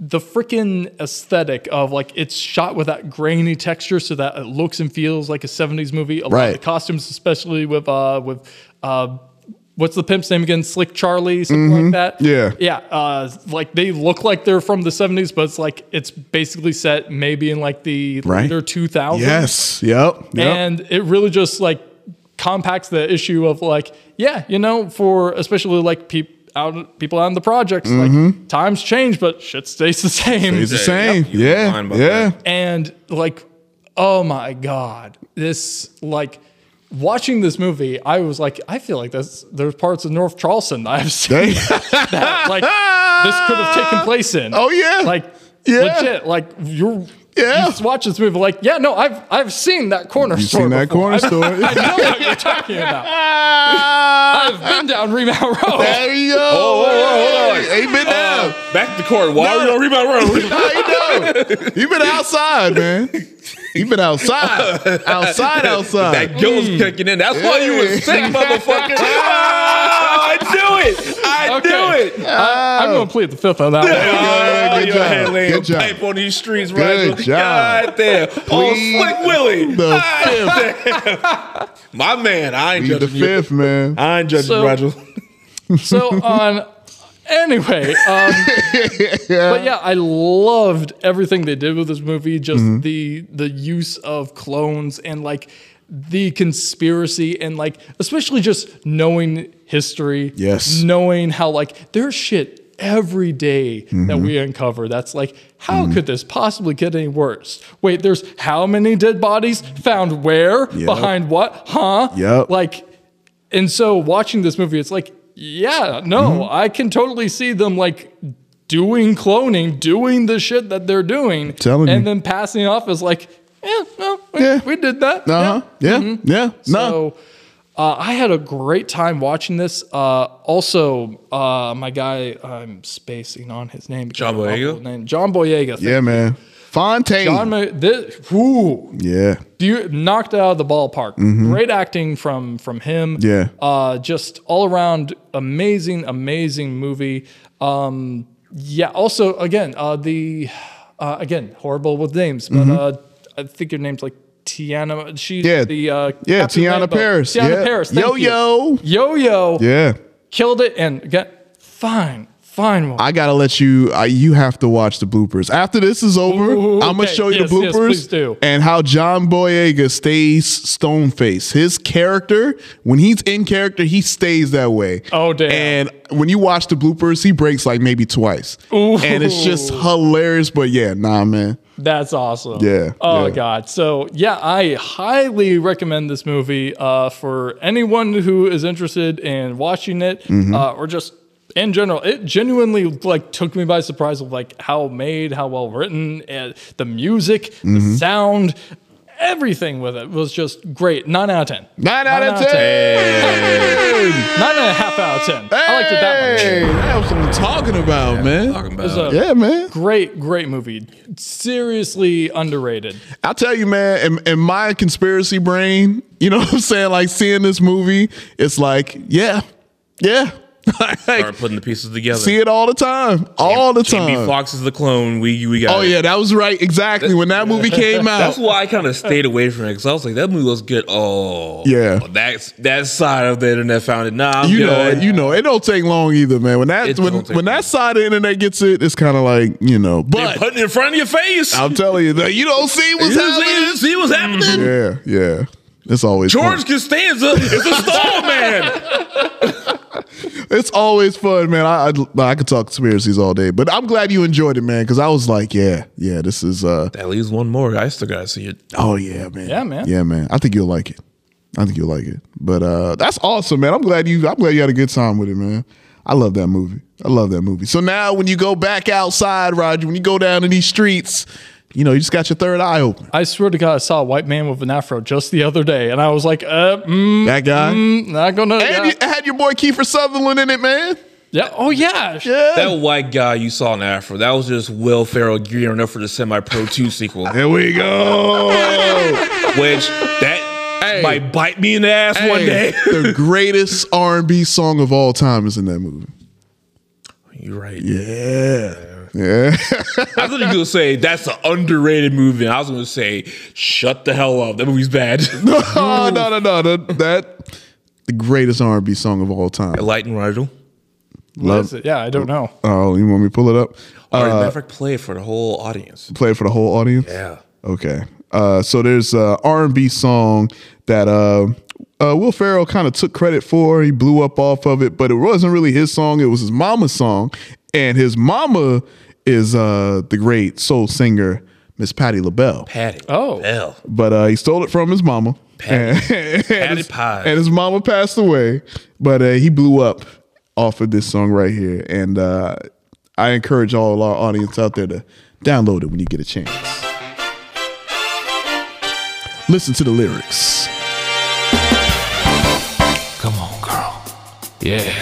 S2: the freaking aesthetic of like it's shot with that grainy texture so that it looks and feels like a 70s movie. A lot of
S1: Right.
S2: the costumes, especially with uh with uh what's the pimp's name again? Slick Charlie, something
S1: Mhm.
S2: like that.
S1: Yeah.
S2: Yeah. Uh like they look like they're from the 70s, but it's like it's basically set maybe in like the
S1: Right.
S2: later 2000s.
S1: Yes. Yep. Yep.
S2: And it really just like compacts the issue of like, yeah, you know, for especially like people out people on the projects, like
S1: Mhm.
S2: times change, but shit stays the same.
S1: Stays the same. Yeah. Yeah.
S2: And like, oh my god, this like watching this movie, I was like, I feel like that's there's parts of North Charleston that I've seen that like this could have taken place in.
S1: Oh, yeah.
S2: like
S1: Yeah.
S2: legit, like you're. Yeah, you just watch this movie. Like, yeah, no, I've I've seen that corner
S1: You've
S2: store.
S1: seen that
S2: before.
S1: corner
S2: I've-
S1: store.
S2: I know what you're talking about. I've been down Remount Road.
S1: There you go.
S3: Oh, whoa, whoa, hold on. Uh,
S1: Hey, been down.
S3: Back to court. Why are we on rebound run?
S1: you been outside, man. you been outside. Outside, outside.
S3: That guilt was kicking in. That's why you were sick, motherfucker. Ah, I do it. I do it.
S2: I, am
S1: Oh,
S2: going to plead the fifth on that one.
S3: Ah,
S1: good
S3: your
S1: job.
S3: head laying
S1: Good job.
S3: pipe on these streets,
S1: Good
S3: right?
S1: job.
S3: God damn. On
S1: Plead
S3: Slick Willie.
S1: the
S3: God damn. My man, I ain't
S1: Be the
S3: judging you.
S1: fifth, man.
S3: I ain't judging
S2: So-
S3: you, Roger.
S2: So on. Anyway, um, but yeah, I loved everything they did with this movie. Just
S1: Mhm.
S2: the the use of clones and like the conspiracy and like especially just knowing history.
S1: Yes.
S2: knowing how like there's shit every day that
S1: Mhm.
S2: we uncover that's like how
S1: Mm-hmm.
S2: could this possibly get any worse wait there's how many dead bodies found where
S1: Yep.
S2: behind what huh
S1: Yep.
S2: like and so watching this movie, it's like, yeah, no,
S1: Mm-hmm.
S2: I can totally see them like doing cloning, doing the shit that they're doing,
S1: telling
S2: and
S1: you.
S2: then passing it off as like, yeah, no, we, we did that.
S1: Uh huh. Yeah. Yeah. No.
S2: Mm-hmm. So uh, I had a great time watching this. Uh, also, uh, my guy, I'm spacing on his name. because
S3: John
S2: I don't know
S3: Boyega?
S2: his Name. John Boyega.
S1: yeah, man. Fontaine.
S2: John, Ma- this, whoo,
S1: yeah.
S2: you knocked it out of the ballpark.
S1: Mhm.
S2: Great acting from from him.
S1: Yeah.
S2: Uh, just all around amazing, amazing movie. Um, yeah. Also, again, uh, the uh, again horrible with names, but uh, I think your name's like Tiana. She's
S1: Mm-hmm. Yeah.
S2: the uh,
S1: Yeah,
S2: Captain
S1: Tiana
S2: Rambo.
S1: Paris.
S2: Tiana
S1: Yeah.
S2: Paris. Thank you.
S1: Yo-Yo.
S2: Yo yo.
S1: Yeah.
S2: Killed it and again, fine, fine. one.
S1: I gotta let you. I, you have to watch the bloopers after this is over.
S2: Ooh,
S1: I'm gonna
S2: okay.
S1: show you
S2: Yes,
S1: the
S2: yes,
S1: bloopers
S2: please do.
S1: and how John Boyega stays stone faced. His character, when he's in character, he stays that way.
S2: Oh damn.
S1: And when you watch the bloopers, he breaks like maybe twice,
S2: Ooh.
S1: and it's just hilarious. But yeah, nah, man.
S2: That's awesome.
S1: Yeah,
S2: Oh
S1: yeah.
S2: god. So yeah, I highly recommend this movie uh, for anyone who is interested in watching it
S1: Mhm.
S2: uh, or just in general. It genuinely like took me by surprise of like how made, how well written, and the music, the
S1: Mhm.
S2: sound, everything with it was just great. Nine out of ten.
S1: Nine out of ten.
S2: Nine and a half out of ten. I liked it that much.
S1: That was what I'm talking about, man.
S2: It was a
S1: yeah, man.
S2: Great, great movie. Seriously underrated.
S1: I'll tell you, man, in, in my conspiracy brain, you know what I'm saying? Like seeing this movie, it's like, yeah, yeah,
S3: Start putting the pieces together.
S1: See it all the time, all the time.
S3: Jamie Fox is the clone. We we got.
S1: Oh
S3: it.
S1: yeah, that was right. Exactly when that movie came out.
S3: That's why I kind of stayed away from it because I was like, that movie looks good. Oh,
S1: Yeah.
S3: That's that side of the internet found it. Nah, I'm
S1: you
S3: good.
S1: know, it, you know, it don't take long either, man. When that
S3: It
S1: when,
S3: don't take
S1: when that side of the internet gets it, it's kind of like you know.
S3: They're
S1: But
S3: putting it in front of your face.
S1: I'm telling you, that you don't see what's
S3: You don't see-
S1: happening.
S3: See what's happening.
S1: Yeah, yeah. It's always fun.
S3: George Costanza is a star man.
S1: It's always fun, man. I, I I could talk conspiracies all day, but I'm glad you enjoyed it, man. Because I was like, yeah, yeah, this is uh,
S3: At least one more. I still gotta see it.
S1: Oh yeah, man.
S2: Yeah, man.
S1: yeah, man. I think you'll like it. I think you'll like it. But uh, that's awesome, man. I'm glad you. I'm glad you had a good time with it, man. I love that movie. I love that movie. So now, when you go back outside, Roger, when you go down in these streets, you know you just got your third eye open.
S2: I swear to God, I saw a white man with an afro just the other day, and I was like, uh, mm,
S1: That guy?
S2: mm, not gonna.
S1: And
S2: yeah.
S1: you had your boy Kiefer Sutherland in it, man.
S2: Yeah. Oh yeah.
S3: That white guy you saw in Afro, that was just Will Ferrell gearing up for the Semi Pro 2 sequel.
S1: There we go.
S3: Which that might bite me in the ass one
S1: Hey,
S3: day.
S1: the greatest R&B song of all time is in that movie.
S3: You're right.
S1: Yeah. Yeah.
S3: I thought you were gonna say that's an underrated movie. And I was gonna say, shut the hell up. That movie's bad.
S1: no, Oh, no, no, no. That, that- the greatest R&B song of all time.
S3: Lightning Rigel.
S2: What
S1: Love-
S2: is it? Yeah, I don't know.
S1: Oh, you want me to pull it up?
S3: Or
S1: Uh,
S3: matter of fact, play it for the whole audience.
S1: play it for the whole audience.
S3: Yeah.
S1: Okay. Uh, so there's a R&B song that uh, uh, Will Ferrell kind of took credit for. He blew up off of it, but it wasn't really his song. It was his mama's song, and his mama is uh, the great soul singer Miss Patti LaBelle.
S3: Patty.
S2: Oh.
S3: Hell.
S1: But uh, he stole it from his mama. And- and,
S3: Patty
S1: his,
S3: Pie.
S1: and his mama passed away, but uh, he blew up off of this song right here. And uh, I encourage all our audience out there to download it when you get a chance. Listen to the lyrics.
S20: Come on, girl. Yeah,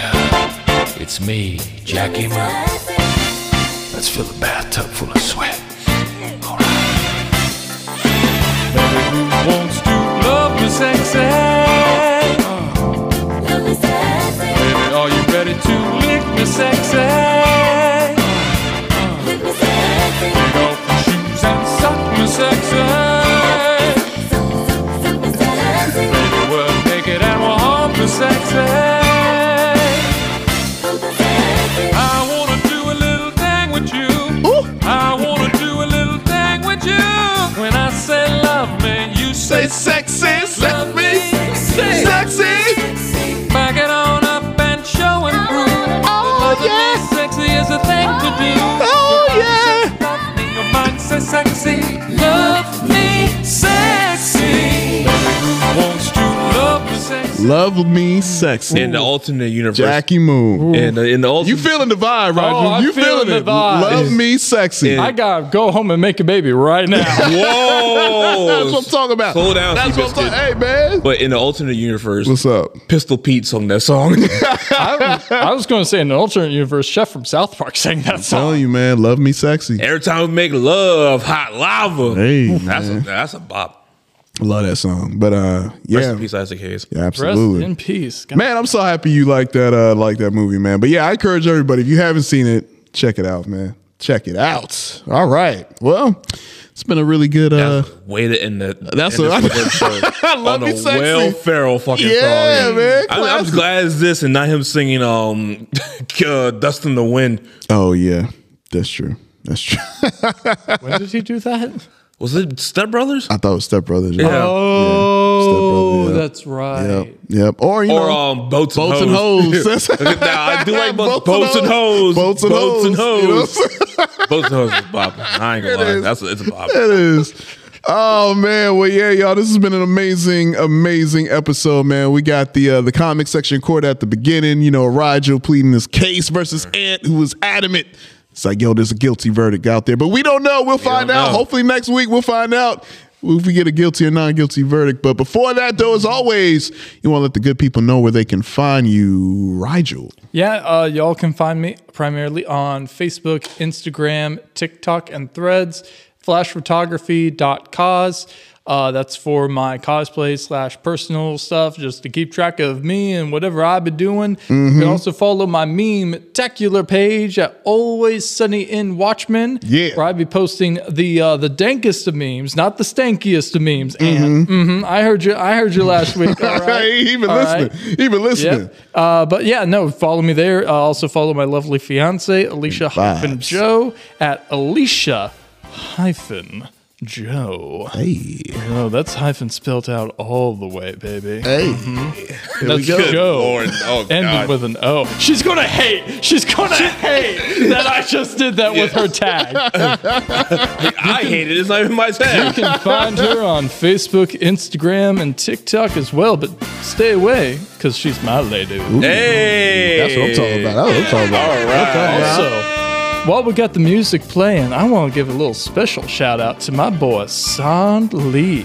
S20: it's me, Jackie Murray. Let's fill a bathtub full of sweat.
S9: Wants to love me sexy. Baby, are you ready to lick me sexy? Take off your shoes and suck me sexy. Baby, we're naked and we're hot me sexy. eh? I wanna do a little thing with you. I wanna do a little thing with you. When I say love me, you say sexy. Love me, sexy. Back it on up and show and prove. Oh yeah, sexy is a thing to do. Oh yeah. Your mind says sexy. Love me, sexy. Wants to love me sexy.
S1: Love me sexy.
S3: In the alternate universe.
S1: Jackie Moon.
S3: In the, in the alternate
S1: You feeling the vibe, Roger?
S2: Oh, I'm
S1: you
S2: feeling the vibe.
S1: Love me sexy.
S2: I gotta go home and make a baby right now.
S3: Whoa!
S1: That's what I'm talking about.
S3: Slow down,
S1: That's what I'm
S3: Seabiscuit.
S1: talking. Hey, man.
S3: But in the alternate universe,
S1: What's up?
S3: Pistol Pete sung that song.
S2: I, was- I was gonna say in an alternate universe, Chef from South Park sang that song.
S1: Telling you, man. Love me sexy.
S3: Every time we make love, hot lava.
S1: Hey,
S3: that's a,
S1: man.
S3: that's a bop.
S1: Love that song. But uh, yeah.
S3: Rest in peace, Isaac Hayes.
S1: Yeah,
S2: Rest
S1: absolutely.
S2: in peace. God.
S1: Man, I'm so happy you like that uh like that movie, man. But yeah, I encourage everybody if you haven't seen it, check it out, man. Check it out. All right. Well, it's been a really good uh
S3: Way to end the
S1: That's
S3: end
S1: what
S3: this
S1: I-
S3: fucking show
S1: I love
S3: on
S1: you,
S3: a
S1: sexy.
S3: Will Ferrell fucking
S1: Yeah,
S3: song.
S1: man,
S3: I, I'm just glad it's this and not him singing um uh, "Dust in the Wind."
S1: Oh yeah. That's true. That's true.
S2: when did he do that?
S3: Was it Step Brothers?
S1: I thought it was Step Brothers.
S3: Yeah.
S2: Oh,
S1: Step Brother, yeah.
S2: that's right.
S1: Yep. Yep. Or you
S3: or
S1: know
S3: um, boats,
S1: Boats
S3: and
S1: and
S3: hoes.
S1: Hoes.
S3: nah, I do like boats,
S1: Boats
S3: boats
S1: and
S3: and hoes.
S1: Boats and Hoes, you know
S3: hoes. boats and hoes is bop. I ain't gonna lie, that's a, it's a bop.
S1: it is. Oh man, well yeah, y'all. This has been an amazing, amazing episode, man. We got the uh, the comic section court at the beginning. You know, Rigel pleading his case versus Ant, who was adamant. It's like, yo, there's a guilty verdict out there, but we don't know. We'll find
S3: don't
S1: out.
S3: know.
S1: Hopefully next week we'll find out if we get a guilty or non-guilty verdict. But before that, though, as always, you want to let the good people know where they can find you, Rigel.
S2: Yeah, uh, y'all can find me primarily on Facebook, Instagram, TikTok, and Threads. Flashphotography.cause. Uh, that's for my cosplay slash personal stuff, just to keep track of me and whatever I've been doing. You
S1: Mhm.
S2: can also follow my meme tacular page at Always Sunny in Watchmen, yeah. where I'd be posting the uh, the dankest of memes, not the stankiest of memes. And mhm, I heard you, I heard you last week. All right,
S1: He been listening. He been listening.
S2: Yeah. Uh, but yeah, no, follow me there. Uh, also follow my lovely fiance Alicia hyphen Joe at Alicia hyphen Joe.
S1: Hey.
S2: Oh, that's hyphen spelt out all the way, baby.
S1: Hey.
S2: Mm-hmm.
S1: Here we
S2: That's
S1: go. Good
S2: Joe.
S1: Lord. Oh,
S2: Ended
S1: God.
S2: with an O. She's gonna hate. She's gonna hate that I just did that with her tag.
S3: I hate it. It's not even my tag.
S2: You can find her on Facebook, Instagram, and TikTok as well. But stay away because she's my lady.
S3: Hey,
S1: That's what I'm talking about. That's what I'm talking about.
S2: All right. Also, while we got the music playing, I want to give a little special shout out to my boy Son Lee.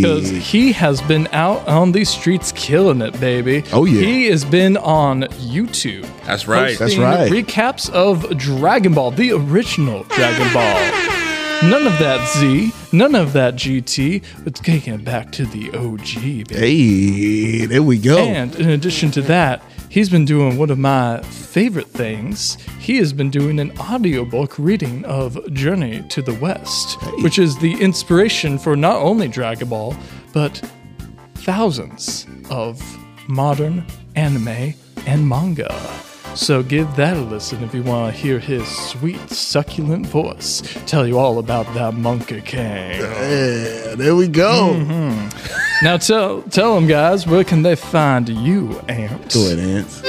S2: Because he has been out on these streets killing it, baby.
S1: Oh, yeah.
S2: He has been on YouTube.
S3: That's right.
S1: That's
S2: posting
S1: right.
S2: Recaps of Dragon Ball, the original Dragon Ball. None of that Z, none of that GT. It's taking it back to the OG, baby.
S1: Hey, there we go.
S2: And in addition to that, he's been doing one of my favorite things. He has been doing an audiobook reading of Journey to the West, which is the inspiration for not only Dragon Ball, but thousands of modern anime and manga. So give that a listen if you want to hear his sweet, succulent voice tell you all about that Monkey King.
S1: Yeah, there we go.
S2: Mm-hmm. Now tell tell them guys where can they find you, Ant?
S1: Go ahead, Ant.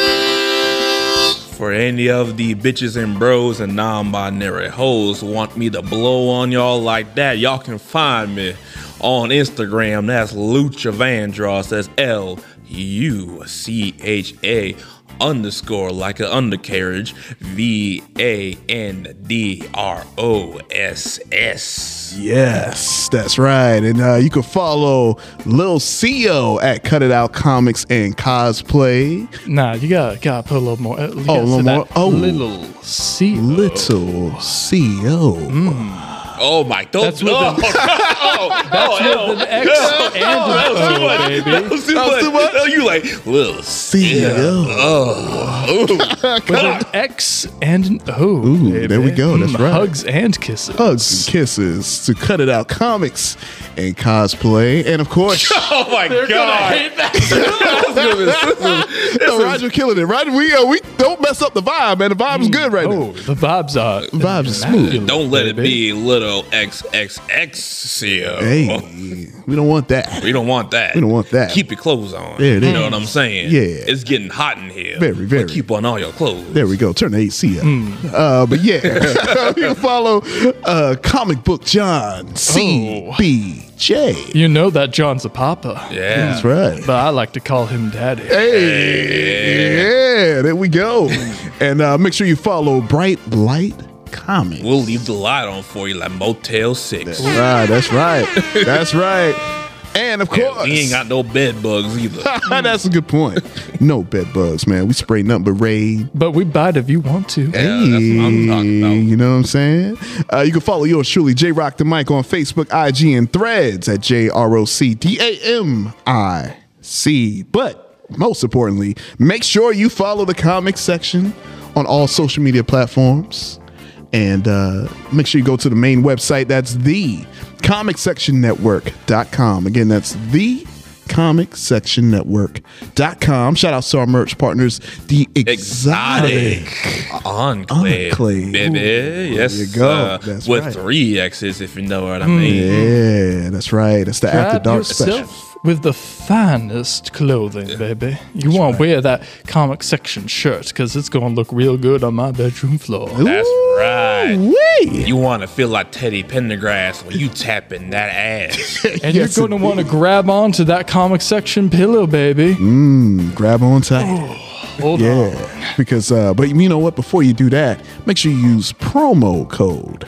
S3: For any of the bitches and bros and non-binary hoes who want me to blow on y'all like that, y'all can find me on Instagram. That's Lucha Vandross. That's L U C H A underscore like an undercarriage V A N D R O S S.
S1: Yes, that's right. And uh, you can follow Lil CEO at Cut It Out Comics and Cosplay.
S2: Nah, you gotta gotta put a little more. uh, you
S1: Oh, a little
S2: gotta say that
S1: more. Oh,
S2: little CEO.
S1: Little CEO.
S2: Mm.
S3: Oh my! Don't,
S2: That's with
S3: oh,
S2: an-
S3: oh,
S2: that's
S3: oh,
S2: with an X
S3: oh,
S2: and
S3: oh, that was
S2: an
S3: too
S2: O,
S3: much.
S2: baby.
S3: That was too
S2: That was
S3: much.
S2: too much?
S3: Oh, you like little CEO. Oh, oh.
S2: With an X and an O.
S1: Ooh, there we go. That's
S2: Mm,
S1: right. Oh.
S2: Hugs and kisses.
S1: Hugs and kisses to Cut It Out Comics and Cosplay. And of course,
S3: Oh my god!
S1: no, Roger killing it. Roger, we, uh, we don't mess up the vibe, man. The
S2: Mm.
S1: vibe's good right now.
S2: Oh, The vibes are
S1: vibes are smooth.
S3: Don't let it be little XXXCO.
S1: Hey, we don't want that.
S3: We don't want that.
S1: We don't want that.
S3: Keep your clothes on.
S1: There it
S3: you know
S1: is.
S3: what I'm saying?
S1: Yeah.
S3: It's getting hot in here.
S1: Very,
S3: But
S1: very.
S3: keep on all your clothes.
S1: There we go. Turn the AC up.
S3: Hmm.
S1: Uh, but yeah, you can follow uh, Comic Book John C
S3: Oh.
S1: B J.
S2: You know that John's a papa.
S3: Yeah.
S1: That's right.
S2: But I like to call him daddy.
S1: Hey, yeah, there we go. and uh, make sure you follow Bright Light Comics.
S3: We'll leave the light on for you like Motel 6.
S1: That's right. That's right. That's right. And of
S3: Yeah,
S1: course,
S3: we ain't got no bed bugs either.
S1: that's a good point. No bed bugs, man. We spray nothing but raid.
S2: But we bite if you want to.
S1: Hey, you know what I'm saying? Uh, you can follow yours truly, J Rock the Mic, on Facebook, IG, and Threads at J R O C D A M I C. But most importantly, make sure you follow the comic section on all social media platforms. And uh, make sure you go to the main website. That's the comicsectionnetwork.com. Again, that's the comicsectionnetwork.com. Shout out to our merch partners, The Exotic.
S3: Enclave,
S1: Enclave.
S3: baby.
S1: Ooh,
S3: yes,
S1: there you go.
S3: uh,
S1: That's
S3: with
S1: right. Hmm.
S3: three X's, if you know what I mean.
S1: Yeah, that's right. That's the After
S2: Grab
S1: Dark
S2: yourself
S1: special.
S2: With the finest clothing, baby. You want to wear that comic section shirt because it's going to look real good on my bedroom floor.
S3: That's right. You want to feel like Teddy Pendergrass when you tapping that ass.
S2: And you're going to want to grab onto that comic section pillow, baby.
S1: Mmm, grab on tight.
S2: hold
S1: yeah, because uh, but you know what? Before you do that, make sure you use promo code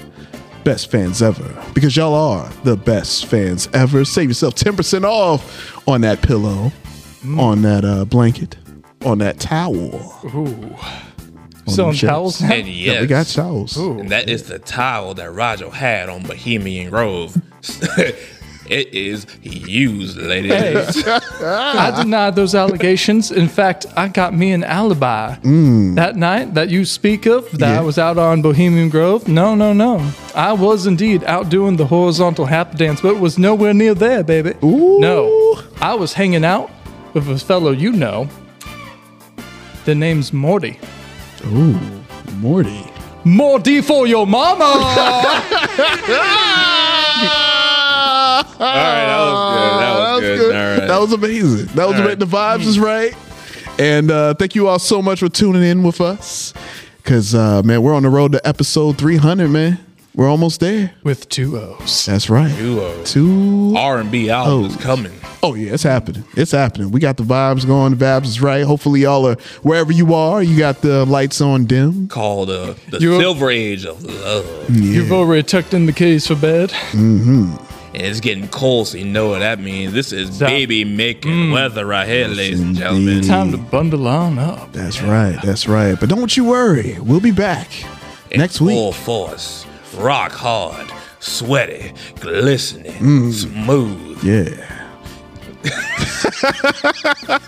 S1: best fans ever because y'all are the best fans ever. Save yourself ten percent off on that pillow,
S2: Mm.
S1: on that uh, blanket, on that towel.
S2: Ooh.
S1: on them
S2: Selling
S1: shirts.
S2: towels now?
S3: and
S1: Yeah, we got towels.
S3: And that is the towel that Roger had on Bohemian Grove. It is used, ladies.
S2: I denied those allegations. In fact, I got me an alibi
S1: Mm.
S2: that night that you speak of that
S1: Yeah.
S2: I was out on Bohemian Grove. No, no, no. I was indeed out doing the horizontal hap dance, but it was nowhere near there, baby. No, I was hanging out with a fellow you know. The name's Morty.
S21: Ooh, Morty.
S2: Morty for your mama.
S1: All right, oh, that was good. That was, good. That was amazing. That was
S3: All
S1: ama-
S3: right.
S1: the vibes is right. And uh, thank you all so much for tuning in with us. Cause uh, man, we're on the road to episode 300, man. We're almost there.
S2: With two O's.
S1: That's right.
S3: Duo.
S1: Two
S3: R and B album is coming.
S1: Oh yeah, it's happening. It's happening. We got the vibes going. The vibes is right. Hopefully y'all are wherever you are. You got the lights on dim.
S3: Called uh, the
S2: You-
S3: Silver Age of Love.
S1: Mm.
S2: You've already tucked in the keys for bed.
S1: Mm-hmm.
S3: And it's getting cold, so you know what that means. This is baby making
S1: Mm.
S3: weather right here, ladies and gentlemen.
S2: Time to bundle on up.
S1: That's right. That's right. But don't you worry. We'll be back next week.
S3: Full force, rock hard, sweaty, glistening,
S1: Mm.
S3: smooth.
S1: Yeah.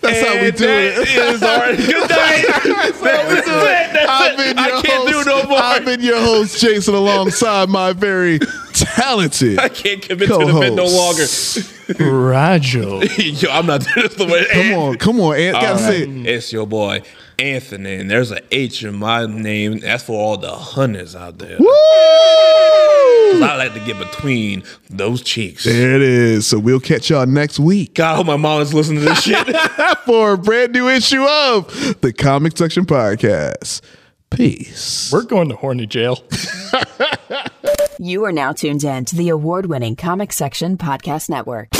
S1: That's how we do it.
S3: is our- Good night.
S1: That's how we do it.
S3: That's
S1: I've
S3: it.
S1: been
S3: I
S1: your
S3: can't do
S1: host-
S3: no more.
S1: I've been your host, Jason, alongside my very talented.
S3: I can't commit to the bit no longer.
S2: Rigel.
S3: Yo, I'm not doing this the way.
S1: Come on, come on, Ant.
S3: All
S1: Gotta
S3: right.
S1: say it.
S3: It's your boy Anthony, and there's an H in my name. That's for all the hunters out there. Woo! I like to get between those cheeks.
S1: There it is. So we'll catch y'all next week.
S3: God, I hope my mom is listening to this shit.
S1: for a brand new issue of the Comic Section Podcast. Peace.
S2: We're going to horny jail.
S22: You are now tuned in to the award winning Comic Section Podcast Network.